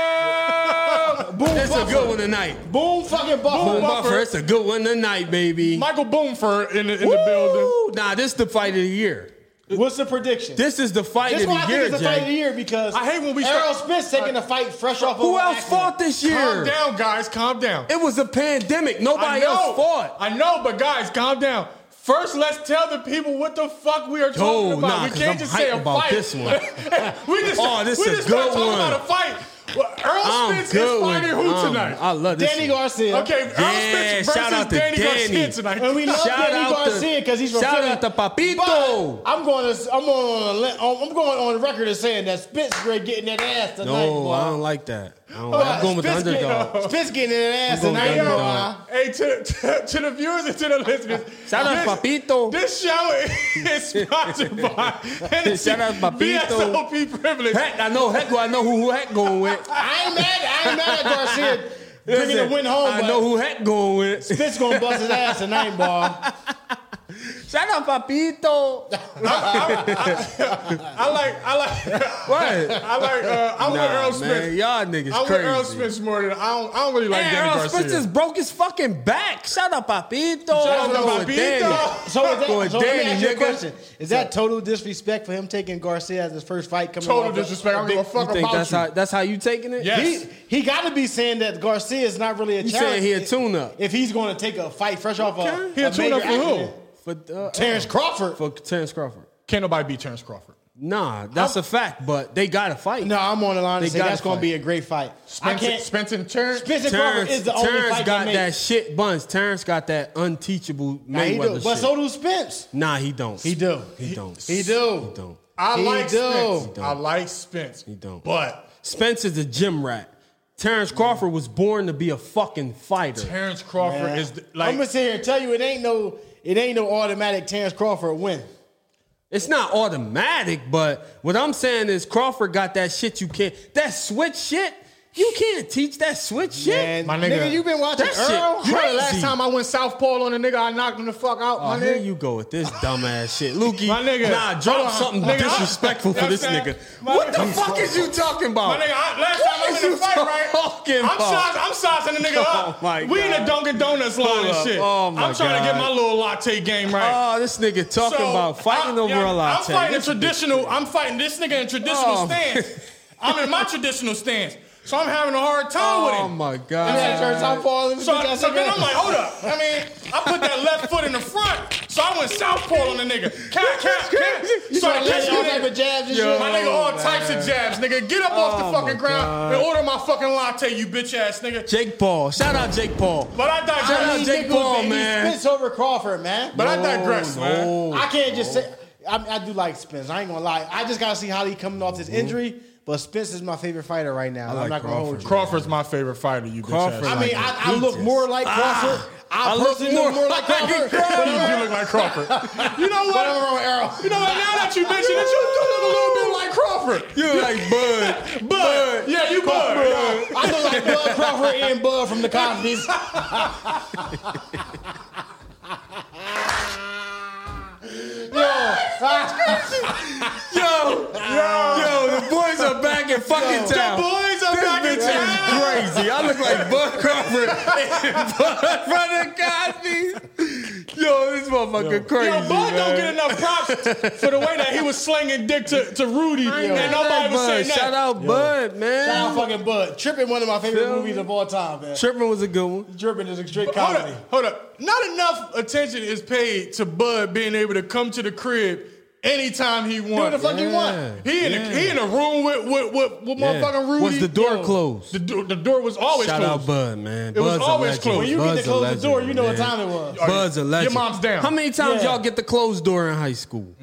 tonight? Boom it's a Buffer. good one tonight. Boom fucking Buffalo. Boom Buffer, it's a good one tonight, baby. Michael Boomford in the, in the building. Woo! Nah, this is the fight of the year. What's the prediction? This is the fight This of why the I year, think it's the fight of the Jay. year because I hate when we Errol start- Spence taking a fight fresh off. Who of else fought this year? Calm down, guys. Calm down. It was a pandemic. I Nobody know. else fought. I know, but guys, calm down. First, let's tell the people what the fuck we are talking Oh, about. nah, we 'cause can't I'm just say hyped a about fight. this one. we just, Oh, this we is a just started good talking one. about a fight. Well, Earl I'm Spence good is with- fighting who I'm- tonight? I love this. Danny one. Garcia. okay, Earl Spence Yeah, versus shout out to Danny, Garcia Danny. tonight. And we love Shout Danny out to- Garcia because he's from shout Philly. out to Papito. But I'm going to I'm on a le- I'm going on record as saying that Spitz great getting that ass tonight. No, boy. I don't like that. I don't, Oh, I'm going with the Spitz get underdog. up. Spitz getting that ass I'm going tonight, with the boy. underdog. Hey, to, to, to the viewers and to the listeners, Shout out this- Papito. This show is sponsored by Hennessy Shout out Papito. BSOP Privilege. Heck, I know Heck. I know who Heck going with. I ain't mad. I ain't mad at Garcia bringing Listen, the win home. I but know who Heck going with. Spitz going to bust his ass tonight, boy. Shout out Papito. I like, I like, What? I like, uh, I want Earl Spence. man, y'all niggas I want crazy. Earl Spence more than I don't. I don't really like Man, Danny Earl Garcia. Spence just broke his fucking back. Shout out Papito. out I'm going with Papito. Danny. So, is that, Boy, so let me Danny, ask you a nigga. question. Is that total disrespect for him taking Garcia as his first fight coming Total off a- disrespect. I a don't big- give a fuck You think about that's you. how that's how you taking it? Yeah. He, he got to be saying that Garcia is not really a You saying challenge. he a tune-up. If he's going to take a fight fresh off a, He a a tune-up major for who? accident. For uh, Terrence Crawford. for Terrence Crawford. Can't nobody beat Terrence Crawford. Nah, that's a fact. But they got to fight. No, I'm on the line They to say gotta that's going fight. to be a great fight. I Spence, can't. Spence and Terrence. Spence and Crawford Terrence, is the only Terrence fight got that, that shit buns. Terrence got that unteachable Nah, he Mayweather do, shit. but so do Spence. nah, he don't. He do. He don't. He do. He don't. I He like do. Spence. I like Spence. He don't. But Spence is a gym rat. Terrence Crawford was born to be a fucking fighter. Terrence Crawford is the, like I'm gonna sit here and tell you it ain't no it ain't no automatic Terrence Crawford win. It's not automatic, but what I'm saying is Crawford got that shit you can't. That switch shit, you can't teach that switch shit. Man, My nigga- you been watching That shit Earl? You know the Crazy. last time I went southpaw on a nigga, I knocked him the fuck out. Oh, my here nigga. you go with this dumbass shit, Lukey. My nigga. nah, Hold drop on. something Nigga, I- disrespectful You for know this what I'm nigga. saying? My What the nigga- fuck is you talking My about? nigga, I, last What time is I'm in you a fight, right? talking I'm, about? size, I'm sizing the nigga up. Oh, my we in God. the Dunkin' Donuts line Hold and up. shit. Oh, my I'm trying to God. get my little latte game right. Oh, this nigga talking So, about fighting I- over yeah, a latte. I'm fighting This- a traditional. I'm fighting this nigga in traditional Oh. stance. I'm in my traditional stance, so I'm having a hard time with Oh him. my I'm at god. Terrence Crawford, let me So, put that so then cigarette- I'm like, hold up. I mean, I put that left foot in the front, so I went southpaw on the nigga. Cat, cat, cat. you So I trying to catch let all type you of jabs there. and shit. Oh, My nigga, oh, all types of jabs, nigga. Get up off Oh, the fucking my ground and order my fucking latte, you bitch ass nigga. Jake Paul. Shout out Jake Paul. But I Shout digress. out He Jake nickel Paul, baby man. Spence over Crawford, man. But I digress, Oh, man. I can't just say I, mean, I do like Spence. I ain't gonna lie. I just gotta see how he coming off this injury. But Spence is my favorite fighter right now. like I'm not gonna hold you. Crawford's my favorite fighter, you Crawford. bitch I ass. Like mean, I, he I look just- more like Crawford. I, I look personally more look more like like Crawford. You look like Crawford. You know But what? I'm wrong with Errol. You know what? Now that you mention it, you do look a little bit like Crawford. You like Bud. Bud. Yeah, you Bud. I look like Bud Crawford and Bud from the Cosby's. Yo, yo, yo, the boys are back in fucking town. The boys are this back in bitch is crazy. I look like Bud Crawford and Bud from the Cosby. Yo, this motherfucker crazy. Yo, Bud man. don't get enough props for the way that he was slanging dick to, to Rudy, and nobody was saying Bud. Shout that. out Bud, Shout out man. fucking Bud. Tripping one of my favorite Feel me? movies of all time, man. Tripping was a good one. Tripping is a straight Hold comedy. up, hold up. Not enough attention is paid to Bud being able to come to the crib anytime he what wants. the fuck you Yeah. want. He in, Yeah. the, he in the room with with with, with Yeah. motherfucking Rudy. Was the door Yo, closed? The, do- the door was always Shout out closed. Bud, man. It was Bud's a always legend. closed. When you get Bud's a to close legend, the door, you know what man. time it was. Are you- Bud's a legend. Your mom's down. How many times Yeah. y'all get the closed door in high school?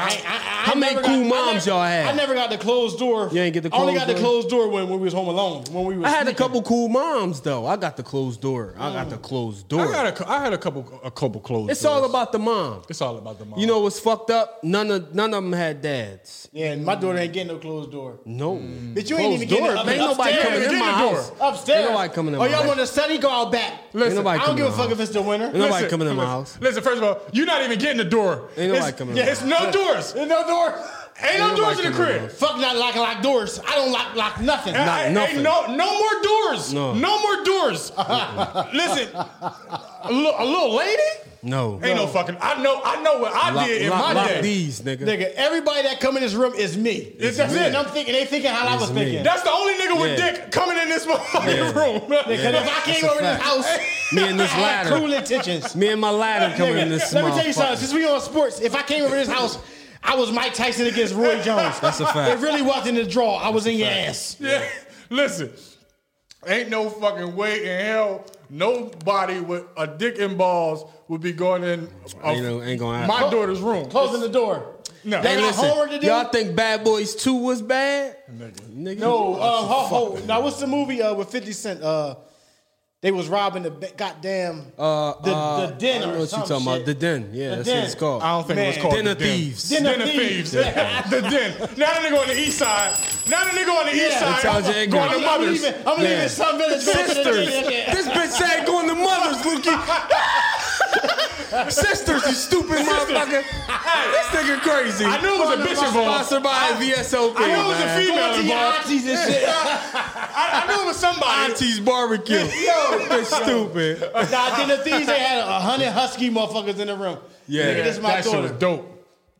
I, I, I How many never cool got- I moms never- y'all had? I never got the closed door. You ain't get the I only closed got the door? closed door when, when we was home alone. When we was I had a sneaking. couple cool moms though. I got the closed door. I got the closed door. I got a, cou- I had a couple a couple closed. it's all doors. about the mom. It's all about the mom. You know what's fucked up? None of none of them had dads. Yeah, and my daughter ain't getting no closed door. No. But you ain't even getting door. up- Ain't nobody upstairs. coming Get in in my the house. door. Upstairs. Ain't nobody coming in Oh, my y'all house. want to study? Go out back. Ain't Listen, nobody I don't coming give a in fuck my if it's the winter. nobody Listen, coming in my listen, house. Listen, first of all, you're not even getting the door. Ain't nobody It's- coming in Yeah, my it's no doors. There's no doors. Ain't no nobody doors in the coming in my crib. house. Fuck not locking lock doors. I don't lock lock nothing. I- I- ain't nothing. no, no more doors. No. No, more doors. Listen, a little, a little lady. No. Ain't no fucking. I know. I know what I Lock- did in lock- my lock day. these, nigga. Nigga, everybody that come in this room is me. It's that's me. it. And I'm thinking, they thinking how I was me. thinking. That's the only nigga with Yeah. dick coming in this motherfucking Yeah. room. Because if I That's came a over to this fact. house, Me and this I had ladder. Cruel intentions. Me and my ladder coming Nigga, in this Let me tell you motherfucker. something. Since we on sports, if I came over to this house, I was Mike Tyson against Roy Jones. That's a fact. It really wasn't a draw. I was in your ass. Yeah. Listen, ain't no fucking way in hell nobody with a dick and balls would be going in a- Ain't no- ain't gonna happen. my daughter's room. Closing the door. No. They Hey, got homework to listen, do. y'all think Bad Boys 2 was bad? Nigga. Nigga. No, uh, ho, ho. now what's the movie uh, with Fifty Cent? Uh, they was robbing the ba- goddamn Uh, the, uh, the den I or know what you some talking shit. about. The Den. Yeah, The that's Den. what it's called. I don't think it was Man. called Den the of Thieves. Den, Den of of Thieves. Thieves. the Den. Now the nigga on the east side. Now the nigga on the east Yeah. side. Sounds going ignorant. to I'm, I'm mothers. leaving. I'm Yeah. leaving some village Sisters. this bitch said going to mothers, Lukey. Sisters, you stupid motherfucker. this nigga crazy. I knew it was a bitch involved. Sponsored by VSOP. I knew it was a man. female Auntie, involved. aunties and shit. I, I knew it was somebody. Auntie's barbecue. Yo, stupid. nah, then the thieves they had a hundred husky motherfuckers in the room. Yeah. nigga, this is my that shit was daughter. dope.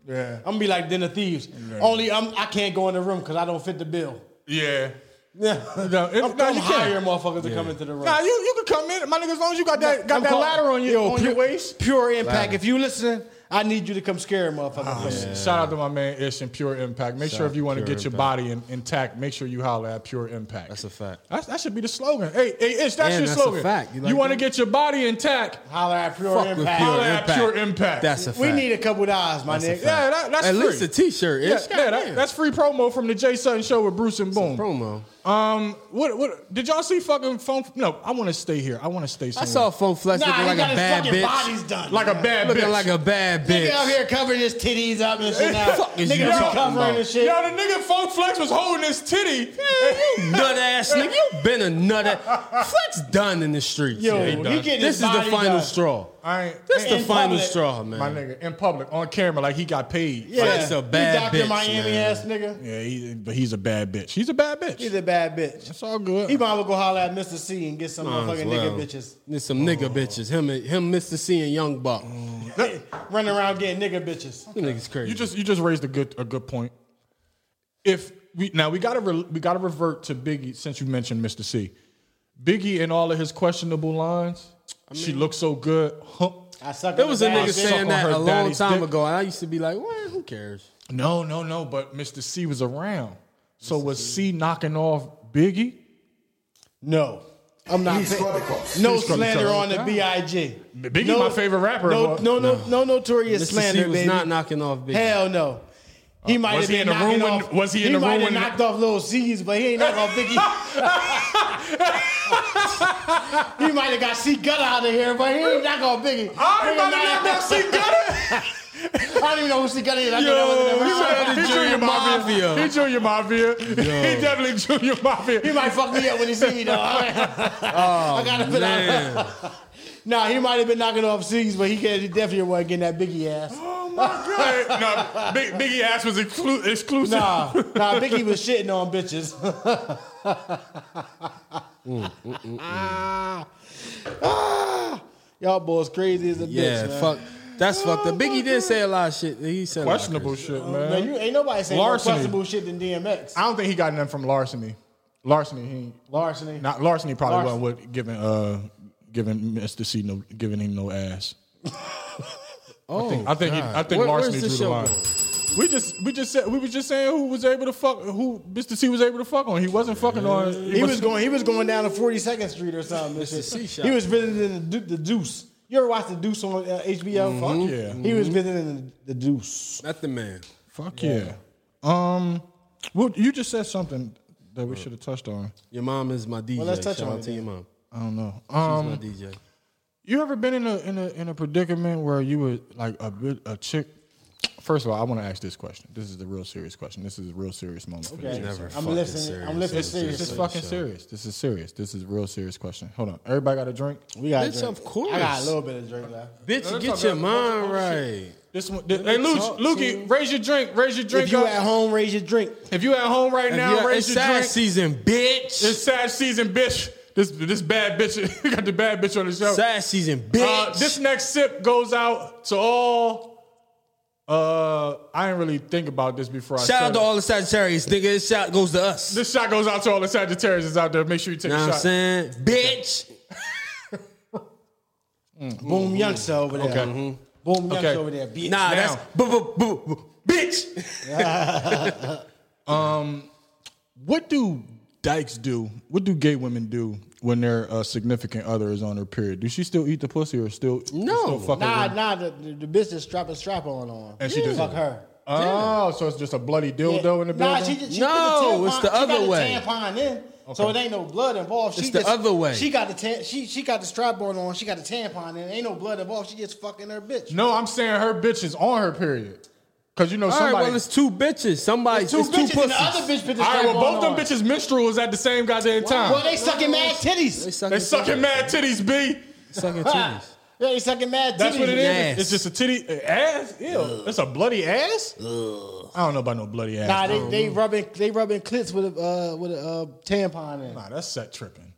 Yeah. I'm gonna be like then the thieves. Only I'm, I can't go in the room because I don't fit the bill. Yeah. Yeah, No, it- I'm, no, I'm you can't. hiring motherfuckers to come into the room. Nah, you, you can come in, my nigga, as long as you got that, got I'm that call- ladder on, your, Yo, on pure, your waist. Pure impact. If you listen, I need you to come scare a motherfucker. Ah, from me. Shout out to my man Ish and Pure Impact. Make sure out if you want to to get Pure your body in, intact, make sure you holler at Pure Impact. That's a fact. That's- that should be the slogan. Hey, hey Ish, that's And your that's a slogan. fact. You You, like want to that? get your body intact? Holler at pure Fuck with impact. Pure Holler at Impact. Pure Impact. That's a fact. we need a couple of eyes, my That's a nigga. fact. yeah, that, that's At free. least a t-shirt. yeah, Ish. yeah that- Goddamn. that's free promo from the Jay Sutton Show with Bruce and Boom. promo. Um, what what did y'all see? Fucking phone? No, I want to stay here. I want to stay I somewhere. saw Fo Flex Nah, looking he like got a his bad fucking bitch. bodies done. like a bad Looking bitch. like a bad Nigga out bitch. here covering his titties up and shit. Now. Fuck is nigga you be talking covering about? his shit. Yo, the nigga Funk Flex was holding his titty. Nut ass nigga. You been a nut ass. Flex done in the streets. Yo, man. he done. getting This is his the body final done. straw. I ain't. This ain't- the in final public. straw, man. My nigga, in public, on camera, like he got paid. Yeah, Flex a bad you Dr. bitch, Miami man. ass nigga. Yeah, he, but he's a bad bitch. He's a bad bitch. He's a bad bitch. it's all good. He might as well go holler at Mr. C and get some motherfucking nigga bitches. There's some nigga bitches. Him, and- him, Mr. C and Young Buck. Mm. Running around getting nigga bitches. You niggas crazy. you just you just raised a good a good point. If we now we gotta re, we gotta revert to Biggie since you mentioned Mr. C. Biggie and all of his questionable lines. she looks so good. Huh. I suck there was a on the nigga bad dick. saying Suck on that her a long daddy's time dick. ago, and I used to be like, "Well, who cares?" No, no, no. But Mr. C was around. So was C knocking off Biggie? No. I'm not. He's scrubbing cups. no He's scrubbing slander cups. on the B.I.G. Biggie no, my favorite rapper, No, but- no, no, no, notorious Mr. slander, C was baby. not knocking off Big. Hell no. He might Uh, was have he been in the room knocking when- off. was he in the might room have when- knocked off little C's, but he ain't knocked off Biggie. he might have got C Gut out of here, but he ain't knocked off Biggie. I Nigga, ain't about nah. to knock off C. Gunner. I don't even know who C Gut is. I Yo, know he that said was the he Junior Junior Mafia. Mafia. He Junior Mafia. He definitely Junior Mafia. He might fuck me up when he see me though. I Oh, gotta put out. Man, Nah, he might have been knocking off C's, but he, could- he definitely wasn't getting that Biggie ass. Oh my god! no, Big, Biggie ass was exclu- exclusive. Nah, nah, Biggie was shitting on bitches. Ah. Ah. y'all boys crazy as a yeah, bitch. Man. fuck. That's fucked up. Biggie did say a lot of shit. He said a lot of questionable crazy- shit, Man, man. you ain't nobody saying more Larceny. questionable shit than DMX. I don't think he got nothing from larceny. Larceny, he ain't- Larceny. not larceny probably Larceny. wasn't what giving uh giving Mr. C no giving him no ass. I think I think, he, God. I think Where- larceny where's this drew the show line. going? We just we just said we was just saying who was able to fuck who Mr. C was able to fuck on. He wasn't fucking on. He was going. He was going down to Forty Second Street or something. and shit. Sea Shop. He was visiting the, Du- the Deuce. You ever watch the Deuce on uh, HBO? Mm-hmm. Fuck yeah. He was visiting the, the Deuce. Not the man. Fuck yeah. Um, well, you just said something that we should have touched on. Your mom is my DJ. let's touch Shout on out it to your mom. I don't know. She's Um, my DJ. You ever been in a in a in a predicament where you were like a bit a chick? First of all, I want to ask this question. This is the real serious question. This is a real serious moment. For Okay. this. Never I'm fucking listening. serious. I'm listening It's- it's This is seriously. fucking serious. This is serious. This is a real serious question. Hold on. Everybody got a drink? we got a Bitch, drink. of course. I got a little bit of drink left. Bitch, get your mind right. This one. th- hey, Luke, Lukey, raise your drink. Raise your drink If you up. at home, raise your drink. if you at home right now, Yeah, raise it's your sad drink. season, bitch. It's sad season, bitch. This this bad bitch. we got the bad bitch on the show. Sad season, Uh, bitch. this next sip goes out to all. Uh, I didn't really think about this before. I Shout said out to it. all the Sagittarius, nigga. This shout goes to us. This shot goes out to all the Sagittarians out there. Make sure you take you know a what I'm shot. saying? Bitch. Boom, youngster over there. Okay. Boom, youngster Mm-hmm. Okay. over there. Bitch. Nah, Now. that's bu- bu- bu- bu- bitch. What do dykes do? What do gay women do when their uh, significant other is on her period? Do she still eat the pussy or still No. Still fuck Nah, her? nah, the, the, the bitch is strapping strap on on. And she just- fuck her. Oh, so it's just a bloody dildo in the nah, building. she, just- she No, put the tampon, it's the she got other way. Tampon in, so it ain't no blood involved. She It's the just- other way. She got the ta- she she got the strap on on. She got the tampon in. Ain't no blood involved. She just fucking her bitch. no, I'm saying her bitch is on her period because you know All right, somebody. well, it's two bitches. Somebody, it's two, bitches and the pussies. other bitch put the all right, strap well, on both them on. bitches menstrual is at the same goddamn time. Well, they sucking mad titties. sucking, They sucking Ah. mad titties, b. Sucking Ha. titties. Yeah, they sucking mad titties. That's what it is. Ass. It's just a titty uh, ass. Ew, it's a bloody ass. I don't know about no bloody ass. Nah, they, they rubbing they rubbing clits with a uh, with a uh, tampon in. Nah, that's set tripping.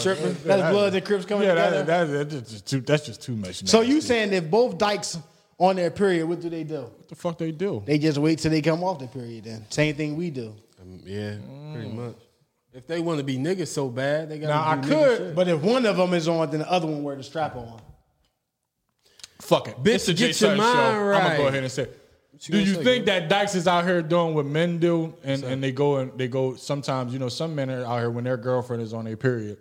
Tripping. That's blood and crips coming Yeah, together. that, that, that, that's, just too, that's just too much. so nasty. you saying if both dykes on their period, what do they do? what the fuck they do? They just wait till they come off the period. Then same thing we do. Um, yeah, pretty much. If they want to be niggas so bad, they Now Mm. I got to do nigga shit. could, but But if one of them is on, then the other one wear the strap on. fuck it. Bitch, It's the get Jay your Sutton mind I'm gonna go right. ahead and say. you Do gonna you say, think that Dykes is out here doing what men do, and, and they go and they go? Sometimes you know some men are out here when their girlfriend is on their period,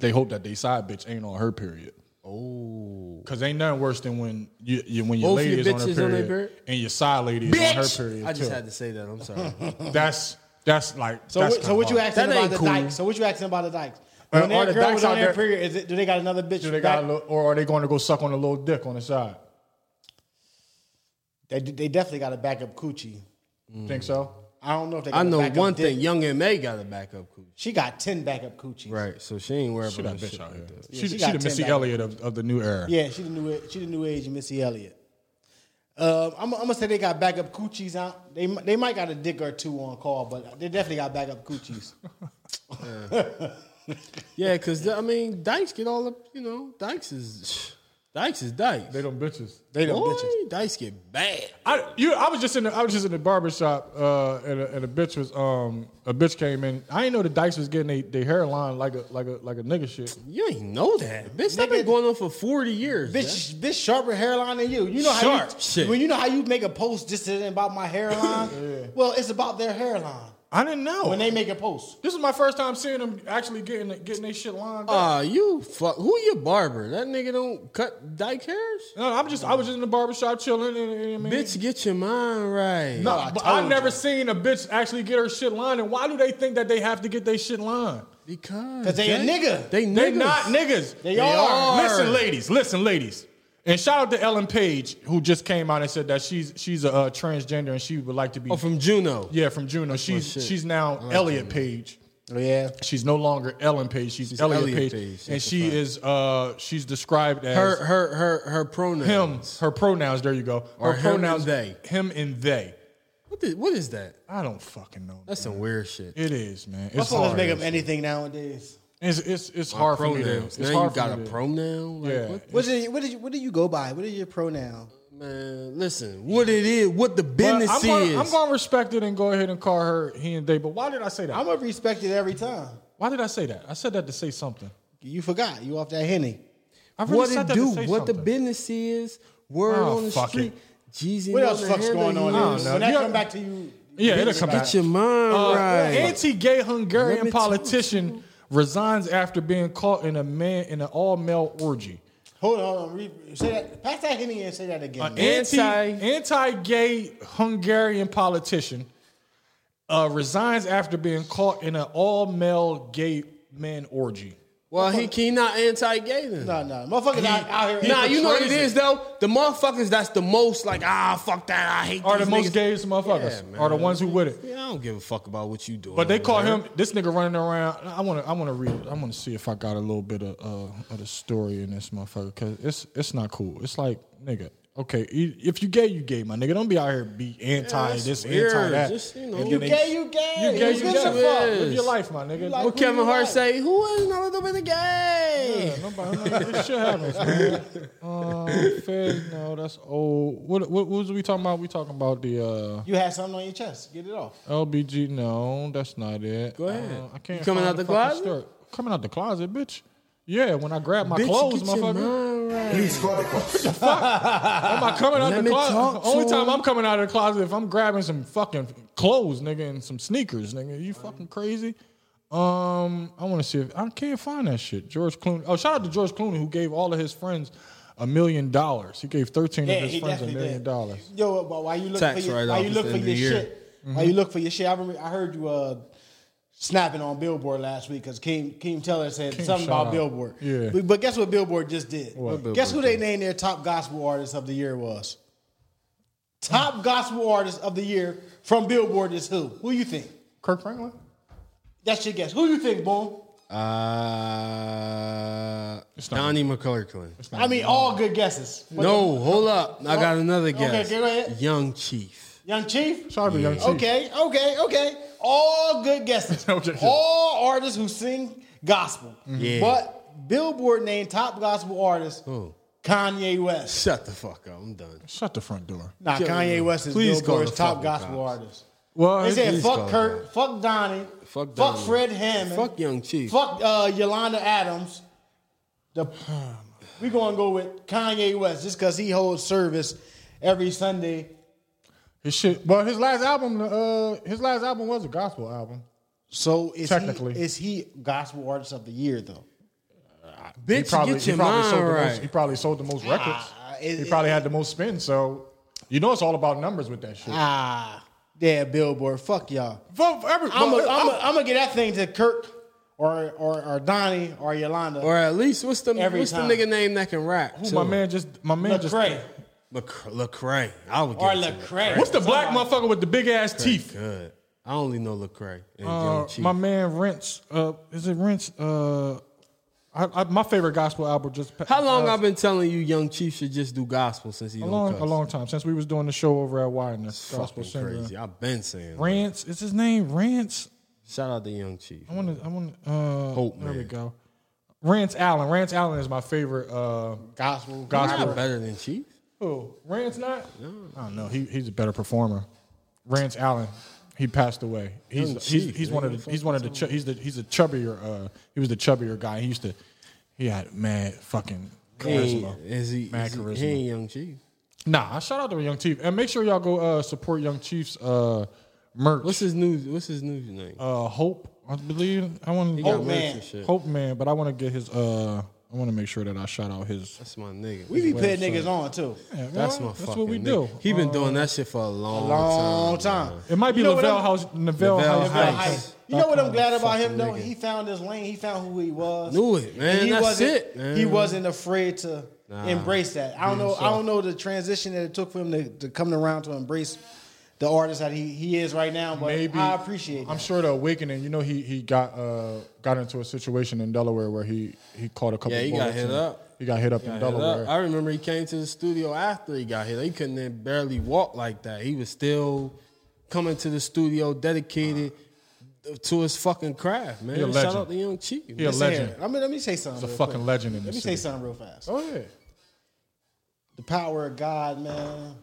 they hope that they side bitch ain't on her period. Oh, because ain't nothing worse than when you, you when your Both lady your is on her bitches period, on their period? and your side lady is on her period I just too. had to say that. I'm sorry. That's that's like So that's what, so what you ask? asking That about ain't the cool. dykes? So what you asking about the dykes? Are- When are their the girl dykes was out on their there- period, is it, do they got another bitch? Do they back- got a little, or are they going to go suck on a little dick on the side? they, they definitely got a backup coochie. Think so? I don't know if they. Got I a know backup one dick. thing. Young and May got a backup coochie. She got ten backup coochies. Right, so she ain't worried She about that bitch that shit. out here. like that. Yeah, she she she got the 10 Missy back. Elliott of, of the new era. Yeah, she the new she the new age Missy Elliott. Uh, I'm, I'm gonna say they got backup coochies out. They they might got a dick or two on call, but they definitely got backup coochies. Yeah, because I mean, Dykes get all up. You know, Dykes is Dykes is Dykes. They them bitches. They don't Boy, bitches. Dykes get bad. I you I was just in the I was just in the barber shop uh, and, a, and a bitch was um a bitch came in. I didn't know the dykes was getting they, they hairline like a like a like a nigga shit. You ain't know that, bitch. That been Nigga- going on for forty years. bruh. Bitch, bitch, sharper hairline than you. You know how Sharp you, shit. when you know how you make a post just saying about my hairline. Well, it's about their hairline I didn't know. when they make a post. this is my first time seeing them actually getting getting their shit lined up. Ah, you fuck. Who your barber? That nigga don't cut dyke hairs. no, I'm just I was just in the barber shop chilling and, and, and Bitch, get your mind right. No, I but told I've never seen a bitch actually get her shit lined. And why do they think that they have to get their shit lined? because 'Cause they a nigga. They niggas. They not niggas. They are. Listen, ladies. Listen, ladies. And shout out to Ellen Page, who just came out and said that she's she's a uh, transgender and she would like to be. Oh, from Juno. yeah, from Juno. She's shit. Oh, she's now Elliot Page. Yeah, She's no longer Ellen Page. She's, She's Elliot, Elliot Page, Page. That's and a she fact. is uh she's described as Her her her her pronouns. him. Her pronouns. There you go. Her Or him and pronouns. they. Him and they. What is, what is that? I don't fucking know. That's some weird shit. it is man. my It's phones hard. make up anything nowadays. It's it's it's hard for me to. pronouns. It's Now hard you for got me a to- pronoun. Like, Yeah. What, What did what did you, what do you go by? What is your pronoun? man, listen. What it is? What the But business I'm gonna, is? I'm gonna respect it and go ahead and call her he and they. But why did I say that? I'm gonna respect it every time. why did I say that? I said that to say something. You forgot. You off that henny. I really what said it that to do, say what the something. business is, word Oh, on the fuck street. Jeezy What know else the fuck's hell going they on? is. I don't in know. there? When that You- come back to you, Yeah, it'll come back. Get your mind Uh, right. Anti-gay Hungarian Women politician resigns after being caught in a man in an all-male orgy. Hold on, hold on. Re- say that. Pass that henny and say that Uh, again. man. Anti Anti- anti-gay Hungarian politician uh, resigns after being caught in an all-male gay man orgy. well, he, he not anti-gay then. No, no, motherfuckers out, out here. Nah, you know what it infiltrating. is though. The motherfuckers that's the most like ah fuck that I hate Are the these most niggas. gayest motherfuckers? are the ones who with it? Yeah, I don't give a fuck about what you doing. But they caught man. him. This nigga running around. I want to. I want to read. I want to see if I got a little bit of uh, of the story in this motherfucker because it's it's not cool. It's like nigga. Okay, i- if you gay, you gay, my nigga. Don't be out here be anti that's this, weird. anti that. Just, you know, And you then they- Gay, you gay. you gay, Who you gives a gay. fuck? fuck? Live your life, my nigga. like- What Kevin Who you Hart like? say? Who is not a little bit of Yeah, gay? nobody, nobody- this shit happens. man. Uh, Fez, no, that's old. What, what what was we talking about? We talking about the uh, You had something on your chest. Get it off. LBG. No, that's not it. Go ahead. I can't. You coming find out the fucking closet? story. Coming out the closet, bitch. Yeah, when I grab my Bitch, clothes, get your motherfucker. mind right. Am I coming out Let the me closet? talk to Only time him. I'm coming out of the closet if I'm grabbing some fucking clothes, nigga, and some sneakers, nigga. You fucking crazy? Um, I want to see if I can't find that shit. George Clooney. Oh, shout out to George Clooney who gave all of his friends a million dollars. He gave thirteen Yeah, of his he friends a definitely million did. dollars. Yo, but why you look Tax for your, why write-off you look at for the end your of the year. Mm-hmm. shit? Why you look for your shit? I remember I heard you uh, snapping on Billboard last week because Keem, Keem Teller said something shout about out. Billboard. Yeah. But, but guess what Billboard just did? What Guess who Billboard they named their top gospel artist of the year was? Top gospel artist of the year from Billboard is who? Who you think? Kirk Franklin. That's your guess. Who you think, Boom? Uh, not- Donnie McClurkin. I mean, all good guesses. But No, hold up. I got another Okay, guess. go ahead. Young Chief. Young Chief. Shout out to Young Chief. Okay, okay, okay. All good guesses. Okay. All artists who sing gospel. Mm-hmm. Yeah. But Billboard named top gospel artist Who? Kanye West. Shut the fuck up. I'm done. Shut the front door. Nah, Shut Kanye up. West is Please call Billboard's the top fucking gospel cops. artist. Well, They said please call fuck the Kurt, fuck Donnie, Fuck fuck, Donnie. Fred Hammond, Fuck Young Chief. fuck uh, Yolanda Adams. The, we gonna go with Kanye West just because he holds service every Sunday. his shit. But his last album, uh, his last album was a gospel album. So is Technically. he, is he gospel artist of the year though? Bitch, get your mind sold the right. Ah, most, he probably sold the most records. it- he probably had the most spin. So you know it's all about numbers with that shit. Ah, yeah, Billboard. Fuck y'all. Vote for every- I'm well, I'm- gonna get that thing to Kirk or or, or Donnie or Yolanda. Or at least what's the Every what's time. the nigga name that can rap? Who too? my man just my man just Lecrae. Lec- Lecrae. I would give Or it to Lecrae. What's the black motherfucker with the big ass teeth? Good. I only know Lecrae and Uh, Young Chief. my man Rince. Uh, is it Rince? Uh, I, I, my favorite gospel album just pa- How long uh, I've been telling you, Young Chief should just do gospel since he a don't long cuss. a long time since we was doing the show over at Wideness. Gospel Fucking singer. crazy. I've been saying. that. Rance is his name. Rance. Shout out to Young Chief. I want to. I want to. Uh, Hope, there we man. go. Rance Allen. Rance Allen is my favorite. Uh, gospel? He's Gospel. not better than Chief. oh, Rance not. I don't know. He he's a better performer. Rance Allen. He passed away. He's Young he's, Chief, he's man. one of the he's one of the ch- he's the he's a chubbier. Uh, he was the chubbier guy. He used to. He had mad fucking He ain't- charisma. Is he? Mad is he- charisma. he ain't Young Chief. Nah, shout out to Young Chief and make sure y'all go uh, support Young Chief's uh, merch. What's his new? What's his new name? uh, Hope, I believe. I want to He got Hope merch Man. and shit. Hope Man, but I want to get his. Uh, I want to make sure that I shout out his. That's my nigga. We be putting niggas on too. Yeah, That's well, my That's fucking what we do. nigga. He been doing that shit for a long, Long time. man. It might be You know what Lavelle I'm- House. Lavelle Lavelle House. Heights. Heights. Heights. You know what I'm That glad kind of about him fucking though? nigga. He found his lane. He found who he was. Knew it, man. And That's wasn't, it, man. He wasn't afraid to Nah. embrace that. I don't know. I don't know the transition that it took for him to, to come around to embrace the artist that he, he is right now. But Maybe I appreciate. I'm that. sure the awakening. You know, he he got uh got into a situation in Delaware where he he caught a couple. Yeah, he got bullets hit and up. He got hit up in Got hit up. Delaware. I remember he came to the studio after he got hit. He couldn't then barely walk like that. He was still coming to the studio dedicated to his fucking craft, man. He a Shout legend. out to Young Chief. he a man. Listen here. legend. I mean, let me say something. He's a real fucking quick. legend in Let me this say city. something real fast. Oh yeah, The power of God, man,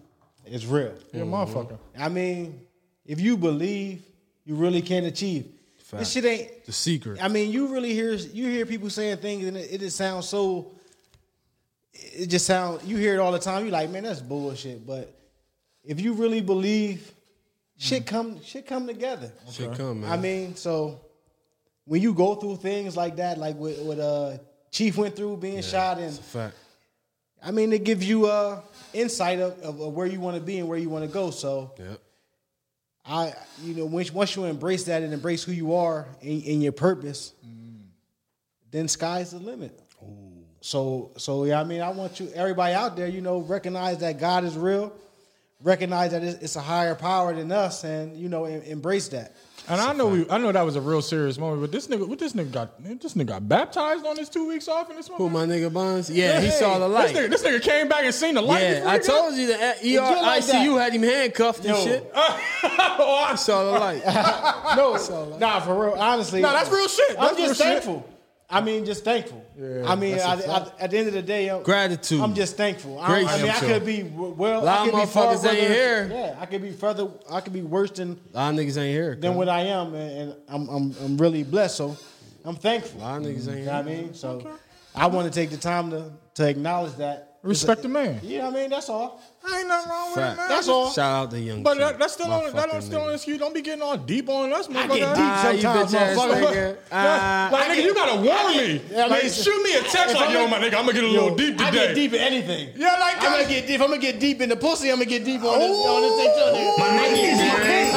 is real. yeah, motherfucker. I mean, if you believe, you really can achieve. This Facts. shit ain't The secret. I mean, you really hear you hear people saying things, and it, it just sounds so it just sounds you hear it all the time. You like, man, that's bullshit. But if you really believe, shit come shit come together. Mm. Shit come, man. I mean, so when you go through things like that, like what, what uh Chief went through being shot, and it's a fact. I mean, it gives you uh insight of, of, of where you want to be and where you want to go. So Yep. I, you know, once once you embrace that and embrace who you are and, and your purpose, then sky's the limit. So, so yeah, I mean, I want you, everybody out there, you know, recognize that God is real, recognize that it's, it's a higher power than us, and you know, em- embrace that. And I know we, I know that was a real serious moment, but this nigga, what this nigga got, this nigga got baptized on his two weeks off in this Who moment. my nigga Bonds? Yeah, he Hey, saw the light. This nigga, this nigga came back and seen the light. yeah, this I nigga. told you that ER you like that? ICU had him handcuffed and Yo. shit. oh, I I saw the light. No, nah, for real, honestly, Nah, that's real shit. I'm That's real just shit. thankful. I mean, just thankful. I mean, I, I, at the end of the day, I'm, Gratitude. I'm just thankful. I, Grace. I mean, I Sure. could be w- A well. lot I of could be far motherfuckers ain't whether- here. Yeah, I could be further. I could be worse than A lot of niggas ain't here. than cuz. what I am, and, and I'm, I'm I'm really blessed. So I'm thankful. A lot of niggas ain't You know what I here. mean? So I want to take the time to to acknowledge that. respect the man. You know what I mean? That's all. Ain't nothing wrong with it, Fact. man. That's all. Shout out to young. But King, that, that's still on. my That fucking don't still nigga. on excuse. Don't be getting all deep on us, motherfucker. get deep. Ah, you sometimes, bitch ass motherfucker. nigga. Ah, like, nigga, you gotta warn me. Yeah, Uh, I mean, like, shoot me a text like, I'm yo, in- my nigga, I'm gonna get a little deep I today. get deep in anything. Yeah, like I'm gonna that. get deep. I'm gonna get deep in the pussy. I'm gonna get deep on this. On this thing too, nigga.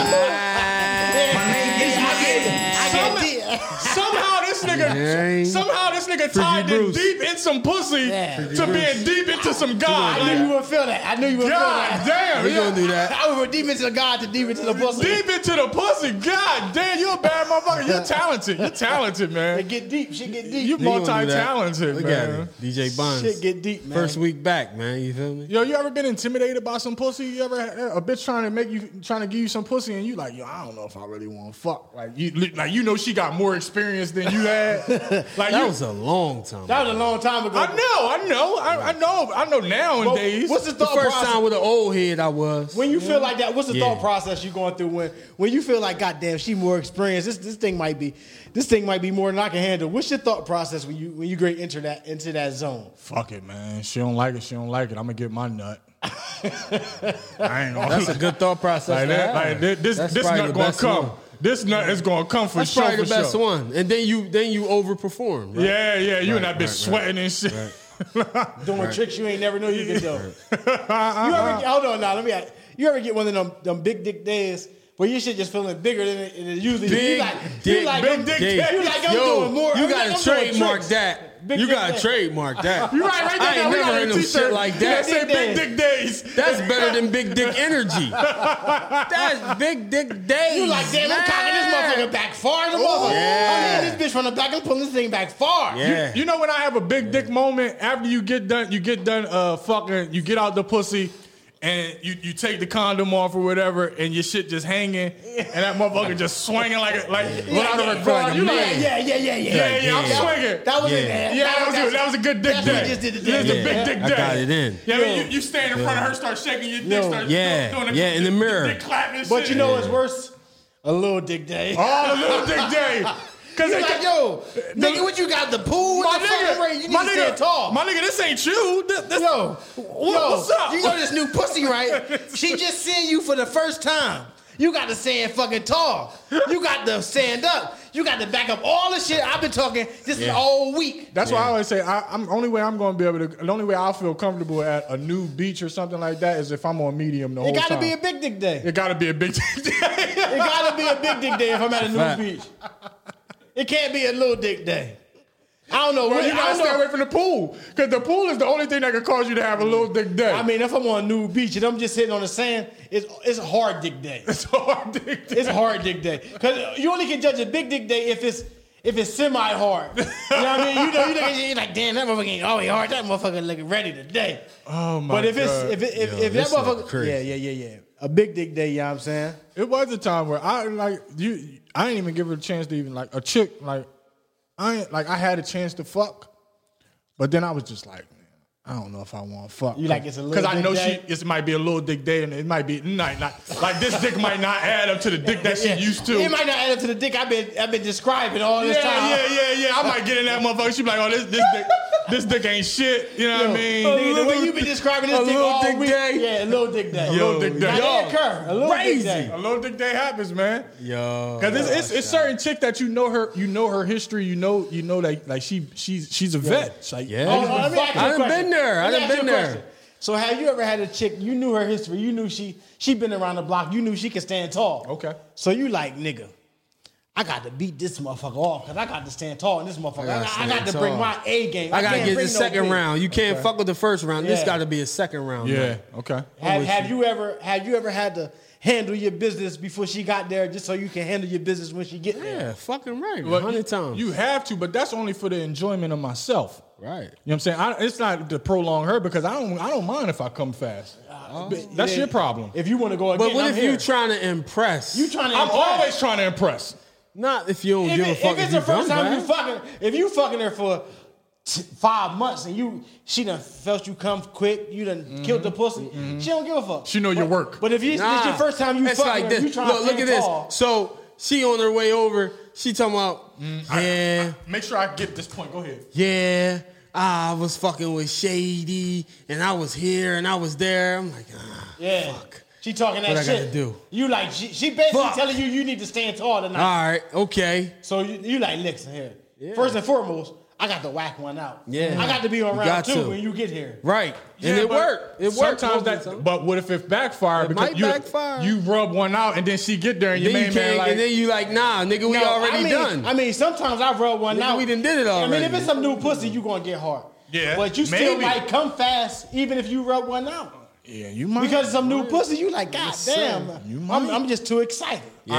I get deep. Somehow this nigga, Dang. somehow this nigga tied it Bruce. deep in some pussy Yeah. to being deep into some god. I knew you Like, would feel that. I knew you would god feel that. damn, We yeah. gonna do that. I would go deep into the God to deep into the pussy. deep into the pussy. God damn, you a bad motherfucker. You're talented. You're talented, It man. get deep. Shit get deep. You We gonna do that. multi-talented, Look man. at it. DJ Bonds. Shit get deep, man. First week back, man. You feel me? Yo, you ever been intimidated by some pussy? You ever had a bitch trying to make you trying to give you some pussy and you like, yo, I don't know if I really want to fuck. Like you like you know she got more experience than you had. Like That you, was a long time. That ago. was a long time ago. I know, I know, I, I know, I know nowadays. What's the the thought first process? time with an old head I was. when you feel like that, what's the Yeah. thought process you going through when when you feel like, God damn, she more experienced. This this thing might be this thing might be more than I can handle. What's your thought process when you when you great enter that into that zone? Fuck it, man. She don't like it. She don't like it. I'm gonna get my nut. I ain't gonna. That's a good thought process. like to that. have. Like this. This, That's this probably nut the gonna best come. one. This nut is gonna come for That's sure. probably the for best sure. one. And then you then you overperform. Right? Yeah, yeah. You and that right, bitch sweating and shit. Doing tricks you ain't never knew you could do. You ever get, hold on now? Let me. Ask, you ever get one of them them big dick days where your shit just feeling bigger than it, it usually? Big you like, dick, you like big I'm- dick Dave. day. You like I'm Yo, doing more. You I'm gotta like, I'm doing trademark tricks. that. Big you dick gotta day. trademark that. You right, right there. I ain't we never got heard a no t-shirt. shit like They that. say big dick days. That's better than big dick energy. That's big dick day. You like, damn, I'm cocking this motherfucker back far in the motherfucker. yeah. I'm hitting this bitch from the back. I'm pulling this thing back far. Yeah. You know when I have a big dick moment after you get done, you get done uh fucking, you get out the pussy and you, you take the condom off or whatever and your shit just hanging and that motfer'er just swinging like a like without a like a regard. You man. like, yeah, Yeah, yeah, yeah, yeah. yeah, I'm Yeah. swinging. That was Yeah. in there. yeah, that was, good. that was a good dick that's day. what just did the That was dick. a big Yeah. dick I day. got it in. Yeah, I mean, you, you stand in front of her, start shaking your dick, Yo. start Yeah. doing Yeah, in the mirror. dick clapping and But shit. you know what's worse? A little dick day. Oh, little dick day. Cause You're they like, ca- yo, nigga, what you got? The pool? What the fuck? Ray? You need my to nigga, stand tall. My nigga, this ain't you. This, this, yo, What- yo, what's up? You know this new pussy, right? she just seeing you for the first time. You got to stand fucking tall. You got to stand up. You got to back up all the shit I've been talking this is Yeah. all week. That's why I always say I, I'm only way I'm going to be able to. The only way I'll feel comfortable at a new beach or something like that is if I'm on medium the whole It got to time. be a big dick day. it gotta be a big. It gotta be a big dick day if I'm at a new Fact. beach. It can't be a little dick day. I don't know. Bro, what, you I gotta don't stay know. away from the pool because the pool is the only thing that can cause you to have a little dick day. I mean, if I'm on a new beach and I'm just sitting on the sand, it's it's hard dick day. it's hard dick day. It's hard dick day because you only can judge a big dick day if it's if it's semi hard. You know what I mean? You know, you look at it, you're like, damn, that motherfucker ain't always hard. That motherfucker looking ready today. Oh my But if God. it's if it, if, Yo, if that this nigga motherfucker, crazy. yeah, yeah, yeah, yeah, a big dick day. You know what I'm saying? It was a time where I like you. I didn't even give her a chance to even like a chick. Like I ain't, like I had a chance to fuck, but then I was just like, man, I don't know if I want to fuck. You like it's a little I dick know day? she. It might be a little dick day, and it might be night not like this dick might not add up to the dick that she Yeah. used to. It might not add up to the dick I've been I've been describing all yeah, this time. yeah, yeah, yeah. I might get in that motherfucker. She be like, oh, this this dick. this dick ain't shit. You know what I mean? Nigga, the way you been describing this a dick little all dick week. day. Yeah, a little dick day. Yo, dick day. Goddamn Yo. Kerr, a little Crazy. dick day. A little dick day happens, man. Yo. Cause it's, it's, it's certain chick that you know her you know her history you know you know like like she she's she's a vet She, like Yeah. oh, Hold on, let me ask you a I done question. been there. I Let me done ask you been a there. question. So have you ever had a chick, you knew her history, you knew she she been around the block, you knew she could stand tall. Okay. So you like, nigga, I got to beat this motherfucker off because I got to stand tall and this motherfucker. I, gotta I stand got to bring tall. my A game. I gotta can't get the bring no second big- round. You can't fuck with the first round. This Yeah. gotta be a second round. yeah man. okay Have, with have you ever have you ever had to handle your business before she got there just so you can handle your business when she get there? Yeah, fucking right. But A hundred times. you have to but that's only for the enjoyment of myself right. You know what I'm saying? I, it's not to prolong her because I don't I don't mind if I come fast. Uh, But That's your problem. If you want to go again, But what I'm if here. you trying to impress? you trying to? I'm impress. always trying to impress. not if you don't If, give a it- fuck. if it's you the first dumb, time you right? fucking, if you fucking her for t- five months and you, she done felt you come quick, you done killed the pussy. She don't give a fuck. She know your But- work. But if you, it's your Mm-hmm. Nah, first time you it's fucking like her, this. you trying Look, to look at stand this. tall. So she on her way over. She talking about yeah, Make sure I get this point. Go ahead. yeah. I was fucking with Shady, and I was here, and I was there. I'm like, ah, Yeah. fuck. She talking that What I shit. gotta do? You like she, she basically Fuck. telling you you need to stand tall All tonight. right, okay. So you, you like listen here. Yeah. First and foremost, I got to whack one out. Yeah. I got to be on You round got two to. when you get here. Right, and it but worked. It worked. Sometimes that, but what if it backfired? It because might you, backfire. You rub one out and then she get there and your then you main can't, man like. and then you like, nah, nigga, we No, already I mean, done. I mean, sometimes I rub one Nigga, out. we done did it I mean, if already. it's some new pussy, you gonna get hard. Yeah, But you still maybe. might come fast, even if you rub one out. yeah, you might Because some new pussy, you like, God Yes, damn. sir. You I'm, might. I'm just too excited. yeah,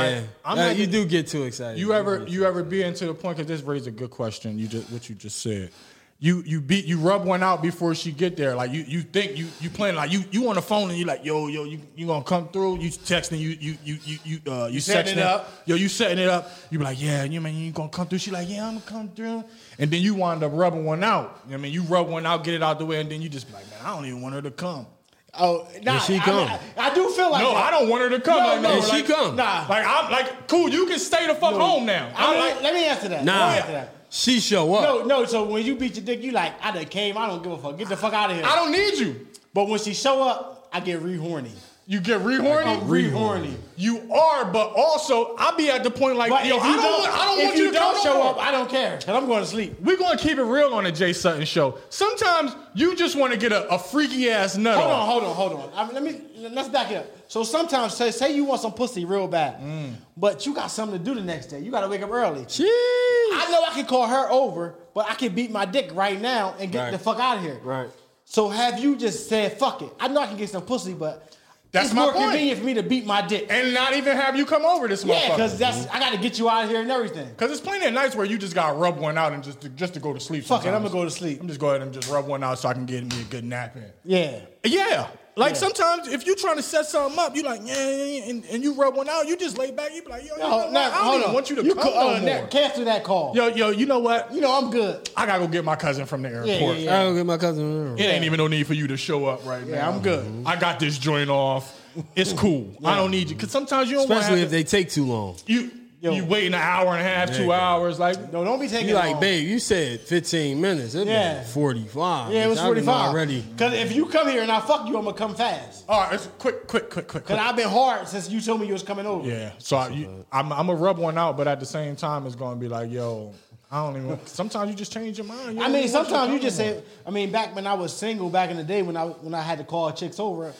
I- I'm Uh, not- you do get too excited. You ever you ever be into the point because this raised a good question. You just what you just said. You you beat you rub one out before she get there. Like you you think you you plan like you you on the phone and you like yo yo you, you gonna come through. You texting you you you you you uh, you setting sexting it up. Yo you setting it up. You be like yeah you mean you gonna come through. She like yeah I'm gonna come through. And then you wind up rubbing one out. You know what I mean you rub one out, get it out the way, and then you just be like man I don't even want her to come. Oh, nah. she I mean, come? I, I do feel like No, that. I don't want her to come. No, like, no, no, Did she like, come? Nah. Like I'm like cool. You can stay the fuck home now. I I'm mean, like let me answer that. Nah, Let me answer that. she show up. No, no. So when you beat your dick, you like, I done came. I don't give a fuck. Get the fuck out of here. I don't need you. But when she show up, I get re horny. You get re horny. I'm re horny. You are, but also I be at the point like, But yo, if I you don't, don't, want, I don't if want you, you to don't come show no more. up, I don't care. And I'm going to sleep. We're gonna keep it real on the Jay Sutton show. Sometimes you just want to get a, a freaky ass nut. Hold off. on, hold on, hold on. I mean, let me let's back it up. So sometimes, say, say you want some pussy real bad, Mm. but you got something to do the next day. You got to wake up early. Jeez. I know I can call her over, but I can beat my dick right now and get Right. the fuck out of here. Right. So have you just said fuck it? I know I can get some pussy, but That's it's my more point. convenient for me to beat my dick. And not even have you come over this yeah, because motherfucker. that's I got to get you out of here and everything. Because there's plenty of nights where you just gotta rub one out and just to, just to go to sleep. Fuck it, sometimes. I'ma go to sleep. I'm just go ahead and just rub one out so I can get me a good nap in. Yeah. Yeah. Like Yeah. sometimes if you're trying to set something up, you like, yeah, yeah, yeah, and, and you rub one out, you just lay back, you be like, yo, you know No, what? no, I don't hold even on. want you to come could- no uh, more. that- cancel that call. Yo, yo, you know what? You know I'm good. I gotta go get my cousin from the airport. Yeah, yeah, yeah. I don't get my cousin. It ain't even no need for you to show up right now. Yeah, I'm good. I got this joint off. It's cool. I don't need you because sometimes you don't want Especially to. if they take too long. you Yo. you waiting an hour and a half, There two you go. hours. Like No, don't be taking You like, long. babe, you said 15 minutes. It yeah. Yeah. been 45. Yeah, it was I've been 45. Already. Because if you come here and I fuck you, I'm going to come fast. all right, it's quick, quick, quick, quick, quick. Because I've been hard since you told me you was coming over. yeah. So I, you, I'm I'm gonna rub one out, but at the same time, it's gonna be like, yo, I don't even. want- Sometimes you just change your mind. I mean, sometimes you just say, I mean, back when I was single, back in the day when I when I had to call chicks over,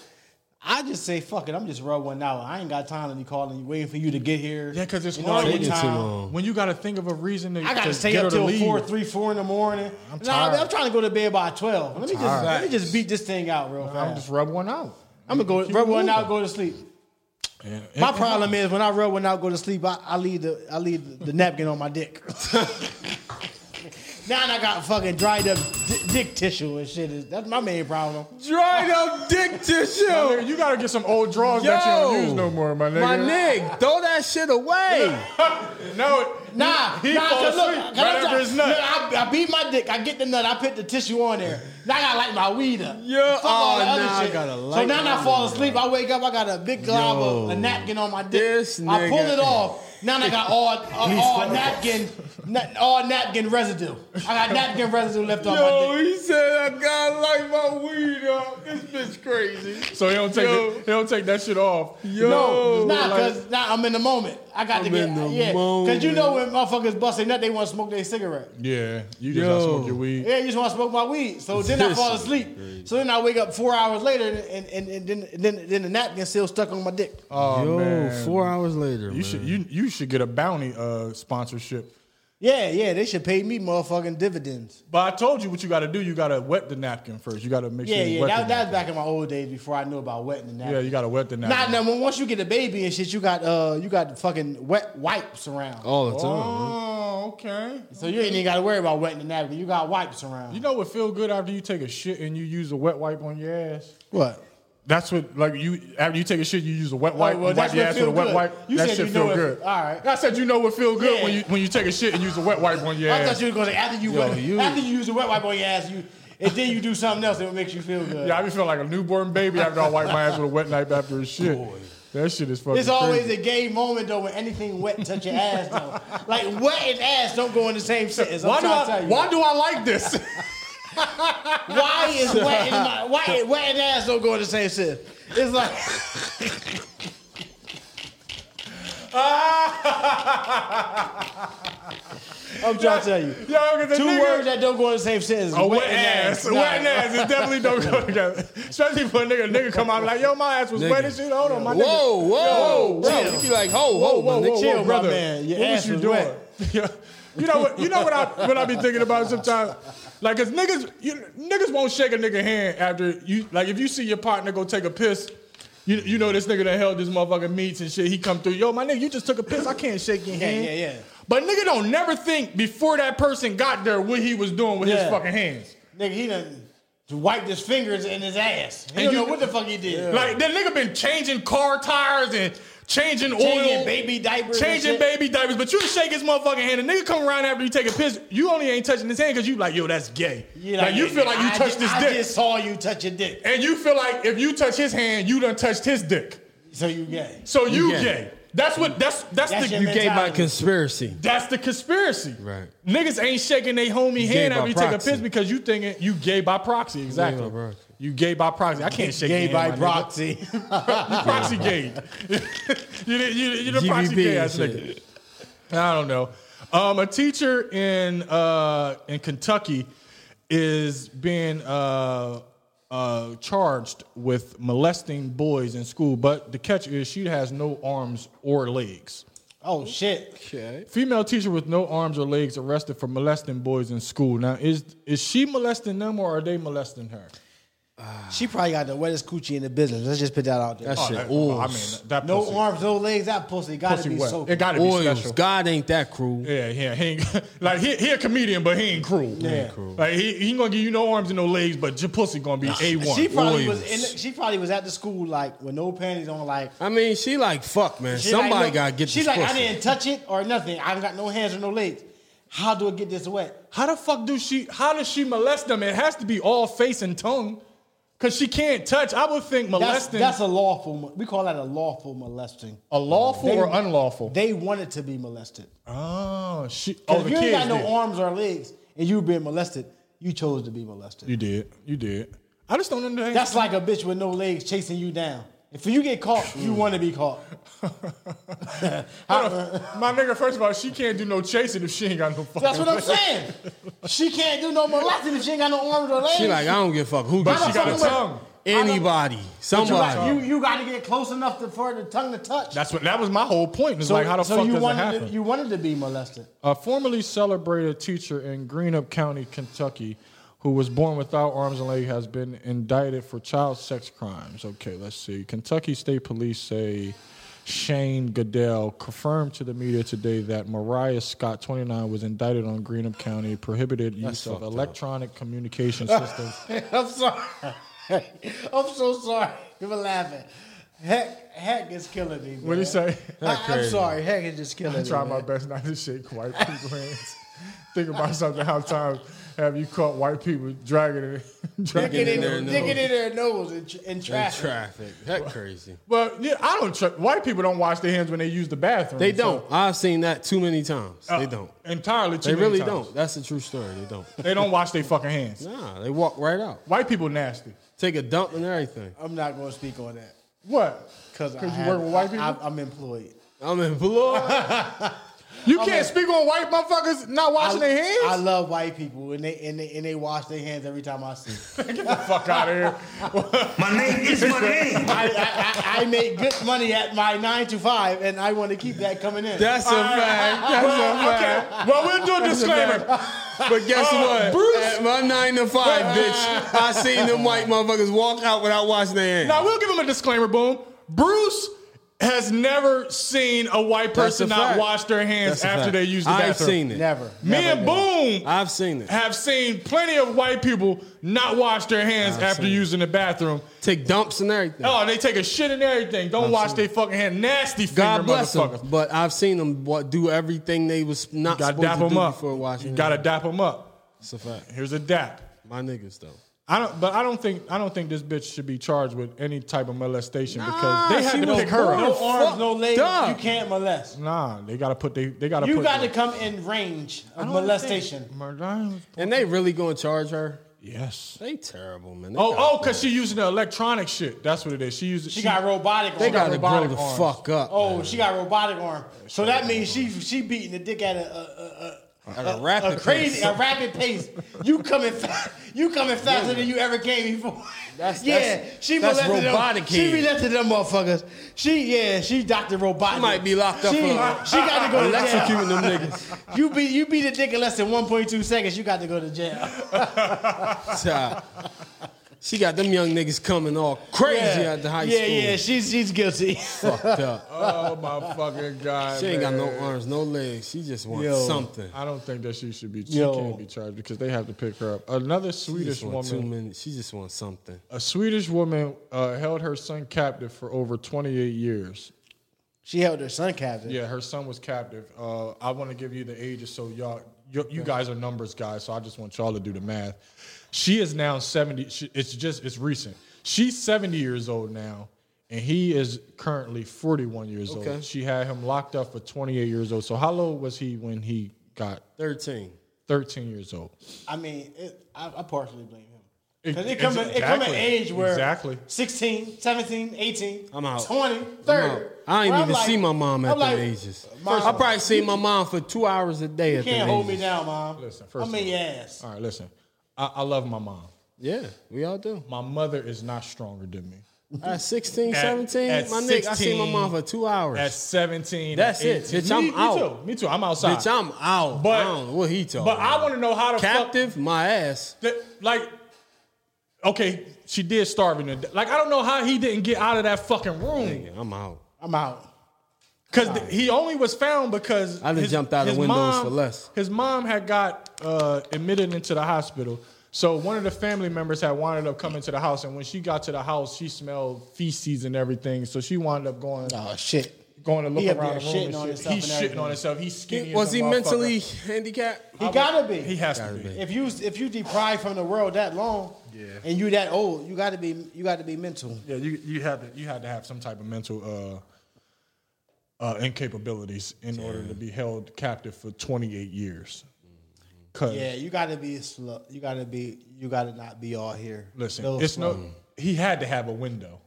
I just say, fuck it, I'm just rub one out. I ain't got time to be calling you, waiting for you to get here. Yeah, 'cause it's You know, hard I when need you- time. when you gotta think of a reason to I gotta to stay get her up to till leave. four, three, four in the morning. I'm Nah, tired. I'm trying to go to bed by twelve. Let me just let me just beat this thing out real I'm fast. just rub one out. I'm gonna go Keep rub one moving. out, go to sleep. Yeah. My problem is when I rub one out, go to sleep. I, I leave the I leave the, the napkin on my dick. now I got fucking dried up di- dick tissue and shit. That's my main problem. Dried up dick Yo, tissue. you gotta get some old drawers that you don't use no more, my nigga. My nigga, throw that shit away. no, Nah, he, he nah, falls cause look, asleep right cause I'm after try- his nut. look, I, I beat my dick. I get the nut. I put the tissue on there. Now I gotta light my weed up. Yeah, Fuck all the oh, other now I shit. gotta so light now my I fall asleep. I wake up. I got a big glob of Yo, a napkin on my dick. this I pull nigga- it off. Now I got all, all, all napkin Not, all napkin residue. I got napkin residue left on my Yo, dick. he said I gotta light my weed up. This bitch crazy. So he don't take Yo. it, he don't take that shit off. Yo. No, Nah, just look like- cause nah, I'm in the moment. I got to I'm get in the yeah. Cause you know when motherfuckers bust their nut, they want to smoke their cigarette. yeah, you just gotta Yo. smoke your weed. Yeah, you just want to smoke my weed. So then I fall asleep. So then I wake up four hours later, and and, and then, then then the napkin still stuck on my dick. Oh Yo, man, four hours later. you should you you should get a bounty uh, sponsorship. Yeah, yeah, they should pay me motherfucking dividends. But I told you what you got to do. You got to wet the napkin first. You got to make Yeah, sure. you yeah, wet that, the that was napkin. back in my old days before I knew about wetting the Yeah, napkin. you got to wet the napkin. Not now. When once you get a baby and shit, you got uh, you got fucking wet wipes around. all the time. Oh, okay. So you ain't even got to worry about wetting the napkin. You got wipes around. You know what feel good after you take a shit and you use a wet wipe on your ass? what? That's what like you after you take a shit you use a wet wipe, Oh, you well, wipe that's your what ass with feel a wet good. wipe. You that said shit you feel know it- good. all right. I said you know what feel good when Yeah. you when you take a shit and use a wet wipe on your I ass. thought you were gonna say after you, Yo, wet, you- after you use a wet wipe on your ass, you and then you do something else that makes you feel good. yeah, I be feeling like a newborn baby after I wipe my ass with a wet wipe after a shit. That shit is fucking. It's always crazy. a gay moment though when anything wet touch your ass though. Like wet and ass don't go in the same sentence. I'm why do trying to I tell you. why do I like this? Why is wet and my, why wet and ass don't go in the same sentence? It's like I'm trying to tell you. Yo, 'cause the Two nigga- words that don't go in the same sentence. A wet ass, a Nah. wet ass. It definitely don't go together. Especially for a nigga, nigga come out like, yo, my ass was Nigga. wet and shit. Hold on, my nigga. Whoa, whoa, Yo, bro. You be like, ho, whoa, ho, whoa, my whoa, nigga. whoa, chill, my brother. man. Your what ass was you was doing? wet. Yeah. You know what? You know what I what I be thinking about sometimes. Like, cause niggas, you, niggas won't shake a nigga hand after you. Like, if you see your partner go take a piss, you, you know this nigga that held this motherfucking meats and shit. He come through. Yo, my nigga, you just took a piss. I can't shake your Yeah, hand. yeah, yeah. But nigga don't never think before that person got there what he was doing with his Yeah. fucking hands. Nigga, he done wiped his fingers in his ass. And He don't you- know what the fuck he did. Like that nigga been changing car tires and changing, Changing oil, baby diapers. and changing shit. baby diapers. But you shake his motherfucking hand. A nigga come around after you take a piss. You only ain't touching his hand because you like, yo, that's gay. You like, you yeah, feel like you I touched ju- his I dick, just saw you touch your dick. and you feel like if you touch his hand, you done touched his dick. So you gay. So you, gay. gay. That's what. That's that's, That's the your you gay. mentality. Gay by conspiracy. That's the conspiracy. Right. Niggas ain't shaking they homie Gay hand by after you take a proxy. piss because you thinking you gay by proxy. Exactly. proxy. You gay by proxy. I can't shake Gay your hand, my by nigga. proxy. proxy gay. you, the- you, you the proxy GBB gay and ass nigga. shit. I don't know. Um, a teacher in uh, in Kentucky is being uh, uh, charged with molesting boys in school, but the catch is she has no arms or legs. oh shit. Okay. Female teacher with no arms or legs arrested for molesting boys in school. Now, is is she molesting them or are they molesting her? She probably got the wettest coochie in the business. Let's just put that out there. Oh, That shit. well, I mean, oils. that no pussy, arms, no legs. That pussy gotta pussy be wet. so. It got to be Oils. special. God ain't that cruel. Yeah, yeah, he ain't, like he, he a comedian, but he ain't cruel. ain't cruel. Like he, he ain't gonna give you no arms and no legs, but your pussy gonna be a one. she probably was. In Oils. the, she probably was at the school like with no panties on. Like I mean, she like, fuck, man. she Somebody like, look- gotta get She's this like, I pussy. didn't touch it or nothing. I got no hands or no legs. How do I get this wet? How the fuck do she? How does she molest them? It has to be all face and tongue, cause she can't touch. I would think That's, molesting that's a lawful. mo- We call that a lawful molesting. a lawful They- or unlawful. They wanted to be molested. oh, she. Cause Oh, if the you kids ain't got no did. arms or legs and you been molested, you chose to be molested. You did. You did. I just don't understand. That's like a bitch with no legs chasing you down. If you get caught, Mm. you want to be caught. Hold on. my nigga. First of all, she can't do no chasing if she ain't got no fucking. That's what I'm saying. She can't do no molesting if she ain't got no arms or legs. She like, I don't give a fuck who But gets she it. got a fucking with- tongue. Anybody. you, Somebody. got, to get close enough to, for the tongue to touch. That's what. That was my whole point. It's like how the so fuck you does it wanted happen? To, you wanted to be molested. A formerly celebrated teacher in Greenup County, Kentucky, who was born without arms and legs, has been indicted for child sex crimes. Okay, let's see. Kentucky State Police say Shane Goodell confirmed to the media today that Mariah Scott, 29, was indicted on Greenup County prohibited use of electronic communication systems. I'm sorry. I'm so sorry. You were laughing. Heck, heck is killing me. What do you say? I, I'm crazy. sorry. Heck is just killing I try me. my best not to shake white people's hands. Think about something. How times have you caught white people dragging it? dragging in Digging in, their their nose. digging in their nose in, tr- in traffic. Traffic. That crazy. Well, yeah, I don't. Tr- white people don't wash their hands when they use the bathroom. They so- don't. I've seen that too many times. Uh, they don't. entirely. Too They many really times. don't. That's the true story. They don't. They don't wash their fucking hands. Nah, they walk right out. White people nasty. Take a dump and everything. I'm not going to speak on that What? because you work with white people. I, I'm employed. I'm employed. you can't speak on white motherfuckers not I, washing their hands. I love white people, and they and they, and they wash their hands every time I see. them. Get the fuck out of here. My name is my name. I, I, I, I make good money at my nine to five, and I want to keep that coming in. That's a fact. That's a fact. Okay. Well, we'll do a disclaimer. But guess Uh, what? Bruce- At my nine to five, bitch. I seen them white motherfuckers walk out without washing their hands. Now we'll give him a disclaimer. Boom. Bruce has never seen a white That's person a not fact. wash their hands That's a after fact. they use the I've bathroom. seen it. never. Me never, and never. Boom I've seen it. have seen plenty of white people not wash their hands I've after seen it. using the bathroom. Take dumps and everything. Oh, they take a shit and everything. Don't wash their fucking hand. Nasty finger God bless them. motherfuckers. But I've seen them wa- do everything they was not Gotta supposed dap to them do up. before washing. You their gotta hands. dap them up. It's a fact. Here's a dap. My niggas though. I don't, but I don't think I don't think this bitch should be charged with any type of molestation Nah, because they she had to was pick her born up. No arms, Fuck, no legs. dog. You can't molest. Nah, they gotta put they they gotta. You put got to come in range of molestation. molestation. And they really gonna charge her? Yes. They terrible, man. They Oh, gotta oh, cause she using the electronic shit. That's what it is. She using. She got robotic. They arms. gotta grow robotic the arms. fuck up. Oh, she got robotic arm. So that means she she beating the dick at a a, a, At a rapid crazy pace. a rapid pace. You coming fast, you coming faster than you ever came before. That's- yeah. that's- she that's molested robotic them. She kid. molested them motherfuckers. She yeah. She Doctor Robot. She might be locked up She, for- she got to go to jail. Electrocuting them niggas. You beat you beat the dick in less than one point two seconds. You got to go to jail. Child. She got them young niggas coming all crazy Yeah at the high yeah, school. yeah. She's she's guilty. Fucked up. Oh my fucking god. She ain't got no man. arms, no legs. She just wants Yo. something. I don't think that she should be. She Yo. can't be charged because they have to pick her up. Another She Swedish just wants two woman. minutes. She just wants something. A Swedish woman uh, held her son captive for over 28 years. she held her son captive. Yeah, her son was captive. Uh, I want to give you the ages so y'all, you, you guys are numbers guys, so I just want y'all to do the math. She is now 70. She, it's just, it's recent. She's 70 years old now, and he is currently 41 years Okay. old. She had him locked up for 28 years old. So, how old was he when he got 13. 13 years old? I mean, it, I, I partially blame him. Ex- Because it come, it come an exactly. age where Exactly. 16, 17, 18, I'm out. 20, I'm out. I 30. ain't Where I'm even like- see my mom at them I'm like, ages. Mom, I probably see my mom for two hours a day you at can't them hold me ages. down, mom. Listen, first I'm of in all- uh, your ass. All right, listen. I, I love my mom. Yeah, we all do. My mother is not stronger than me. At 16, At- 17, at my nigga, I see my 16, mom for two hours. At 17, That's at it. 18. Bitch, I'm me, me out. too. Me too. I'm outside. Bitch, I'm out. But- I don't know what he talking But I about. want to know how the fuck Captive, my ass. that, like okay, she did starving. to death. Like I don't know how he didn't get out of that fucking room Nigga, I'm out. I'm out. because he only was found because I done jumped out of his windows for less. His mom had got uh, admitted into the hospital. So one of the family members had wound up coming to the house, and when she got to the house, she smelled feces and everything. So she wound up going Oh, shit. going to look He up around the there room. shitting on and shit. himself He's and shitting on everything. himself. He's skinny. as Was a he motherfucker. mentally handicapped? He gotta be. He has to Gotta be. be. if you if you deprived from the world that long, and you that old, you gotta be you gotta be mental. Yeah, you you had to you had to have some type of mental uh, uh, incapabilities in order to be held captive for 28 years. 'Cause, Mm-hmm. Yeah, you gotta be slow. You gotta be you gotta not be all here. listen, Little it's slow. no he had to have a window.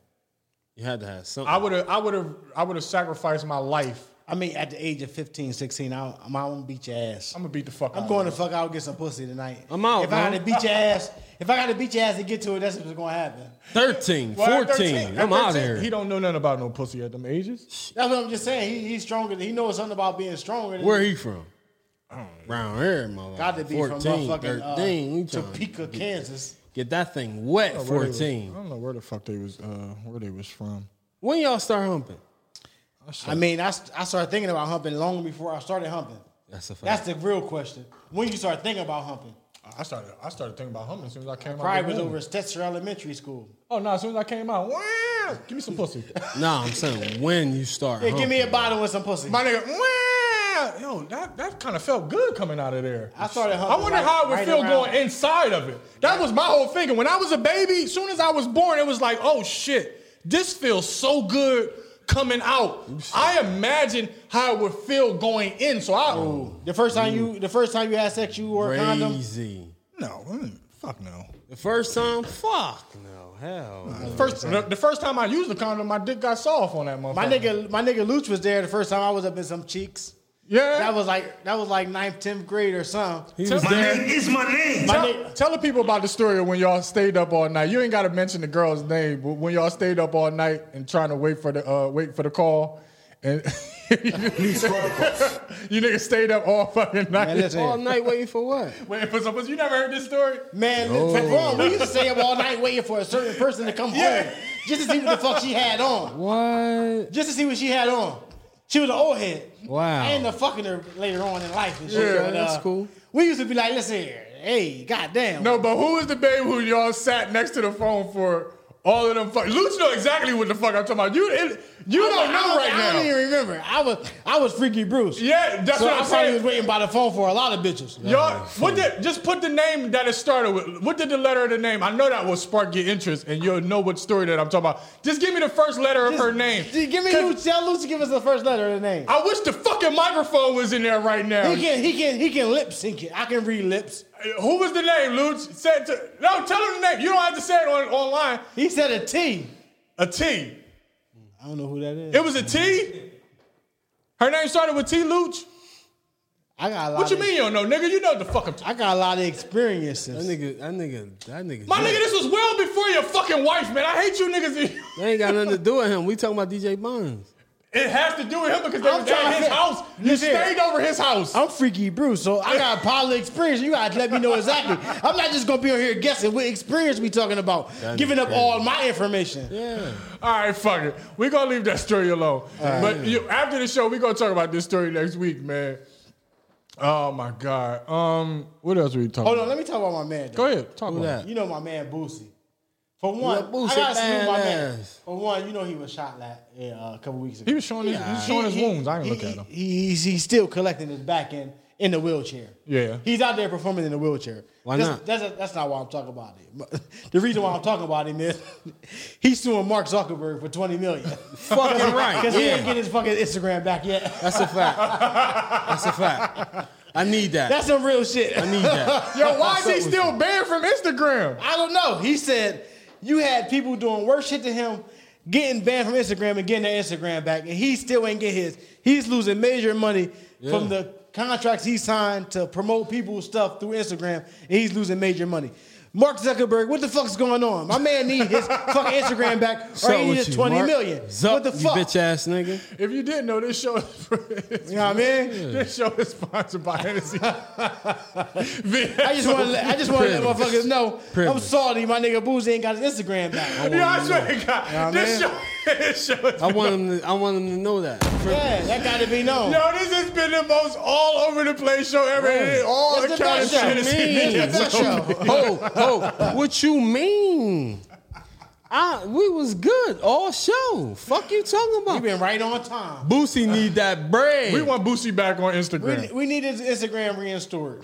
You had to have something. I would have I would have I would have sacrificed my life. I mean, at the age of 15, 16, I, I'm I'm gonna beat your ass. I'm gonna beat the fuck. I'm out going to of fuck out and get some pussy tonight. I'm out, If man. I gotta beat your ass, if I gotta beat your ass to get to it, that's what's gonna happen. 13, you. Well, at 14. 13 I'm at out of 13, here. He don't know nothing about no pussy at them ages. That's what I'm just saying. He, he's stronger. than- He knows something about being stronger. Than Where he from? Round here, motherfucker. Got to be 14, from motherfucking 13. we trying uh, to Topeka, Oh, Kansas. Get that thing wet, Where they was- 14. I don't know where the fuck they was uh, where they was from. When y'all start humping? I mean, I, st- I started thinking about humping long before I started humping. That's a fact. That's the real question. When you start thinking about humping? I started I started thinking about humming as soon as I came out. Probably the was womb. over Stetzer Elementary School. Oh no, as soon as I came out, wow, give me some pussy. nah, I'm saying when you start Yeah, give me a humping. bottle and some pussy. My nigga, now, yo, that, that kind of felt good coming out of there. I thought it hung I wonder right- how it would right feel around. going inside of it. That was my whole thinking. When I was a baby, as soon as I was born, it was like, oh shit, this feels so good coming out. I imagine how it would feel going in. So I, The first time you, the first time you had sex, you wore a condom. Crazy. no, mm, fuck no. The first time, fuck no, hell. no. First, the, the first time I used the condom, my dick got soft on that motherfucker. My nigga, my nigga Luch was there the first time I was up in some cheeks. yeah. That was like that was like ninth, tenth grade or something. Tell- My name is my name. My Tell, nigga, tell the people about the story of when y'all stayed up all night. You ain't got to mention the girl's name, but when y'all stayed up all night and trying to wait for the uh, wait for the call, and you, niggas stayed up all fucking night. man, listen, All night waiting for what? Waiting for someone. You never heard this story? man, Oh. listen, bro, we used to stay up all night waiting for a certain person to come home just to see what the fuck she had on, What? just to see what she had on. She was an old head. Wow. I ended up fucking her later on in life and shit. Yeah, but, uh, that's cool. We used to be like, listen here, hey, goddamn. No, but who is the babe who y'all sat next to the phone for all of them? Fuck, Luch know exactly what the fuck I'm talking about. You it, you I was- don't I know was- right I now. don't even remember. I was I was freaky Bruce. yeah, that's so what I I'm probably saying. was waiting by the phone for a lot of bitches. Y'all, what did just put the name that it started with? What did the letter of the name? I know that will spark your interest, and you'll know what story that I'm talking about. Just give me the first letter of her name. Just give me 'Cause Luch. Tell Luch to give us the first letter of the name. I wish the fucking microphone was in there right now. He can he can he can lip sync it. I can read lips. Who was the name, Luch? Said to no. Tell him the name. You don't have to say it on online. He said a T. A T. I don't know who that is. It was a T. Her name started with T. Luch. I got a lot. What you of- mean you don't know, nigga? You know what the fuck I'm. I got a lot of That experiences. nigga, that nigga, that nigga. My nigga, this was well before your fucking wife, man. I hate you niggas. That ain't got nothing to do with him. We talking about DJ Bonds. It has to do with him because they I'm was trying at to his say- house. You Listen. stayed over his house. I'm freaky Bruce, so I got a pile of experience. You gotta let me know exactly. I'm not just gonna be on here guessing what experience we talking about, giving up all my information. Yeah. All right, fuck it. We're gonna leave that story alone. But you, after the show, we're gonna talk about this story next week, man. Oh my god. Um, what else were you talking Hold on, about? let me talk about my man. though. Go ahead, talk Who about that? it. You know my man Boosie. For one, Yeah, Boosie, I gotta salute my badass. man. For one, you know he was shot la- uh, a couple weeks ago. He was showing his, he was showing his He- he- wounds. I didn't look he- at him. he- he's, he's still collecting his back end in the wheelchair. Yeah. He's out there performing in the wheelchair. Why that's, not? That's, that's not why I'm talking about it. But The reason why I'm talking about him is he's suing Mark Zuckerberg for 20 million. Fucking right. Because he yeah. ain't getting his fucking Instagram back yet. That's a fact. That's a fact. I need that. That's some real shit. I need that. Yo, why is he Something- still banned from Instagram? I don't know. He said you had people doing worse shit to him, getting banned from Instagram and getting their Instagram back, and he still ain't get his. He's losing major money from the contracts he signed to promote people's stuff through Instagram, and he's losing major money. Mark Zuckerberg, what the fuck's going on? My man need his fucking Instagram back, or Suck he with needs you, twenty Mark. million. Zuck, what the you fuck? bitch ass nigga. If you didn't know, this show, is You know what I mean? this show is sponsored by Hennessy. I I just want to. I just want to let Privilege. motherfuckers know I'm Privilege. sorry, my nigga Boozy ain't got his Instagram back. Yo, I swear to God, know what I this mean? show, this show is I want him. To, I want him to know that. Yeah, that gotta be known. Yo, this has been the most all over the place show ever. Right. It all It's the the kind of best show. shit is It's the best show. Ho, ho, what you mean? I we was good all show. Fuck you talking You about? been right on time. Boosie need that bread. We want Boosie back on Instagram. We, we need his Instagram reinstored.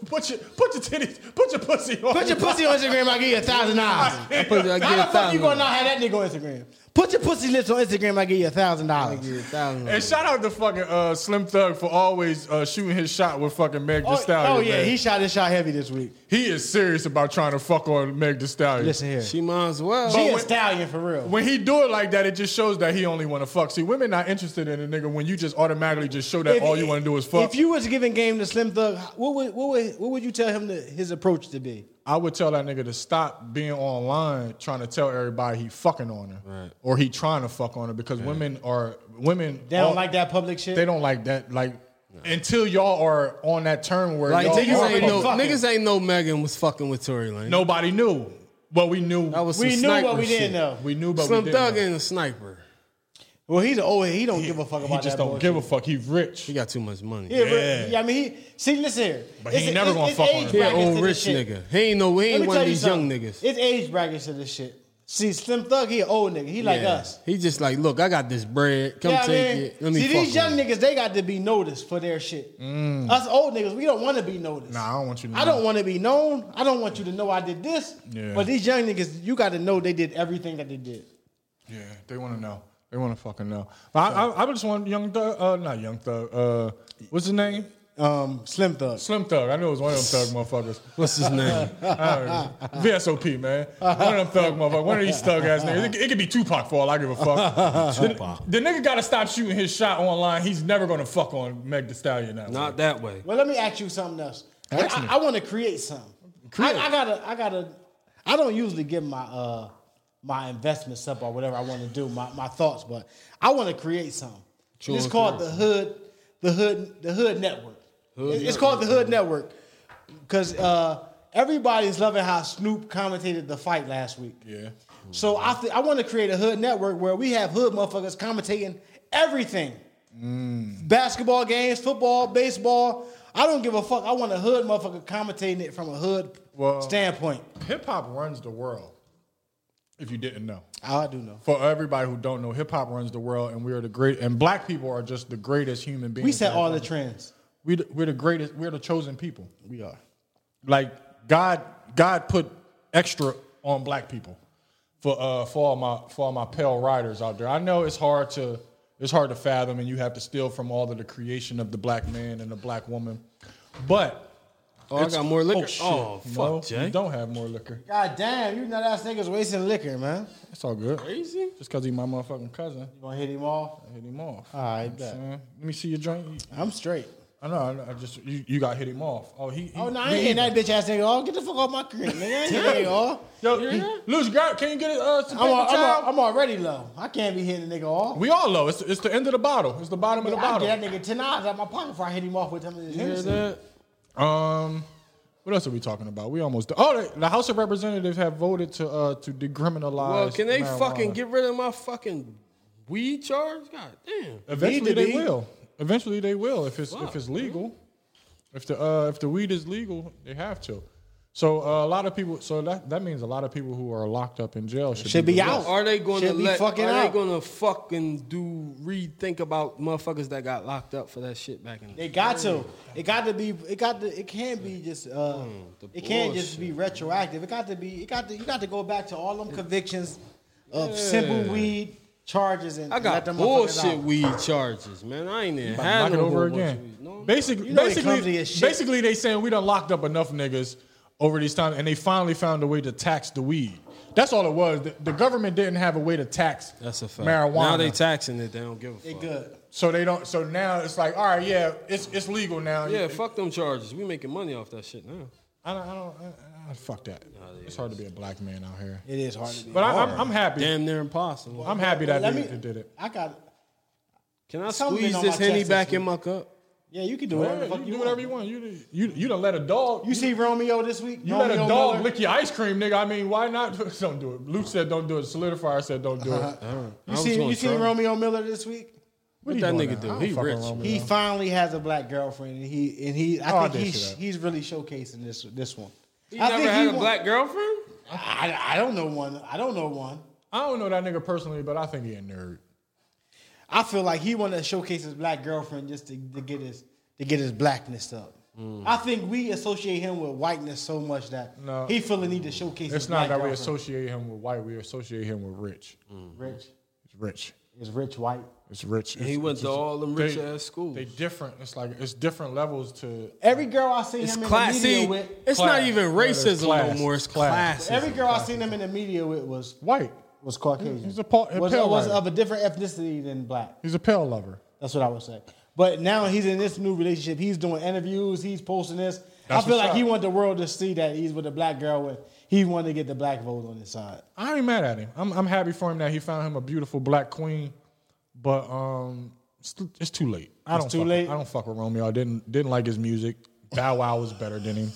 put your put your titties, put your pussy on. Put your pussy on Instagram, I'll give you a thousand dollars. I put, I get a How the fuck you thousand. gonna not have that nigga on Instagram? Put your pussy lips on Instagram, I'll give you a thousand I dollars. get a thousand. and shout out to fucking uh, Slim Thug for always uh, shooting his shot with fucking Meg Thee Oh, Stallion. oh, yeah, man. he shot his shot heavy this week. he is serious about trying to fuck on Meg Thee Stallion. Listen here. She, She might as well. a when- stallion for real. When he do it like that, it just shows that he only want to fuck. See, women not interested in a nigga when you just automatically just show that If- all you want to do is fuck. If you was giving game to Slim Thug, what would what would, what would you tell him that his approach to be? I would tell that nigga to stop being online trying to tell everybody he fucking on her or he trying to fuck on her because women are women They don't all- like that public shit. they don't like that like until y'all are on that term where like y'all niggas are ain't fucking- know. fucking- Niggas ain't know Megan was fucking with Tory Lane. nobody knew but we knew that was some we knew sniper what we shit. didn't know. we knew but Slim we didn't Thug know. ain't a sniper. Well, he's an old head. He don't give a fuck he about just that don't bullshit. give a fuck he rich He got too much money. yeah, but- Yeah. yeah, I mean, he see. Listen here, But he ain't never gonna fuck on age him. He Yeah, an brackets to old this rich shit. nigga. He ain't no. He Let ain't me one tell of you these young something. niggas. It's age brackets to this shit. See, Slim Thug, he an old nigga. He like Yeah. us. He just like, look, I got this bread. Come Yeah, I take mean, it. Let me See, fuck these young with Mm. it. niggas, they got to be noticed for their shit. Us old niggas, we don't want to be noticed. Nah, I don't want you to I know. don't want to be known. I don't want you to know I did this. Yeah. But these young niggas, you got to know they did everything that they did. Yeah, they want to know. They want to fucking know. I, I, I just want Young Thug, uh, not Young Thug, uh, what's his name? Um, Slim Thug. Slim Thug. I knew it was one of them thug motherfuckers. What's his name? Uh, VSOP, man. One of them thug motherfuckers. One of these thug ass niggas. It, it could be Tupac for all I give a fuck. Tupac. The, the nigga got to stop shooting his shot online. He's never going to fuck on Meg Thee Stallion now. Not that way. Well, let me ask you something else. Ask me. I, want to create something. Create. I, I gotta, I gotta. I don't usually give my uh my investments up or whatever I want to do, my, my thoughts, but I want to create something. Sure, it's called create the hood, the hood, the hood network. It- it's called the hood network because uh, everybody's loving how Snoop commentated the fight last week. Yeah. So I th- I want to create a hood network where we have hood motherfuckers commentating everything. Mm. Basketball games, football, baseball. I don't give a fuck. I want a hood motherfucker commentating it from a hood Well- standpoint. Hip hop runs the world, if you didn't know. Oh, I do know. For everybody who don't know, hip hop runs the world, and we are the great, and black people are just the greatest human beings. We set that all ever- the trends. we the- we're the greatest. We're the chosen people. We are. like God God put extra on black people for uh for all my for all my pale riders out there. I know it's hard to it's hard to fathom and you have to steal from all of the creation of the black man and the black woman. But Oh, I it's- got more liquor. shit. Oh, No, fuck, Jay. You don't have more liquor. God damn, you nut ass niggas wasting liquor, man. It's all good. Crazy. Just cause he my motherfucking cousin, You gonna hit him all? I hit him off. All right, You know what I'm bet. saying? Let me see your drink. I'm straight. I know. I, know, I just you, you got hit him off. Oh, he. he- Oh no, I he ain't hitting evil. that bitch ass nigga all. Get the fuck off my crib, nigga. I ain't hitting that nigga all. Yo, Luce, grab. Can you get it? Uh, some I'm, al- paper I'm, towel? al- I'm already low. I can't be hitting a nigga all. we all low. It's, it's the end of the bottle. It's the bottom of the I bottle. get that nigga ten dollars out my pocket before I hit him off with him. You hear that? Um, what else are we talking about? We almost. Oh, the, the House of Representatives have voted to uh to decriminalize. Well, can they marijuana. fucking get rid of my fucking weed charge? God damn. Eventually, Need to they be. will. Eventually, they will if it's if it's legal. If the uh, if the weed is legal, they have to. So uh, a lot of people. So that that means a lot of people who are locked up in jail should, Should be released. out. Are they going to Should be let? Are fucking they out. going to fucking do rethink about motherfuckers that got locked up for that shit back in the They got to. It got to be. It got to. It can't be just. Uh, Mm, the it can't just be retroactive. It got to be. It got to. You got to go back to all them convictions of simple weed charges and I and got let them motherfuckers bullshit out. weed charges, man. I ain't even Knock had it no over whole bunch of again. weed. No. Basically, know they basically, clumsy as shit. basically, they saying we done locked up enough niggas over these times, and they finally found a way to tax the weed. That's all it was. The, the government didn't have a way to tax That's a fact. marijuana. Now they taxing it. They don't give a They fuck. good. so they don't. So now it's like, all right, yeah, it's it's legal now. Yeah, fuck them charges. We making money off that shit now. I don't. I don't I, I, fuck that. It's hard to be a black man out here. It is hard to be. But I, I'm, I'm happy. Damn near impossible. I'm happy that Let they, me- they did it. I got. Can I Something squeeze on this my henny chest back this in my cup? Yeah, you can do Yeah, whatever the you, fuck do you, want. whatever you want. You done- you you don't let a dog. You see Romeo this week? You Romeo let a dog Miller? lick your ice cream, nigga. I mean, why not? Don't do it. Luke said don't do it. Solidifier said don't do Uh-huh. it. You see? You see Romeo Miller this week? What he that doing nigga now? do? I don't He fucking rich. wrong with He finally has a black girlfriend, and he and he. I Oh, I think did he's see that. he's really showcasing this this one. He I never think had he a wa- black girlfriend? I, I don't know one. I don't know one. I don't know that nigga personally, but I think he a nerd. I feel like he wanted to showcase his black girlfriend just to, to get his to get his blackness up. Mm. I think we associate him with whiteness so much that No. he feel the need to showcase. his It's not black that we girlfriend. associate him with white. We associate him with rich. rich. It's rich. Is rich white? It's rich. It's, He went it's- to all them they- rich ass schools. They different. It's like it's different levels to. Every girl I seen It's him in the classy. media with. It's Class. not even No, it's racism no class. more. It's It's class. class. Every girl I seen him in the media with was White. was Caucasian. He's a pa- a was, pale was rider. of a different ethnicity than black. He's a pale lover. That's what I would say. But now he's in this new relationship. He's doing interviews. He's posting this. That's I feel what's like he up. wanted the world to see that he's with a black girl. When he wanted to get the black vote on his side. I ain't mad at him. I'm, I'm happy for him that he found him a beautiful black queen, but um, it's, too- it's too late. I don't too fuck- late? I don't fuck with Romeo. I didn't didn't like his music. Bow Wow was better than him.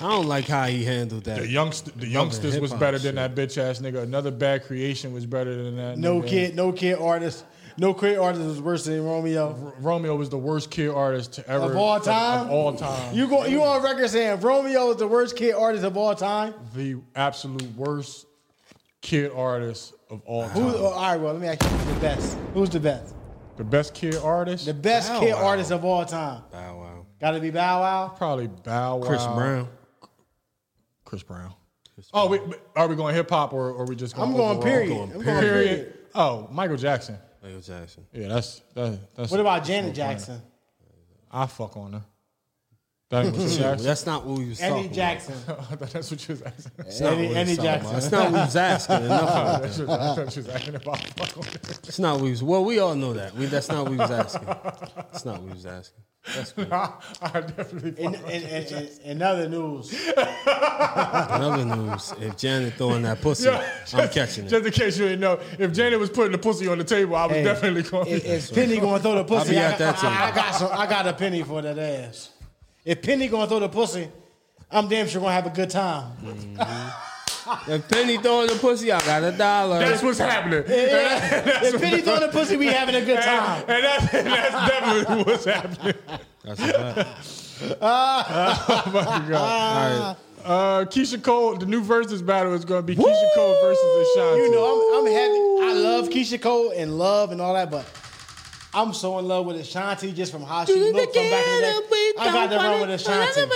I don't like how he handled that. The youngst the youngsters was hip-hop better than shit. that bitch ass nigga. Another bad creation was better than that. No nigga. kid, no kid artist, no kid artist was worse than Romeo R- Romeo was the worst kid artist to ever of all of- time. Of all time, you go, you on record saying Romeo is the worst kid artist of all time. the absolute worst kid artist of all time. Who? oh, all right, well, let me ask you the best. Who's the best? the best kid artist? The best Bow kid Wow. artist of all time. Bow Wow. Got to be Bow Wow. Probably Bow Wow. Chris Brown. Chris Brown. oh, we, are we going hip hop or, or are we just going? I'm going overall? period. going I'm going Period. period. Oh, Michael Jackson. Michael Jackson. Yeah, that's that, that's. What about Janet Jackson? I fuck on her. That ain't what you Well, asked. that's not what we was Eddie talking about. Jackson. I thought that's what you was asking. That's not Eddie- what we was Eddie talking about. Jackson. That's not what we was asking. Enough. of it. That's what I thought you was asking about. Fuck on her. It's not what we was. Well, we all know that. We, that's not what we was asking. It's not what we was asking. That's cool. I definitely. Fuck In, in, in, in, in other news, Another news. If Janet throwing that pussy, I'm catching it. Just in case you didn't know, if Janet was putting the pussy on the table, I was definitely going. if, if Penny gonna throw the pussy, be I, at that got- I, I table. got some. I got a penny for that ass. If Penny gonna throw the pussy, I'm damn sure gonna have a good time. If Penny throwing the pussy, I got a dollar. that's what's happening. if Penny throwing the pussy, we having a good time. And, and that's, and that's definitely what's happening. That's a fact. Oh my god. All right. Uh, Keisha Cole, the new versus battle is going to be Keisha Cole versus Ashanti. You know, I'm, I'm happy. I love Keisha Cole and love and all that, but I'm so in love with Ashanti just from how she looked from back in the day. I got to run with Ashanti.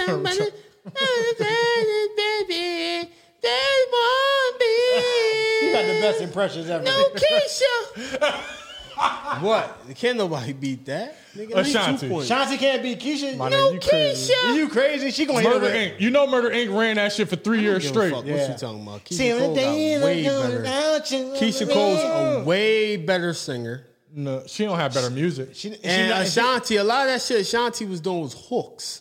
You got the best impressions ever. What? Can't nobody beat that. Nigga, at least Ashanti. two points. Ashanti can't beat Keisha. My no, nigga, you crazy. you crazy? She gonna hit her Murder with Inc. You know Murder Inc. ran that shit for three years Give a straight. fuck Yeah. What you talking about? See, Keisha Cole they got way don't better. doubt you. Keisha Cole's a way better singer. No, she don't have better music. She, she And not- Ashanti, a lot of that shit Ashanti was doing was hooks.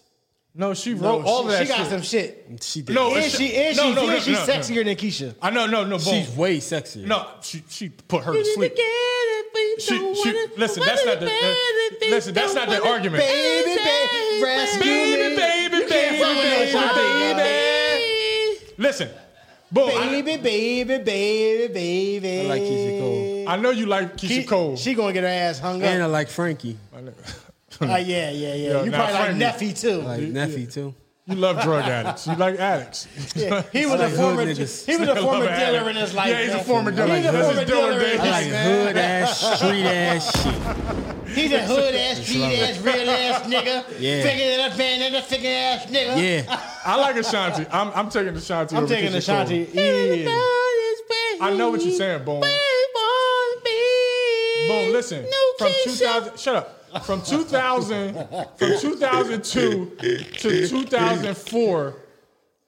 No, she no, wrote all she, of that she got shit. some shit. She did. No, No, it- And she and No, she no, and no, she's no, no. sexier than Keisha. I know, no, no, boom. she's way sexier. No, she she put her to sleep. She, she, listen, that's not the uh, listen. That's not the argument. Baby, baby, rescue Baby, me. baby, baby, fuck with baby, Ashanti, baby, Listen, boom. I, Baby, baby, baby, baby. I like Keisha Cole. I know you like Keisha She, Cole. she gonna get her ass hung And I up. like Frankie. Uh, yeah, yeah, yeah. Yo, you now probably like Frankie- Neffy too. I like Neffy too. you love drug addicts. You like addicts. Yeah, he was I a like former hood he niggas. was a former Love dealer Adam. in his life. Yeah, he's a man. former dealer. He's a This is former Dylan dealer in his Davis. I like life, hood man. ass, street ass shit. He's a hood ass, street ass, real ass nigga. Yeah. Figure it up, man, and a figure ass nigga. Yeah. I like Ashanti. I'm, I'm taking Ashanti. I'm over taking Keisha Ashanti. Cole. Yeah. I know what you're saying, Bone. Boom, listen. from 2000, shut up. From 2000, from 2002 to 2004,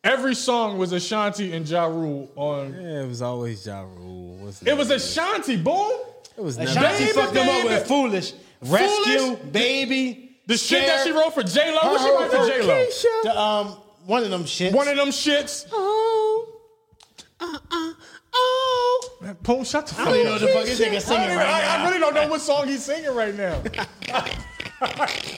every song was Ashanti and Ja Rule on. yeah. It was always Ja Rule. wasn't It was Ashanti, boom. It was never. Ashanti Baby, fucked them up baby. with foolish. Rescue, Foolish? baby. The shit that she Share. wrote for J Lo. What she wrote for J Lo? The, um, one of them shits. One of them shits. Oh, uh, Man, Boom, shut the fuck I don't even know up. what the fuck this nigga I, don't singing even- right I- I now. really don't know what song he's singing right now.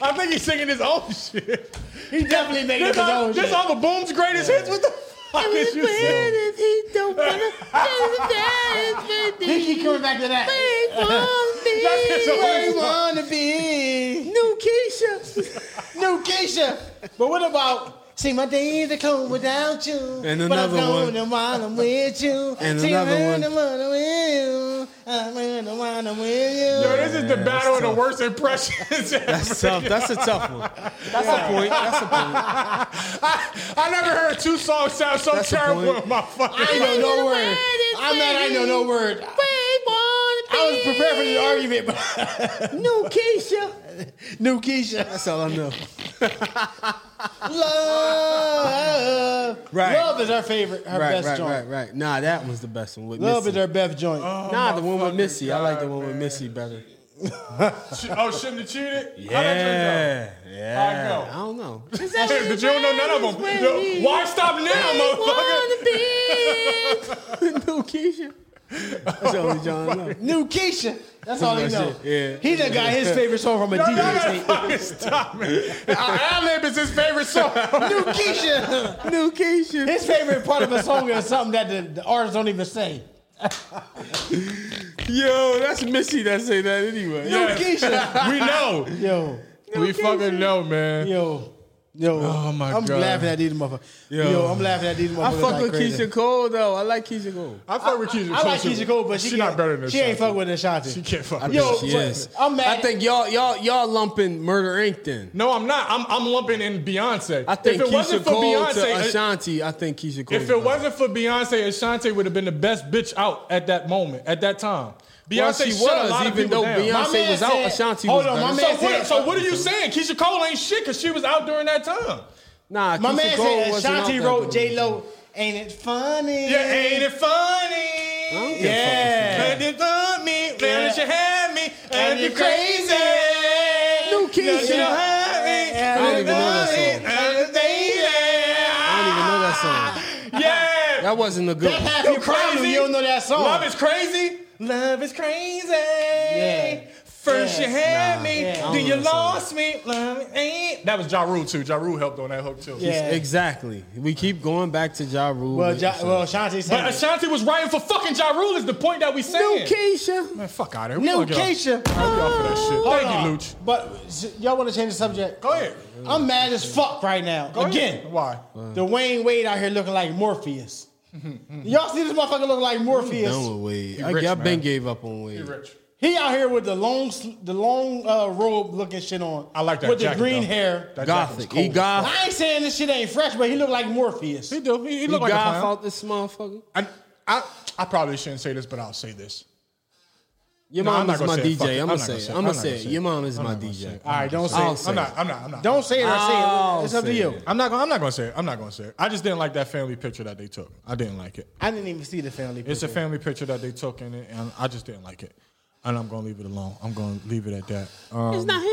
I think he's singing his own shit. He definitely making This his all, own this shit. all the Boom's greatest hits. What the fuck is you saying? He keep coming back to that. That's his Where own you wanna be? New Keisha. New Keisha. But what about? See, my days are cold without you. And but I'm another one. gonna while I'm with you. And See, another I'm one. gonna wanna with you. I'm gonna wanna with you. Yo, this is the Yeah, battle of the that's tough. worst impressions ever. That's tough. That's a tough one. That's a point. That's a point. I, I never heard two songs sound so That's the terrible point. in my fucking I know no word. I'm not. I know no word. I was prepared for the argument, but New Keisha. New Keisha. That's all I know. Love. Right. Love is our favorite. Her Right, best right, joint. right, Oh. right. Nah, that was the best one with Love is Missy. our best joint. Nah, the one with Missy. I like the God, one with man. Missy better. Sh- Oh, shouldn't have cheated? Yeah, yeah. I don't know. How'd that turn out? But you don't know none of them. Yo, Why stop now, motherfucker? New Keisha. That's the only John I know. New Keisha. That's all he That's knows. it, yeah. He done got his favorite song from a Yo, y'all DJ gotta tape. fucking stop it. Ad-lib is his favorite song. New Keisha. New Keisha. His favorite part of a song is something that the, the artists don't even say. Yo, that's Missy that say that anyway. Yes. Keisha. We know. Yo, We fucking know, man. yo. Yo, Oh, my I'm God. laughing at these motherfuckers. Yo. Yo. I'm laughing at these motherfuckers. I fuck like with crazy. Keisha Cole though. I like Keisha Cole. I fuck with Keisha. I like too. Keisha Cole, but she, not can't- better than She ain't Ashanti. fuck with Ashanti. She can't fuck. with Yo, Ashanti. fuck- Yes, I'm mad. I think y'all y'all y'all lumping Murder Inc. Then No, I'm not. I'm, I'm lumping in Beyonce. I think if it Keisha wasn't for Cole Beyonce, to uh, Ashanti. I think Keisha Cole. if it wasn't for Beyonce, Ashanti would have been the best bitch out at that moment, at that time. Beyonce Well, she shut a was, lot of even people though down. Beyonce man was out, said- Ashanti Hold was on, my better. so, man what, said. so what are you saying? Keisha Cole ain't shit because she was out during that time. nah, My Keisha man Cole said wasn't out Ashanti that wrote good. J Lo. Ain't it funny? Yeah, ain't it funny? don't yeah. give a fuck Yeah. Ain't it funny? Yeah. Yeah. you had me. And you you crazy. New You know Keisha. you don't have me. I don't even know that song. And baby. ah. I don't even know that song. Yeah. That wasn't a good That one. half your problem. You don't know that song. Love is crazy. Love is crazy. Yeah. First Yeah. you had me, Yeah. then you I don't know that song. lost me. Love ain't. That was Ja Rule too. Ja Rule helped on that hook too. Yeah. Exactly. We keep going back to Ja Rule. Well, and ja, Ashanti. well, Ashanti But said. Ashanti was writing for fucking Ja Rule is the point that we New saying. Keisha. Man, fuck out of here. No, We gonna get Keisha. off- I'll get off of that shit. Hold Thank on. you, Luch. But s- y'all want to change the subject? Go ahead. I'm mad as fuck right now. Go ahead. Again, Why? the Wayne Wade out here looking like Morpheus. y'all see this motherfucker looking like Done Morpheus? with Wade. rich, I, I been man. gave up on Wade. Rich. He out here with the long, sl- the long uh, robe looking shit on. I like that With jacket, the green though. hair. That Gothic. jacket was He cold. goth. I ain't saying this shit ain't fresh, but he look like Morpheus. He do. He, he He look like a goth clown. out this motherfucker. I, I, I probably shouldn't say this, but I'll say this. Your No, I'm mom not is gonna my say it. Fuck it. DJ. I'm I'm gonna not say gonna it. say it. I'm I'm gonna not say gonna it. say it. Your mom is I'm my not gonna say DJ. it. All right, don't say. I'll It. say I'm it. not. I'm not. I'm not. Don't say it or say it. I'll It's up to say you. it. I'm not. gonna- I'm not gonna say it. I'm not gonna say it. I just didn't like that family picture that they took. I didn't like it. I didn't even see the family. It's a picture. family picture that they took in it, and I just didn't like it. And I'm gonna leave it alone. I'm gonna leave it at that. Um, It's not him,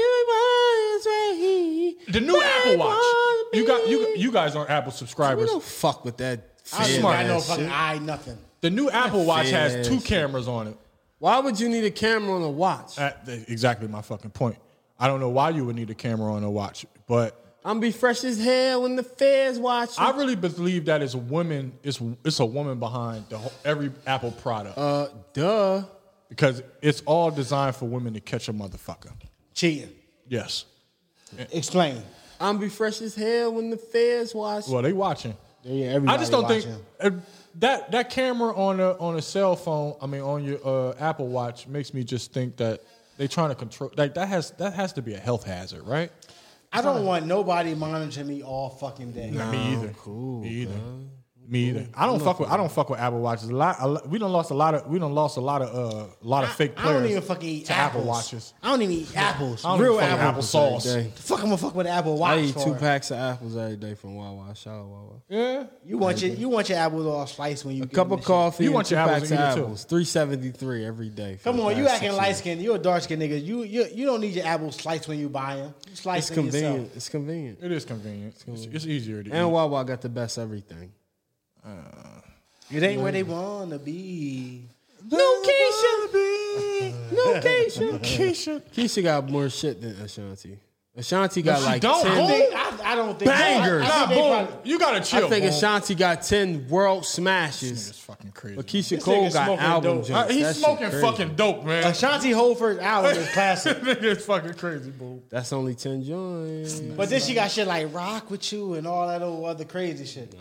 it's right here. the new Right Apple Watch. on You got you. me. You guys aren't Apple We subscribers. don't fuck with that. I ain't Smart got no ass fucking shit. eye, nothing. The new Apple Watch has Fitness. two cameras on it. Why would you need a camera on a watch? That- that's exactly my fucking point. I don't know why you would need a camera on a watch, but I'm be fresh as hell when the feds watch. I really believe that it's a woman. It's it's a woman behind the whole, every Apple product uh, duh. because it's all designed for women to catch a motherfucker. Cheating. Yes. Explain. I'm be fresh as hell when the feds watch. Well, they watching. Yeah, I everybody just don't think watching. uh, that that camera on a on a cell phone. I mean, on your uh, Apple Watch makes me just think that they trying to control. Like that has that has to be a health hazard, right? I don't want nobody monitoring me all fucking day. me either. me either. Me either. I don't fuck with. I don't fuck with Apple watches. A lot. A lot we don't lost a lot of. We don't lost a lot of. Uh, a lot of fake I players. don't even fucking eat to apples. Apple watches. I don't even eat apples. I don't Real even fuck with apples. applesauce. every day. The fuck, I'm gonna fuck with an Apple watch. I eat two for? packs of apples every day from Wawa. Shout out Wawa. Yeah. You want your you want your apples all sliced when you A cup of coffee. coffee. You and want two your apples packs and of eat it too. apples? Three seventy three every day. for Come the on, you past acting six light years. skinned. You a dark skinned nigga. You you you don't need your apples sliced when you buy them. You slice It's them yourself. convenient. It's convenient. It is convenient. It's, it's easier to eat. And Wawa got the best everything. It ain't where they wanna be. No Keisha. No Keisha. Keisha. Keisha got more shit than Ashanti. Ashanti got she like don't, 10. homie. I, think- I- I don't think Bangers. Nah, I, I think they boom. probably- you gotta chill. I think boom. Ashanti got 10 world It's smashes. fucking crazy. But Keisha nigga Cole got smoking album dope. Uh, jumps. he's That shit smoking crazy. fucking dope, man. Ashanti Hole first album is classic. Nigga, it's fucking crazy, boo. That's only 10 joints. But then she got shit like rock with you and all that old other crazy shit.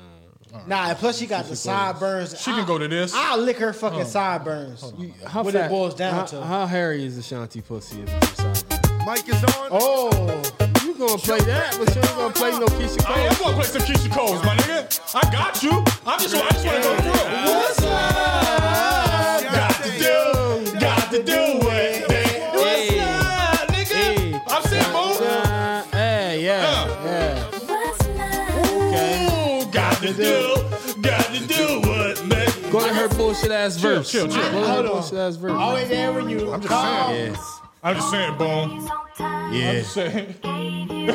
Nah, and plus she got the sideburns. She can go to this. I'll lick her fucking sideburns. You- How What it fat, boils down how, to. How hairy is Ashanti pussy? If Mike is on. Oh, you gonna play that, but you ain't gonna play no Keisha I am Cole. gonna play some Keisha Cole's, my nigga. I got you. I just, I just wanna go through it. What's love? Got to do, got to do it. babe. What's love, Oh, nigga? I'm saying, boo. Uh, hey, yeah, yeah. Okay. Ooh, got to do, got to do it, man. Go to her bullshit ass verse. chill, chill. Go to her Hold on. bullshit ass verse. always there oh, when you I'm just call. saying. Yes. I'm just saying, boom. Yeah. Saying,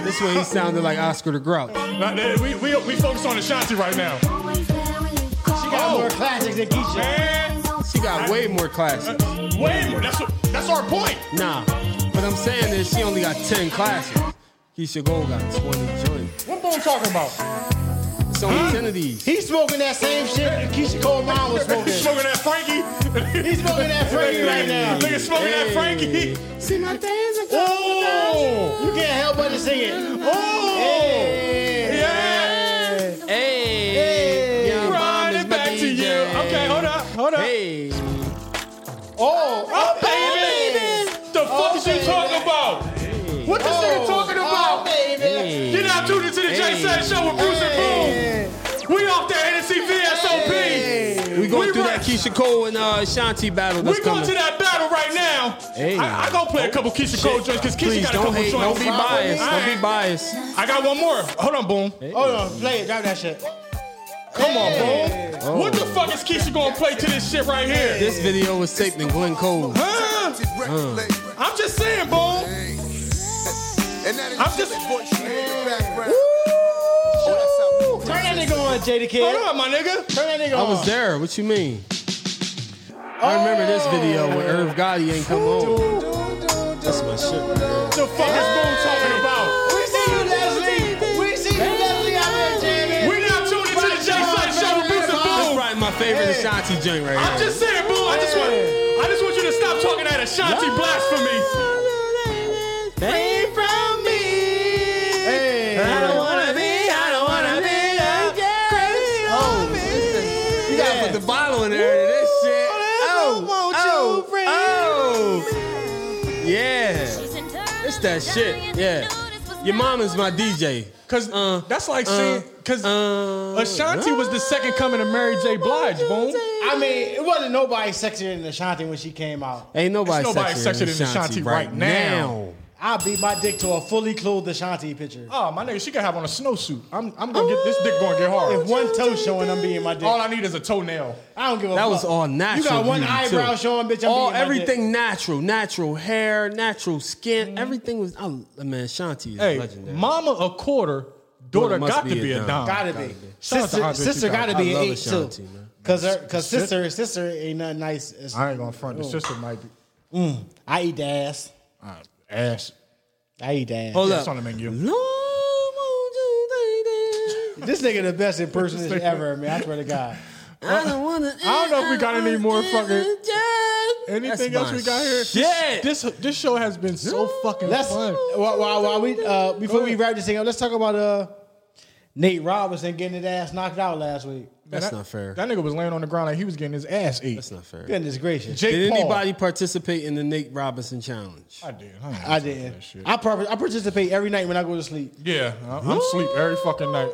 This way he sounded like Oscar the Grouch. Nah, nah, we, we, we focus on Ashanti right now. She got Oh. more classics than Keisha. Man, She got way more classics. way more. That's, what- that's our point. Nah. But I'm saying is she only got 10 classics. Keisha Cole got 20 joints. What boom talking about? It's only 10 of these. He's smoking that same shit that Keisha Cole mom was smoking. He's smoking that Frankie. He's smoking that Frankie right now. Nigga smoking that Frankie. See my days are Oh, You can't help but to sing it. oh. Uh, What this nigga talking about? Oh, baby. You're now tuned into the Jay Sutton Show with Bruce and Boom. We off that NC VSOP. We going through right- that Keisha Cole and uh, Shanti battle. That's We going coming. to that battle right now. Hey. I, I go play a couple Keisha Cole joints because Keisha Please got a couple don't hate. Don't joints. be All right. biased. Don't be biased. I got one more. Hold on, Boom. Hold on, play it. Drop that shit. Come on, Boom. What the fuck is Keisha going to play to this shit right here? This video was taped in Glen Cole. Huh? I'm just saying, Boom. I'm just- I'm just. Turn that nigga on, Jada Kid. Hold on, my nigga. Turn that nigga I on. was there. What you mean? I remember this video when Irv Gotti ain't come home. That's my shit. right there. What the fuck is Boom talking Oh. about? We see you, Leslie. We see you, Leslie. out there jamming. We now tuned into the Jay Sutton Show with Bruce That's and Boom. probably my favorite Ashanti joint right I'm here. just saying, Boom. I just want, I just want you to stop talking that Ashanti blasphemy. Hey, from me. I don't wanna be. I don't wanna be. a crazy Oh, woman. Oh, You gotta put the bottle in there to this shit. Oh, oh, oh. Yeah. It's that shit. Yeah. Your mom is my DJ. Cause Uh, that's like uh, saying, cause uh, Ashanti was the second coming of Mary J. Blige, boom. I mean, it wasn't nobody sexier than Ashanti when she came out. Ain't nobody, There's nobody sexier than sexier than Ashanti right now. I beat my dick to a fully clothed Ashanti picture. Oh my nigga, she can have on a snowsuit. I'm, I'm gonna get this dick gonna get If hard. one toe showing, I'm beating my dick. All I need is a toenail. I don't give a That fuck. was all natural. You got one beauty, eyebrow too. showing, bitch. I'm all beating my everything dick. natural, natural hair, natural skin. Everything was. Oh man, Shanti is Mm-hmm. Hey, legendary. mama a quarter, daughter must got to be a be a dime. dime. Gotta Gotta be. be. Shout out to Sister, Andre sister 2000. gotta I be love an eight Ashanti, too. man. Cause her, cause sister, sister ain't nothing nice. As, I ain't gonna front. The sister might be I eat the ass. uh, ass. I eat the ass. Hold That's up. on the menu. Lord, won't you take that? This nigga the best impersonation ever, man. I swear to God. I don't wanna. Uh, I don't know if we got any more fucking- Anything That's else my we got here? Shit. This this show has been so fucking Let's fun. while, while, while we uh, before we wrap this thing up, let's talk about uh, Nate Robinson getting his ass knocked out last week. Man, That's that- not fair. That nigga was laying on the ground like he was getting his ass ate. That's not fair. Goodness gracious! Jake Did Paul. anybody participate in the Nate Robinson challenge? I did. I, ain't I talking that didn't. shit. I purpose, I participate every night when I go to sleep. Yeah, I- I'm sleep every fucking night.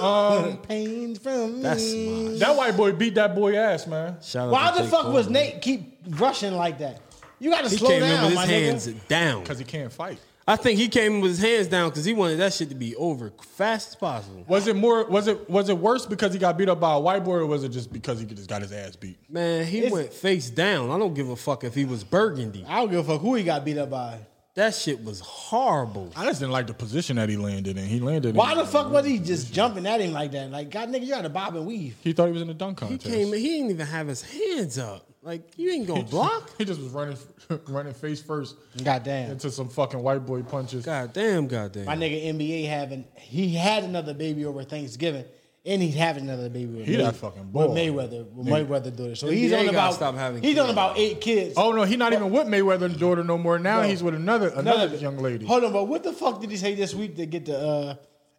Um, Pains from me. That's my that white boy beat that boy ass, man. shout out Why to the Jake fuck Paul, was man. Nate keep rushing like that? You got to He slow came in down, with my his hands nigga. down. Cause he can't fight. I think he came with his hands down because he wanted that shit to be over fast as possible. Was it more? Was it was it worse because he got beat up by a white boy, or was it just because he just got his ass beat? Man, he It's- went face down. I don't give a fuck if he was burgundy. I don't give a fuck who he got beat up by. That shit was horrible. I just didn't like the position that he landed in. He landed. Why in, the fuck was he just jumping at him like that? Like, God, nigga, you got to bob and weave. He thought he was in a dunk He contest. came. He didn't even have his hands up. Like you ain't gonna block. He just was running, running face first Goddamn. into some fucking white boy punches. God damn. God damn. My nigga NBA having he had another baby over Thanksgiving, and he's having another baby with, He May- that fucking with boy. Mayweather. With Mayweather doing it, so NBA he's on gotta about stop having he's on kids. about eight kids. Oh no, he not even with Mayweather's daughter no more. Now No. he's with another another young lady. Hold on, but what the fuck did he say this week to get the uh,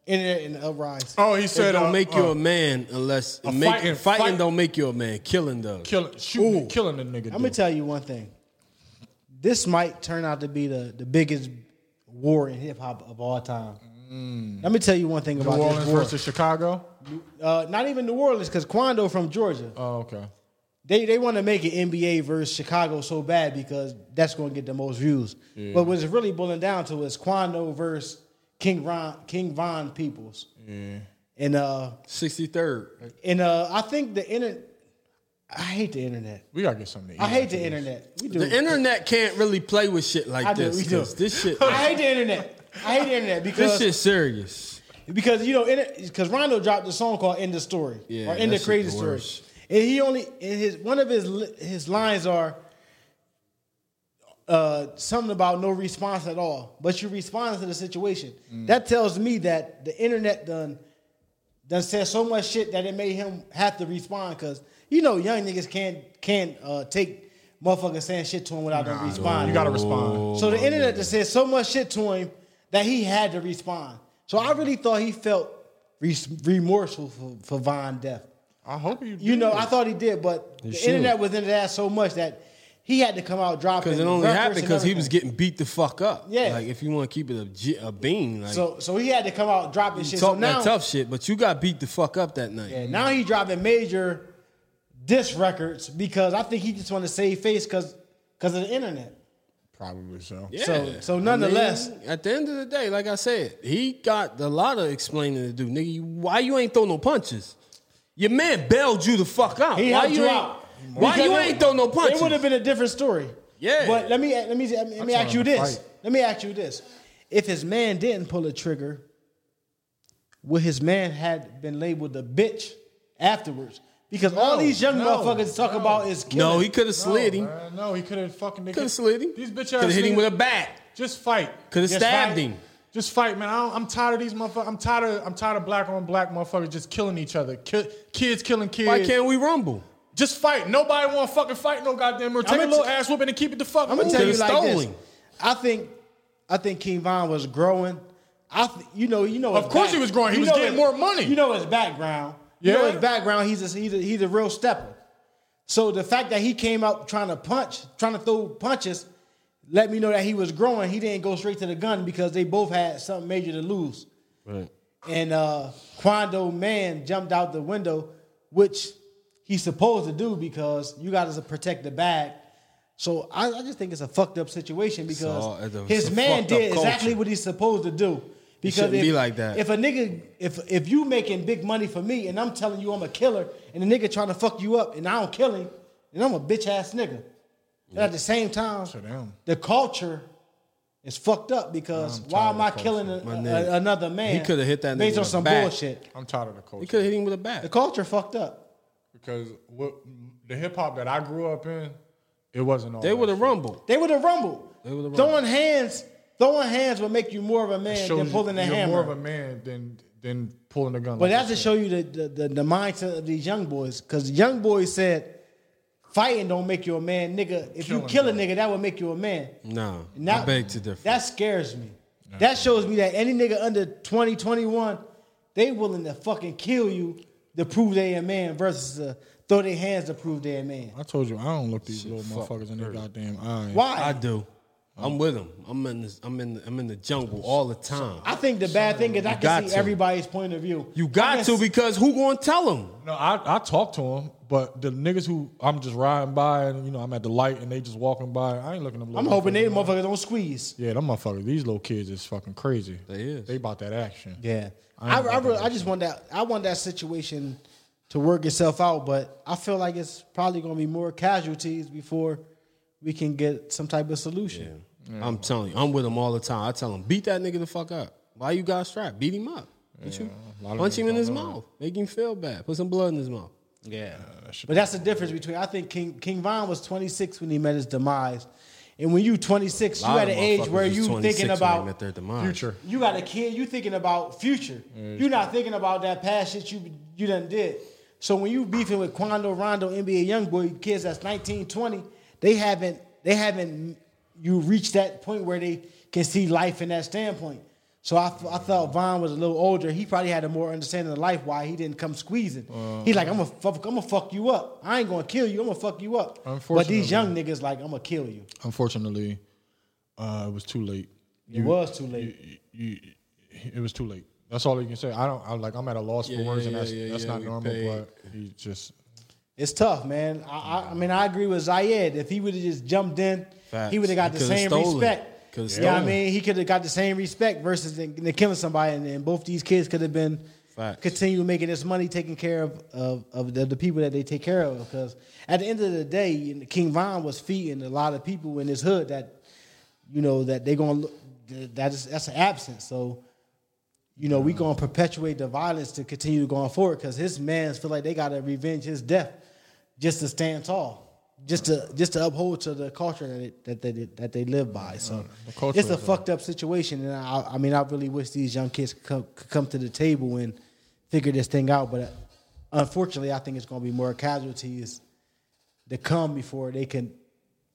internet and the uprise? Oh, he It said, don't uh, make you uh, a man unless a make, fighting- fighting, fight- don't make you a man. Killing does. killing, shooting, killing the nigga. I'm gonna dude. tell you one thing. This might turn out to be the, the biggest war in hip hop of all time. Let me tell you one thing Mm. New about Orleans this war. versus Chicago. uh, not even New Orleans, because Quando from Georgia. Oh, okay. They they want to make it NBA versus Chicago so bad because that's going to get the most views. But what it's really boiling down to is Quando versus King Ron King Von Peoples. And uh Sixty third. and uh I think the internet. I hate the internet. We gotta get something. To eat I hate after the this. internet. We do. The internet can't really play with shit like I do, this. we do. 'cause This shit. I hate the internet. I hate the internet this because shit serious. because you know because Rondo dropped a song called "End the Story" Yeah, or "End the that shit Crazy the Story," worst. and he only and his one of his li- his lines are uh, something about no response at all, but you respond to the situation. Mm. That tells me that the internet done done said so much shit that it made him have to respond because you know young niggas can't can't uh, take motherfuckers saying shit to him without them responding. You gotta respond. So the internet just said so much shit to him that he had to respond. So I really thought he felt res- remorseful for, for Von death. I hope you. You do. know, I thought he did, but the should. internet was into that so much that He had to come out dropping Because it only records happened and because he was everything. getting beat the fuck up. Yeah. Like if you want to keep it a, j- a bean, like So so he had to come out dropping you shit. talk so that now, tough shit, but you got beat the fuck up that night. yeah, now he dropping major disc records because I think he just want to save face because because of the internet. Probably so. Yeah. So- so nonetheless- I mean, at the end of the day, like I said, he got a lot of explaining to do, nigga. you- Why you ain't throw no punches? Your man bailed you the fuck out. He why helped you you ain't, out. Why Because you it- ain't throw no punches? It would have been a different story. Yeah. But let me let me let me, let me trying ask you to this. fight. Let me ask you this. If his man didn't pull a trigger, would his man had been labeled a bitch afterwards? Because all No, these young no, motherfuckers talk no. about is killing. no, he could have slid him. Oh, man, no, he could have fucking. Could have slid him. These bitch ass. Could have hit him niggas- with a bat. Just fight. Could have Just stabbed fight. him. Just fight, man. I don't, I'm tired of these motherfuckers. I'm tired of I'm tired of black on black motherfuckers just killing each other. Ki- kids killing kids. Why can't we rumble? just fight? Nobody want to fucking fight no goddamn. Or take I'ma a little t- ass whooping and keep it the fuck. I'm gonna tell you Could've like stole this. him. I think I think King Von was growing. I th- you know you know Of his course he was growing. He you was know getting his- more money. You know his background. You know Yeah. his background. He's a, he's a, he's a real stepper. So the fact that he came out trying to punch, trying to throw punches, let me know that he was growing. He didn't go straight to the gun because they both had something major to lose. Right. And uh, Quando Man jumped out the window, which he's supposed to do because you got to protect the bag. So I, I just think it's a fucked up situation all- because it's a- his it's a man fucked up did exactly culture. what he's supposed to do. Because shouldn't if, be like that. If a nigga, if if you making big money for me and I'm telling you I'm a killer and the nigga trying to fuck you up and I don't kill him, then I'm a bitch ass nigga. And at the same time, down. the culture is fucked up because why am I killing a, My a- nigga. another man? He coulda hit that nigga based in on the some back. bullshit. I'm tired of the culture. He could have hit him with a The bat. culture fucked up. because what the hip hop that I grew up in, it wasn't all. They that would have shit. rumbled. They would have rumbled. They would've rumbled. Throwing hands, throwing hands will make you more of a It man shows than you- pulling a you're hammer. more of a man than than pulling a gun. but like that's to that. show you the, the, the, the mindset of these young boys. Because young boys said, fighting don't make you a man, nigga. If you Killing kill a don't. nigga, that would make you a man. No, And that- I beg to differ. That scares me. That shows me that any nigga under 20, 21, they willing to fucking kill you to prove they a man versus uh, throw their hands to prove they a man. I told you I don't look these little fuck motherfuckers in their goddamn eyes. Why? I do. I'm with him. I'm in. This, I'm in. I'm in the jungle all the time. I think the bad thing is I got can see to. everybody's point of view. You I got can to see- because who gonna tell him? No, I, I talk to them, but the niggas who I'm just riding by and you know I'm at the light and they just walking by, I ain't looking at them. I'm little hoping they motherfuckers. motherfuckers don't squeeze. Yeah, them motherfuckers. These little kids is fucking crazy. They is. They about that action. Yeah, I I ain't I, about re- that I just want that I want that situation to work itself out, but I feel like it's probably gonna be more casualties before we can get some type of solution. I'm telling you, I'm with him all the time. I tell him, beat that nigga the fuck up. Why you got strapped? Beat him up. Don't you- a lot of punch niggas him in don't his know mouth. Make him feel bad. Put some blood in his mouth. Yeah. but that's the difference between I think King King Von was 26 when he met his demise. And when you 26, you A lot at of an age motherfuckers where was you 26 thinking when they met about their demise. Future. you got a kid, you thinking about future. You're not thinking about that past shit you you done did. So when you beefing with Quando Rondo, NBA young boy kids that's 19, 20, they haven't they haven't you reached that point where they can see life in that standpoint. So I, f- I thought Von was a little older. He probably had a more understanding of life why he didn't come squeezing. He's like, I'm gonna fuck, I'm gonna fuck you up. I ain't gonna kill you. I'm gonna fuck you up. But these Unfortunately. young niggas like, I'm gonna kill you. Unfortunately, uh, it was too late. It was too late. You, you, it was too late. That's all you can say. I don't. I'm like I'm at a loss for Yeah, words, yeah, and that's yeah, that's yeah, not we normal. paid. But he just It's tough, man. I, I, I mean, I agree with Zayed. If he would have just jumped in, Facts. he would have got He the coulda same stolen. respect. Coulda You know what I stolen. mean? He could have got the same respect versus than, than killing somebody, and, and both these kids could have been Facts. continue making this money, taking care of of, of the, the people that they take care of. Because at the end of the day, you know, King Von was feeding a lot of people in this hood that you know that they gonna look, that is that's an absence. So you know, we gonna perpetuate the violence to continue going forward because his mans feel like they gotta revenge his death just to stand tall, just to just to uphold to the culture that it, that they that they live by. So culture it's a is uh, a- fucked up situation, and I, I mean, I really wish these young kids could come, could come to the table and figure this thing out. But uh, unfortunately, I think it's gonna be more casualties to come before they can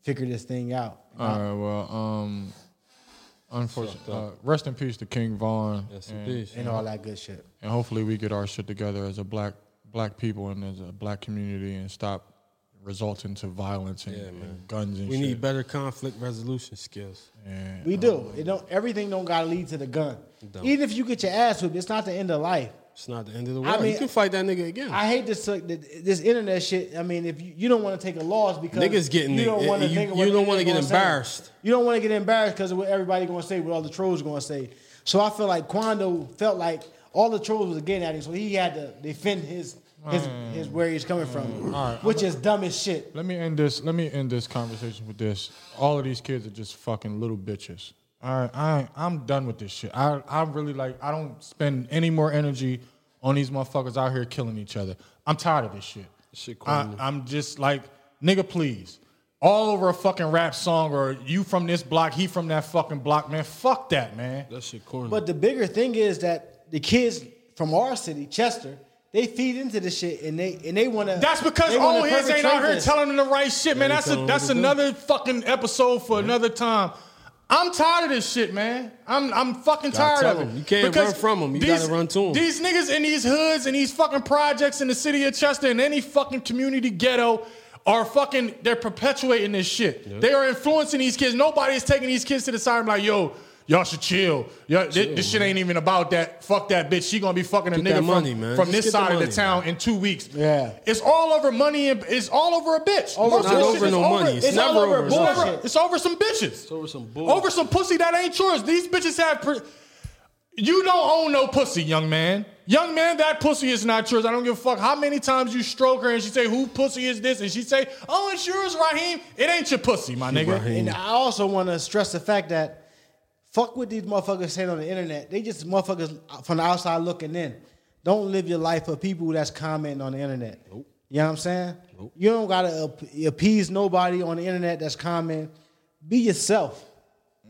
figure this thing out. All right. Well, um, unfortunately, uh, rest in peace to King Vaughn. That's and, and all that good shit. and hopefully we get our shit together as a black black people and as a black community and stop result into violence and, and guns and We shit. need better conflict resolution skills. And We do. It don't. Everything don't gotta lead to the gun. don't. Even if you get your ass whipped, it's not the end of life. It's not the end of the world. mean, you can fight that nigga again. I hate this like, th- this internet shit. I mean, if you, you don't want to take a loss because Niggas getting you don't it- want to you- you don't wanna get embarrassed. You don't want to get embarrassed because of what everybody gonna say, what all the trolls gonna say. So I feel like Quando felt like all the trolls was getting at him, so he had to defend his his, Hmm. his where he's coming from, which is dumb as shit. Let me end this. Let me end this conversation with this. All of these kids are just fucking little bitches. All right, I I'm done with this shit. I I really like. I don't spend any more energy on these motherfuckers out here killing each other. I'm tired of this shit. shit I, corny. I'm just like nigga, please. All over a fucking rap song or you from this block, he from that fucking block, man. Fuck that, man. that shit Mm. corny. But the bigger thing is that the kids from our city, Chester, they feed into this shit and they and they want to. That's because old heads ain't out here telling them the right shit, man. They That's tell a, them that's what to do. another fucking episode for another time. I'm tired of this shit, man. I'm I'm fucking tired Gotta tell of it. them. You can't run from them. You gotta run to them. These niggas in these hoods and these fucking projects in the city of Chester and any fucking community ghetto are fucking they're perpetuating this shit. They are influencing these kids. Nobody is taking these kids to the side and be like, yo, y'all should chill. Y'all, thi- this shit ain't even about that. Fuck that bitch. She gonna be fucking a Get that nigga money, from, man. from this Just get the side of the money, town in two weeks. Yeah. It's all over money and it's all over a bitch. Over- Most of not this over shit is no money. It's never over It's over, bullshit. it's over some bitches. It's over some bull. Over some pussy that ain't yours. These bitches have. Pre- you don't own no pussy, young man. Young man, that pussy is not yours. I don't give a fuck how many times you stroke her and she say, "Who pussy is this?" and she say, "Oh, it's yours, Raheem." It ain't your pussy, my nigga. And I also want to stress the fact that fuck what these motherfuckers saying on the internet. They just motherfuckers from the outside looking in. Don't live your life for people that's commenting on the internet. You know what I'm saying? You don't gotta ap- appease nobody on the internet that's commenting. Be yourself.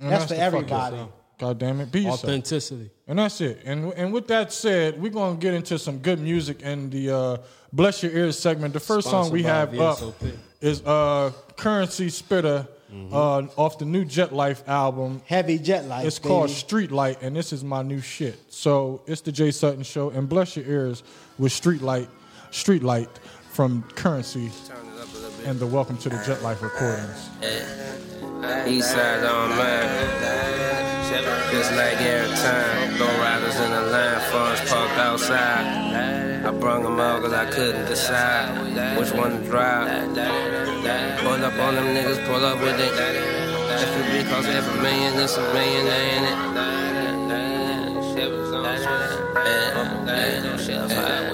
That's for Mm, the fuck everybody. yourself. God damn it, be yourself. Authenticity. And that's it. And and with that said, we're gonna get into some good music and the uh, bless your ears segment. The first song Sponsored we by have up VSOP. is uh, Currency Spitter uh, off the new Jet Life album. Heavy jet life. It's called baby. Street Light, and this is my new shit. So it's the Jay Sutton Show, and bless your ears with Street Light, Street Light from Currency, and the Welcome to the Jet Life recordings. East side on mine. Just like every time. Low riders in the line, funds parked outside. I brung them all cause I couldn't decide which one to drive. Pull up on them niggas, pull up with it. If it be cost half a million, it's a million, ain't it?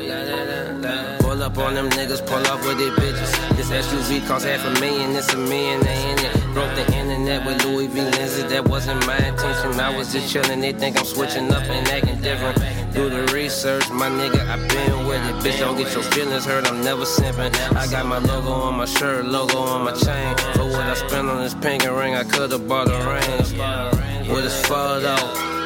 Pull up on them niggas, pull up with it, bitches. This SUV cost half a million, it's a million, ain't it? Broke the internet with Louis V lenses, that wasn't my intention. I was just chillin', they think I'm switching up and acting different. Do the research, my nigga, I been with it. Bitch, don't get your feelings hurt, I'm never simping. I got my logo on my shirt, logo on my chain. For what I spent on this pink ring, I could've bought a ring. With this photo,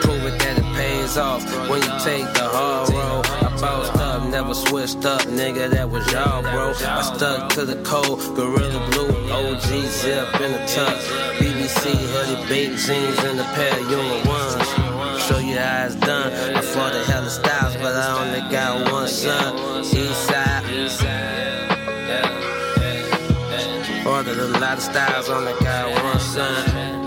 prove it that it pays off. When you take the hard road, I bossed up, never switched up, nigga, that was y'all, bro. I stuck to the code, Gorilla Blue, OG zip in the tuck. BBC hoodie, big jeans, and a pair of Union ones. Show you how it's done. I fought the hell of styles, but I only got one son. Eastside. Ordered a lot of styles, only got one son.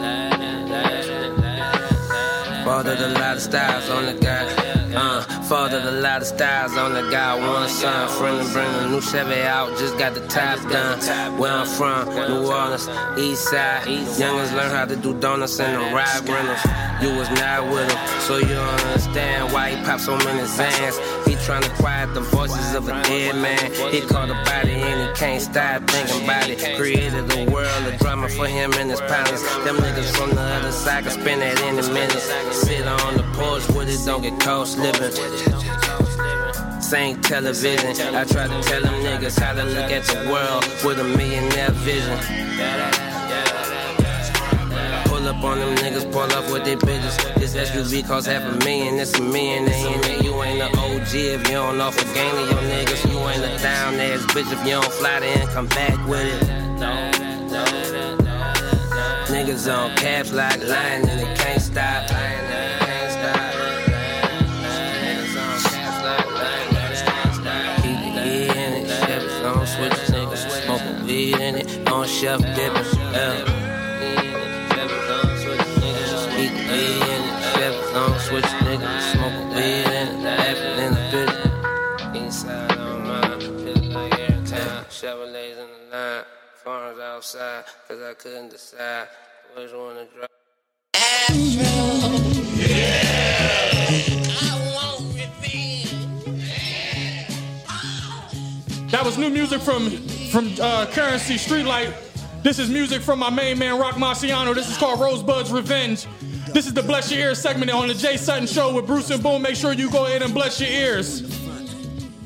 Ordered a lot of styles, only got uh. Fathered a lot of styles, only got one son. Friend and bring a new Chevy out, just got the top done. Where I'm from, New Orleans, East Side. Youngins learn how to do donuts and the ride rentals. You was not with him, so you don't understand why he popped so many Zans. He tryna quiet the voices of a dead man. He caught a body and he can't stop thinking about it. Created a world of drama for him and his partners. Them niggas from the other side can spin that in a minute. Sit on the porch with it, don't get caught slipping. Same television. I try to tell them niggas how to look at the world with a millionaire vision. Pull up on them niggas, pull up with their bitches. This SUV costs half a million, it's a million. They ain't it. You ain't an OG if you don't offer game to your niggas. You ain't a down ass bitch if you don't fly there and come back with it. Niggas on caps like lying and they can't stop. Lying and they can't stop. Keep the key in it, steps on switches, niggas smoking weed chef dipping. Eat weed in it, chef long switch nigga, smoke weed in it, laughing in the bit. Inside on mine, feel like every time. Chevrolets in the line, farms outside, cause I couldn't decide which one to drop. That was new music from from uh, Currency Streetlight. This is music from my main man Rock Marciano. This is called Rosebud's Revenge. This is the Bless Your Ears segment on the Jay Sutton Show with Bruce and Boom. Make sure you go ahead and bless your ears.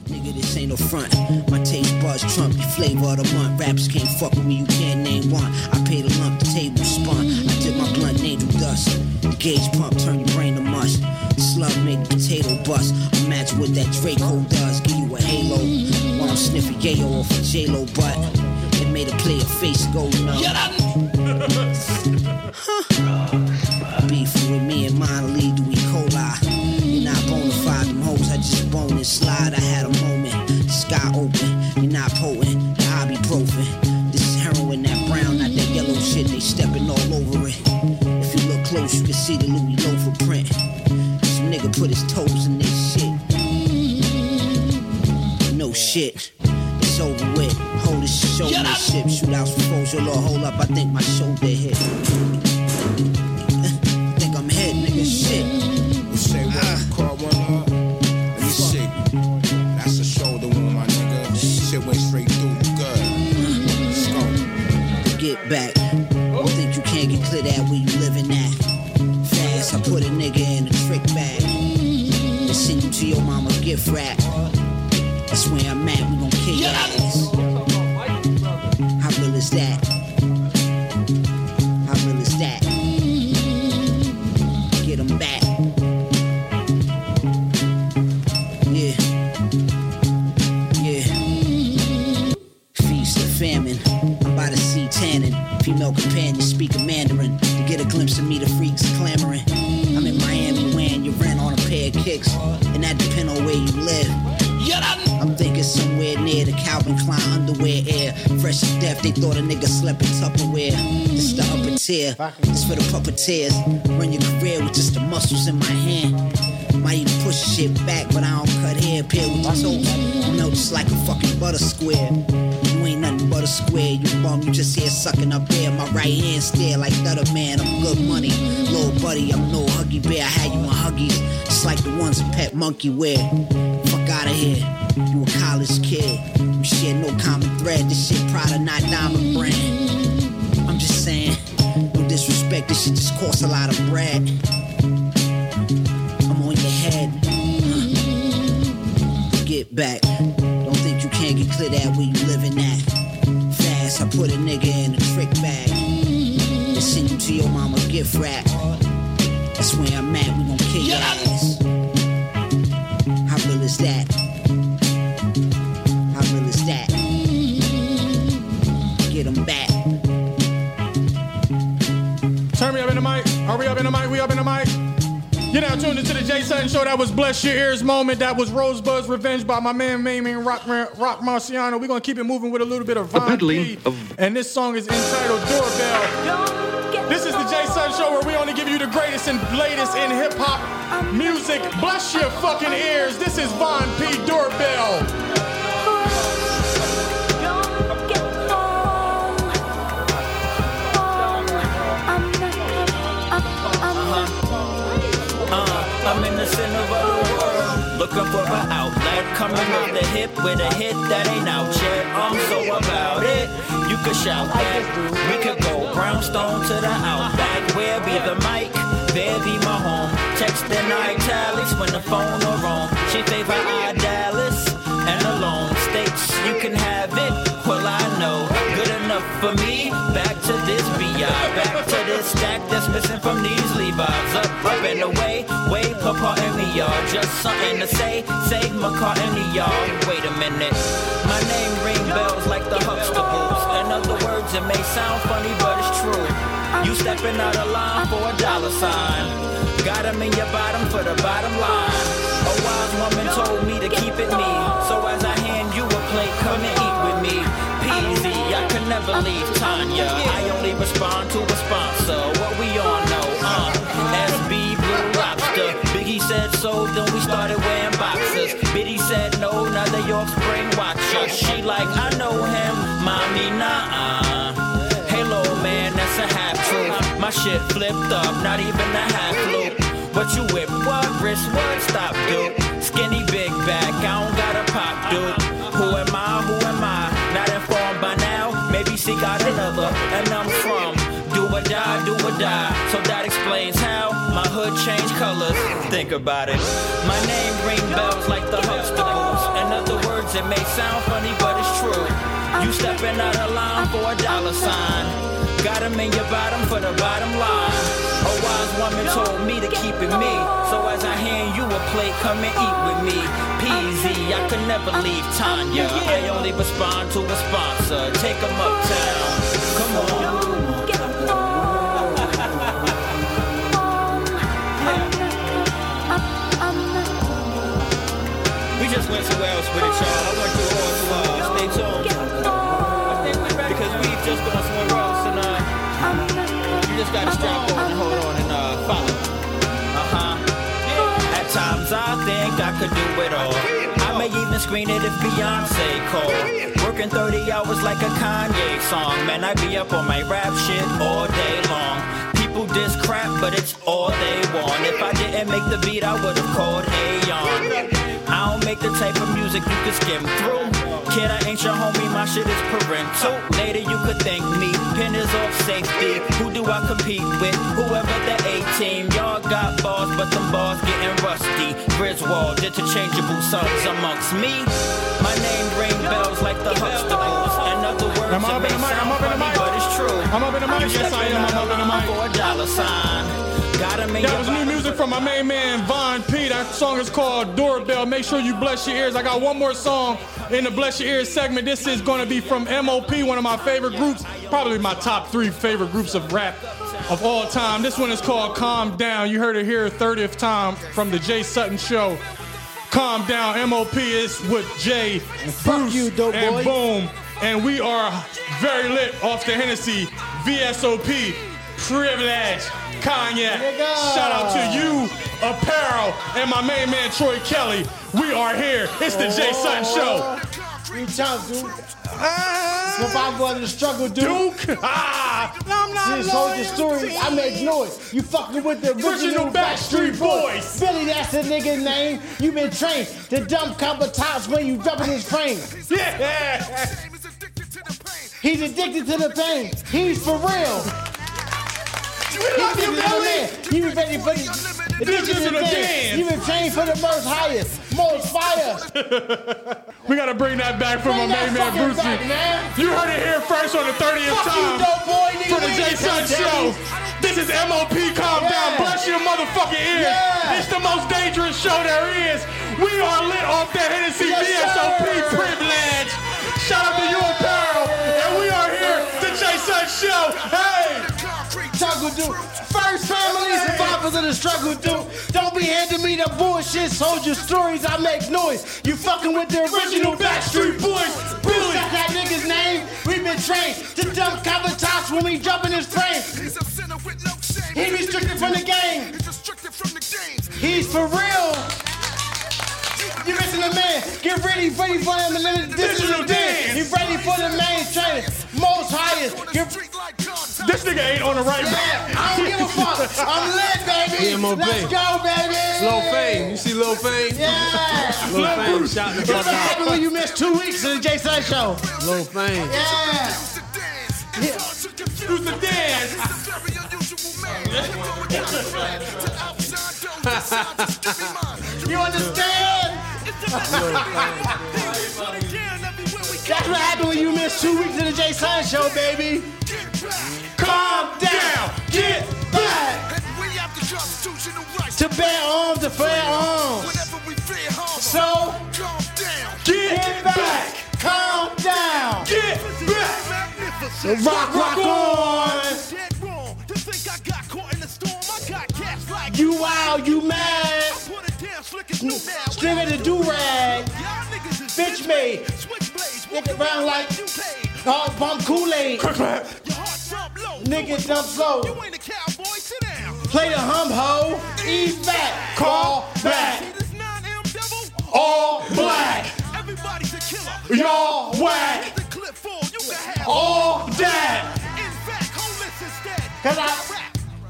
Nigga, this ain't no front. My taste buds trump your flavor of the month. Rappers can't fuck with me, you can't name one. I paid a lump, the table spun. I did my blunt, named him dust. The gauge pump, turn your brain to mush. Slug make the potato bust. Imagine what that Draco does, give you a halo. While I'm sniffing yayo off a J-Lo butt. It made a player face go numb. beef with me and mine lead to E. coli. You're not bona fide, them hoes I just bone and slide. I had a moment, the sky open. You're not potent, the ibuprofen. This is heroin, that brown, not that yellow shit. They stepping all over it. If you look close, you can see the Louis loafer print. This nigga put his toes in this shit. No shit. It's over with. Hold this shit, show this shit. Shootouts for foes, your little hole up. I think my shoulder hit. think I'm hit, nigga. Shit. Say what? Call one up. Let me see. That's a shoulder wound, my nigga. Shit went straight through. You good? Let's go. Get back. Don't think you can't get clear that where you living at. Fast, I put a nigga in a trick bag. And send you to your mama gift wrap. That's where I'm at. We gon' kill your ass. How real is that? How real is that? Get 'em back. Yeah. Yeah. Feast of famine. I'm by the sea tanning. Female companion speaking Mandarin. To get a glimpse of me, the freaks clamoring. I'm in Miami wearing your rent on a pair of kicks. And that depend on where you live. I'm thinking somewhere near the Calvin Klein underwear air. Fresh as death, they thought a nigga slept in Tupperware. It's the upper tier, it's for the puppeteers. Run your career with just the muscles in my hand. Might even push shit back, but I don't cut hair. Pair with the toes, you know, just like a fucking butter square. You ain't nothing but a square, you bum. You just here sucking up air. My right hand stare like Nutter Man. I'm good money, little buddy. I'm no huggy bear. I had you in huggies, just like the ones a pet monkey wear. Fuck out of here. You a college kid. We share no common thread. This shit Prada, not diamond brand. I'm just saying, no disrespect. This shit just costs a lot of bread. I'm on your head. Huh. Get back. Don't think you can't get clear that where you living at. Fast, I put a nigga in a trick bag. And send you to your mama gift wrap. That's where I'm at. We gon' kill your ass. How real is that? How real is that? Get 'em back. Turn me up in the mic. Are we up in the mic? We up in the mic. You're now tuned into the Jay Sutton Show. That was Bless Your Ears moment. That was Rosebud's Revenge by my man, main man, Rock, Rock Marciano. We're going to keep it moving with a little bit of Von peddling P. of- And this song is entitled Doorbell. This is the Jay Sun Show where we only give you the greatest and latest in hip hop music. Bless your fucking ears. This is Von P. Doorbell. I'm in the center of the world, looking for an outlet. Coming out the hip with a hit that ain't out yet. I'm so about it. You could shout back. We could go brownstone to the outback. Where be the mic? There be my home. Texting italics when the phone are on. She favor I Dallas and alone states you can have it. Well, I know good enough for me. Back to this BI, back to this stack that's missing from these Levi's. Up, up and away, way papa and me y'all. Just something to say, save my car in the yard. Wait a minute, my name ring bells like the Huxtables. In other words, it may sound funny, but it's true. You stepping out of line for a dollar sign. Got 'em in your bottom for the bottom line. A wise woman told me to keep it me. So as I hand you a plate, come and eat with me. Peasy, I E could never leave time ya. I only respond to a sponsor. What we all know, uh. SB Blue Lobster. Biggie said so, then we started wearing boxers. Biddy said no, now the York Spring Watcher. She like, I know him, mommy, nah. Halo man, that's a half truth. My shit flipped up, not even a half loop. What you whip? What wrist? What stop, dude? Skinny big back, I don't got to pop, dude. Who am I? Who am I? Not informed by now. Maybe she got another, and I'm from. Do or die, do or die. So that explains how my hood changed colors. Think about it. My name ring bells like the Huxtables. In other words, it may sound funny, but it's true. You stepping out of line for a dollar sign. Got 'em in your bottom for the bottom line. A wise woman told me to keep it me. So as I hand you a plate, come and eat with me. Peasy, I could never leave Tanya. I only respond to a sponsor. Take 'em uptown. Come on. We just went somewhere else with it, y'all. I went through all two hours. Stay tuned. Because we just going somewhere else, and uh, you just gotta strap on and hold on and uh, follow. Uh huh. At times I think I could do it all. I may even screen it if Beyonce called. Working 30 hours like a Kanye song. Man, I be up on my rap shit all day long. People diss crap, but it's all they want. If I didn't make the beat, I would've called Aeon. I don't make the type of music you could skim through. Kid, I ain't your homie, my shit is parental. Later, you could thank me. Pin is off safety. Who do I compete with? Whoever the A team. Y'all got balls, but them balls getting rusty. Griswold, interchangeable subs amongst me. My name ring bells like the Huxtables. In other words, Am I it up in may the mic? I'm sound up in the funny, mic. but it's true. I'm up in the mic. You Yes, I am. I'm up in the line mic. For a dollar sign. Gotta make That your was new body music put- from my main man Von P. That song is called Doorbell. Make sure you bless your ears. I got one more song in the Bless Your Ears segment. This is going to be from MOP, one of my favorite groups, probably my top three favorite groups of rap of all time. This one is called Calm Down. You heard it here 30th time from the Jay Sutton Show. Calm down, MOP is with Jay, Bruce, you, dope and boy. Boom, and we are very lit off the Hennessy, VSOP, Privilege, Cognac. Nigga. Shout out to you, Apparel, and my main man Troy Kelly. We are here. It's the Jay Sutton Show. Reach out, dude. Uh, Survival of the struggle, dude. Duke, ah, Just hold your story. I make noise. You fucking with the original, Original Backstreet Backstreet Boys. Boys. Billy, that's the nigga name. You been trained to dump couple times when you rubbing his frame. yeah. He's addicted to the pain. He's for real. He's you, the Billy. man. You been ready for the Addicted to the dance. You been trained for the most highest, most fire. We gotta bring that back from my Bring that main man fucking Brucey. back, man. You heard it here first on the 30th Fuck you, time dope boy, nigga. for the We Jay ain't Sutton gonna tell Show. you. This is MOP. Calm down. Yeah. Bless your motherfucking ears. Yeah. It's the most dangerous show there is. We are lit off the Hennessy Yes, VSOP sir. privilege. Shout out to you, Apparel. And we are here, the Jay Sutton Show. Hey. struggle do. First family survivors of the struggle do. Don't be handing me the bullshit soldier stories. I make noise. You fucking with the original Backstreet Boys. Billy. That's that nigga's name. we been trained to dump cover tops when we jumping his frame. He's a sinner with no shame. He restricted from the game. He's restricted from the games. He's for real. You missing the man. Get ready, ready for him. And then this is Digital a dance. dance. You ready for the main trainer. Most highest. Get Street like contact. This nigga ain't on the right. Yeah, I don't give a fuck. I'm lit, baby. Yeah, Mo' Let's Bay. go, baby. Lil Fame. You see Lil Fame? Yeah. Lil Fame shot the What fuck out. happened when you missed two weeks of the Jay Sun Show? Lil Fame. Yeah. Used to dance. Yeah. Used to confuse. Who's the dance? He's a very unusual man. You go without a plan. To outside, don't decide. Just give me mine. You understand? It's the best of me. Put it down everywhere we go. That's what happened when you missed two weeks of the Jay Sun Show, baby. Get back. Calm down. Get back And we have the constitutional rights. to bear arms to fair arms. Whenever we fear harm. So Calm down. get back, calm down, Get back. Magnificent. rock, rock on. Dead wrong. To think I got caught in the storm. I got cash like You wild, you mad? Put it down, slick as new now. Slim at the do rag. Y'all niggas is Bitch made. Switch blades. Walk Walk around around like- like you paid. Oh, bump Kool Aid. Your heart Nigga jump slow. You ain't a cowboy, sit down. Play the hump ho. Eat back. Call back. See this 9M devil? All black. Everybody's a killer. Y'all whack. The clip full, you can have All that. In fact, hold this instead. Cause I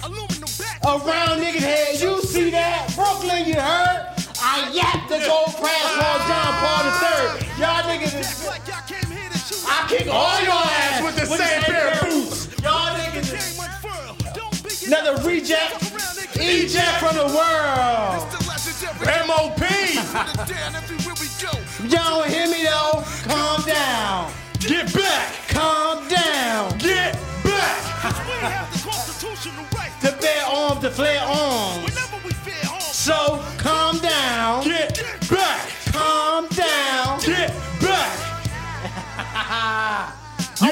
Aluminum back. around niggas head. You see that? Brooklyn, you heard? I yapped the gold past Paul John Ah, Paul III. Y'all niggas is. Act like y'all came here to shoot. I kick all your ass with the same pair of boots. Y'all niggas is. Game unfurled. Don't be Another reject. Eject from the world. the legendary. MOP. Down everywhere we go. Y'all don't hear me though. Calm down. Get back! Calm down. Get back! We have the constitutional right. To bear arms, to flare arms. Whenever we fear harm, So calm down. Get back! Calm down. Get back! you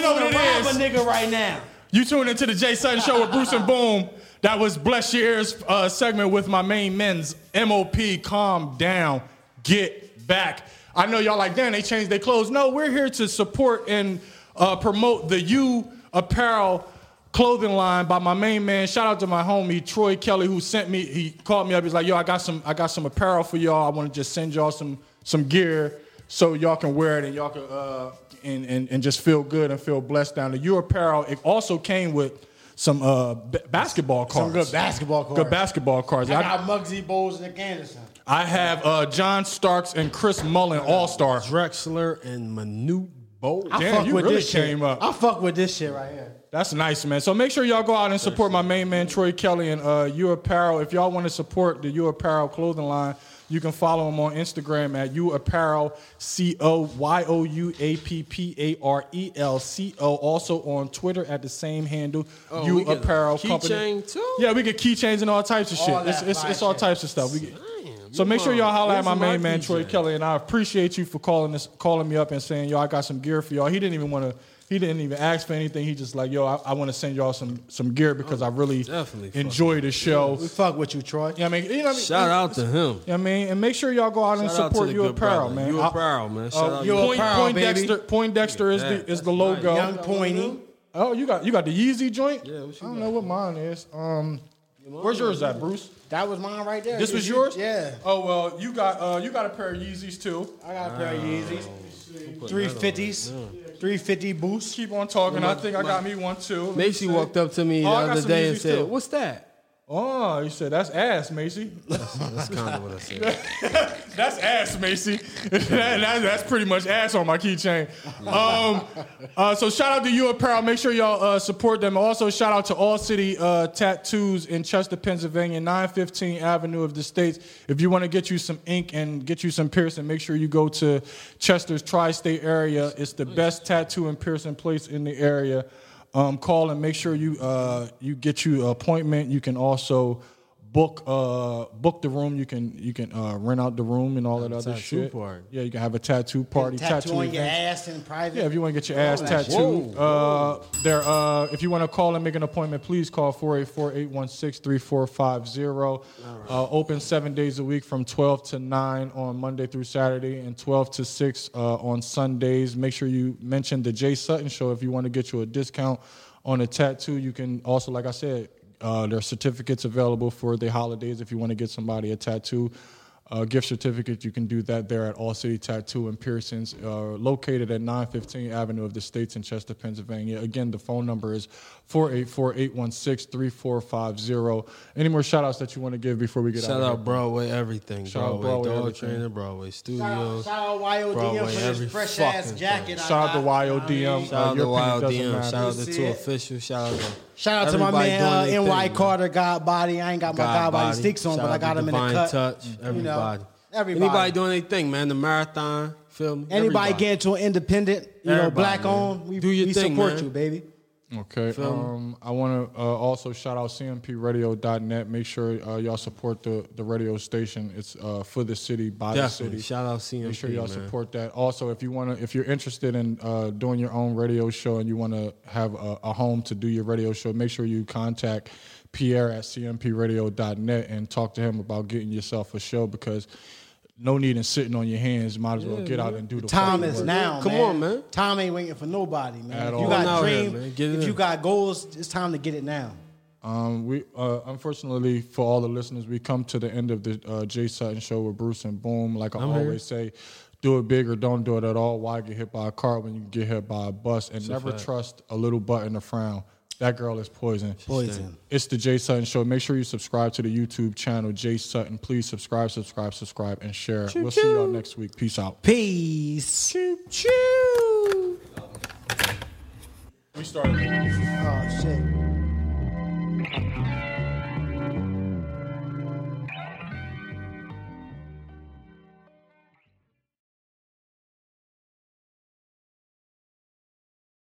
know what Rob a it is. nigga right now. You tune into the Jay Sutton Show with Bruce and Boom. That was Bless Your Ears uh, segment with my main men's MOP. Calm down. Get back. I know y'all like, damn, they changed their clothes. No, we're here to support and uh, promote the U Apparel clothing line by my main man. Shout out to my homie Troy Kelly who sent me. He called me up. He's like, yo, I got some, I got some apparel for y'all. I want to just send y'all some, some gear so y'all can wear it and y'all can uh, and, and and just feel good and feel blessed down there. Your apparel it also came with some uh, b- basketball cards. good basketball Good cards. basketball cards. I I, got Muggsy Bowles and Nick Anderson. I have uh, John Starks and Chris Mullen All Star. Drexler and Manute Bowl. I Damn, fuck you with really this came shit. up. I fuck with this shit right here. That's nice, man. So make sure y'all go out and support my main man Troy Kelly and uh, U Apparel. If y'all want to support the U Apparel clothing line, you can follow him on Instagram at U Apparel C O Y O U A P P A R E L C O. Also on Twitter at the same handle, Oh, U we get a Apparel keychain Company. too? Yeah, we get keychains and all types of shit. All that It's, it's, fire it's all shit. types of stuff. We get. Damn, So you make sure y'all wild. holler at Where's my main my man DJ? Troy Kelly, and I appreciate you for calling this, calling me up and saying, "Yo, I got some gear for y'all." He didn't even want to, he didn't even ask for anything. He just like, "Yo, I, I want to send y'all some some gear because I really definitely fuck enjoy the show." We fuck with you, Troy. Yeah, I mean, you know what I mean? Shout out to him. Yeah, I mean, and make sure y'all go out and Shout out support to the your good apparel, brother. man. You I- Uh, apparel, man. Shout Oh, out you to- Point, Apparel, Point baby. Dexter, Point Dexter is the that. is the logo. Young Pointy. Oh, you got you got the Yeezy joint. Yeah, I don't know what mine is. Um, where's yours at, Bruce? That was mine right there. This was You- yours? Yeah. Oh well, you got uh, you got a pair of Yeezys too. I got a pair Oh. of Yeezys. Three fifties. Three fifty boost. Keep on talking. I think I got me one too. Let me Macy see. walked up to me the Oh, I got other some day and Yeezys, said, too. "What's that?" Oh, you said that's ass, Macy. That's kind of what I said. That's ass, Macy. that, that- that's pretty much ass on my keychain. Um, uh, so shout out to you apparel. Make sure y'all uh, support them. Also shout out to All City uh, Tattoos in Chester, Pennsylvania, 915 Avenue of the States. If you want to get you some ink and get you some piercing, make sure you go to Chester's tri-state area. It's the best tattoo and piercing place in the area. Um, call and make sure you uh, you get you an appointment. You can also book uh book the room. You can you can uh, rent out the room and all that other tattoo shit. party. Yeah, you can have a tattoo party, Tattoo on your event. ass in private. Yeah, if you want to get your ass tattooed, uh, there. Uh, if you want to call and make an appointment, please call 484-816-3450. Uh, open seven days a week from 12 to 9 on Monday through Saturday and 12 to 6 uh, on Sundays. Make sure you mention the Jay Sutton Show if you want to get you a discount on a tattoo. You can also, like I said, uh, there are certificates available for the holidays if you want to get somebody a tattoo uh, gift certificate. You can do that there at All City Tattoo and Piercings, uh, located at 915 Avenue of the States in Chester, Pennsylvania. Again, the phone number is 484 816 3450. Any more shout outs that you want to give before we get out? Shout of out Broadway everything. Shout out Broadway, Broadway Dog everything. Trainer, Broadway Shout out- Studios. shout out YODM Broadway, for every this fresh ass fucking jacket. thing. I Shout out to got. YODM. Shout Uh, your out to opinion Wild doesn't DM. matter. Shout out to See Two it? Official. Shout out to Shout out to my everybody man doing uh, their NY thing, man. Carter, God Body. I ain't got my God, Body, sticks on, Shout but I out got to them in the Divine cut. Touch. Everybody. You know, everybody. Anybody doing anything, man. The marathon. Feel me? Anybody Everybody. getting to an independent, you know, Everybody, black man. on, we, Do your we thing, support man. you, baby. Okay. Um, I want to uh, also shout out cmpradio.net. Make sure uh, y'all support the, the radio station. It's uh, for the city, by Definitely. the city. Shout out Make CMP, sure y'all man. support that. Also, if you want to, if you're interested in uh, doing your own radio show and you want to have a, a home to do your radio show, make sure you contact Pierre at cmpradio.net and talk to him about getting yourself a show because no need in sitting on your hands. Might as well get out and do the Time fucking is work. now. Come man. on, man. Time ain't waiting for nobody, man. At if all. you Come got on out here, dream, man. Get it if in. you got goals, it's time to get it now. Um, we uh, unfortunately for all the listeners, we come to the end of the uh, Jay Sutton show with Bruce and Boom. Like I I'm here. always say, do it big or don't do it at all. Why get hit by a car when you can get hit by a bus? And never fact. trust a little button to frown. That girl is poison. Poison. It's the Jay Sutton Show. Make sure you subscribe to the YouTube channel, Jay Sutton. Please subscribe, subscribe, subscribe, and share. We'll see y'all next week. Peace out. Peace. We started. Oh shit.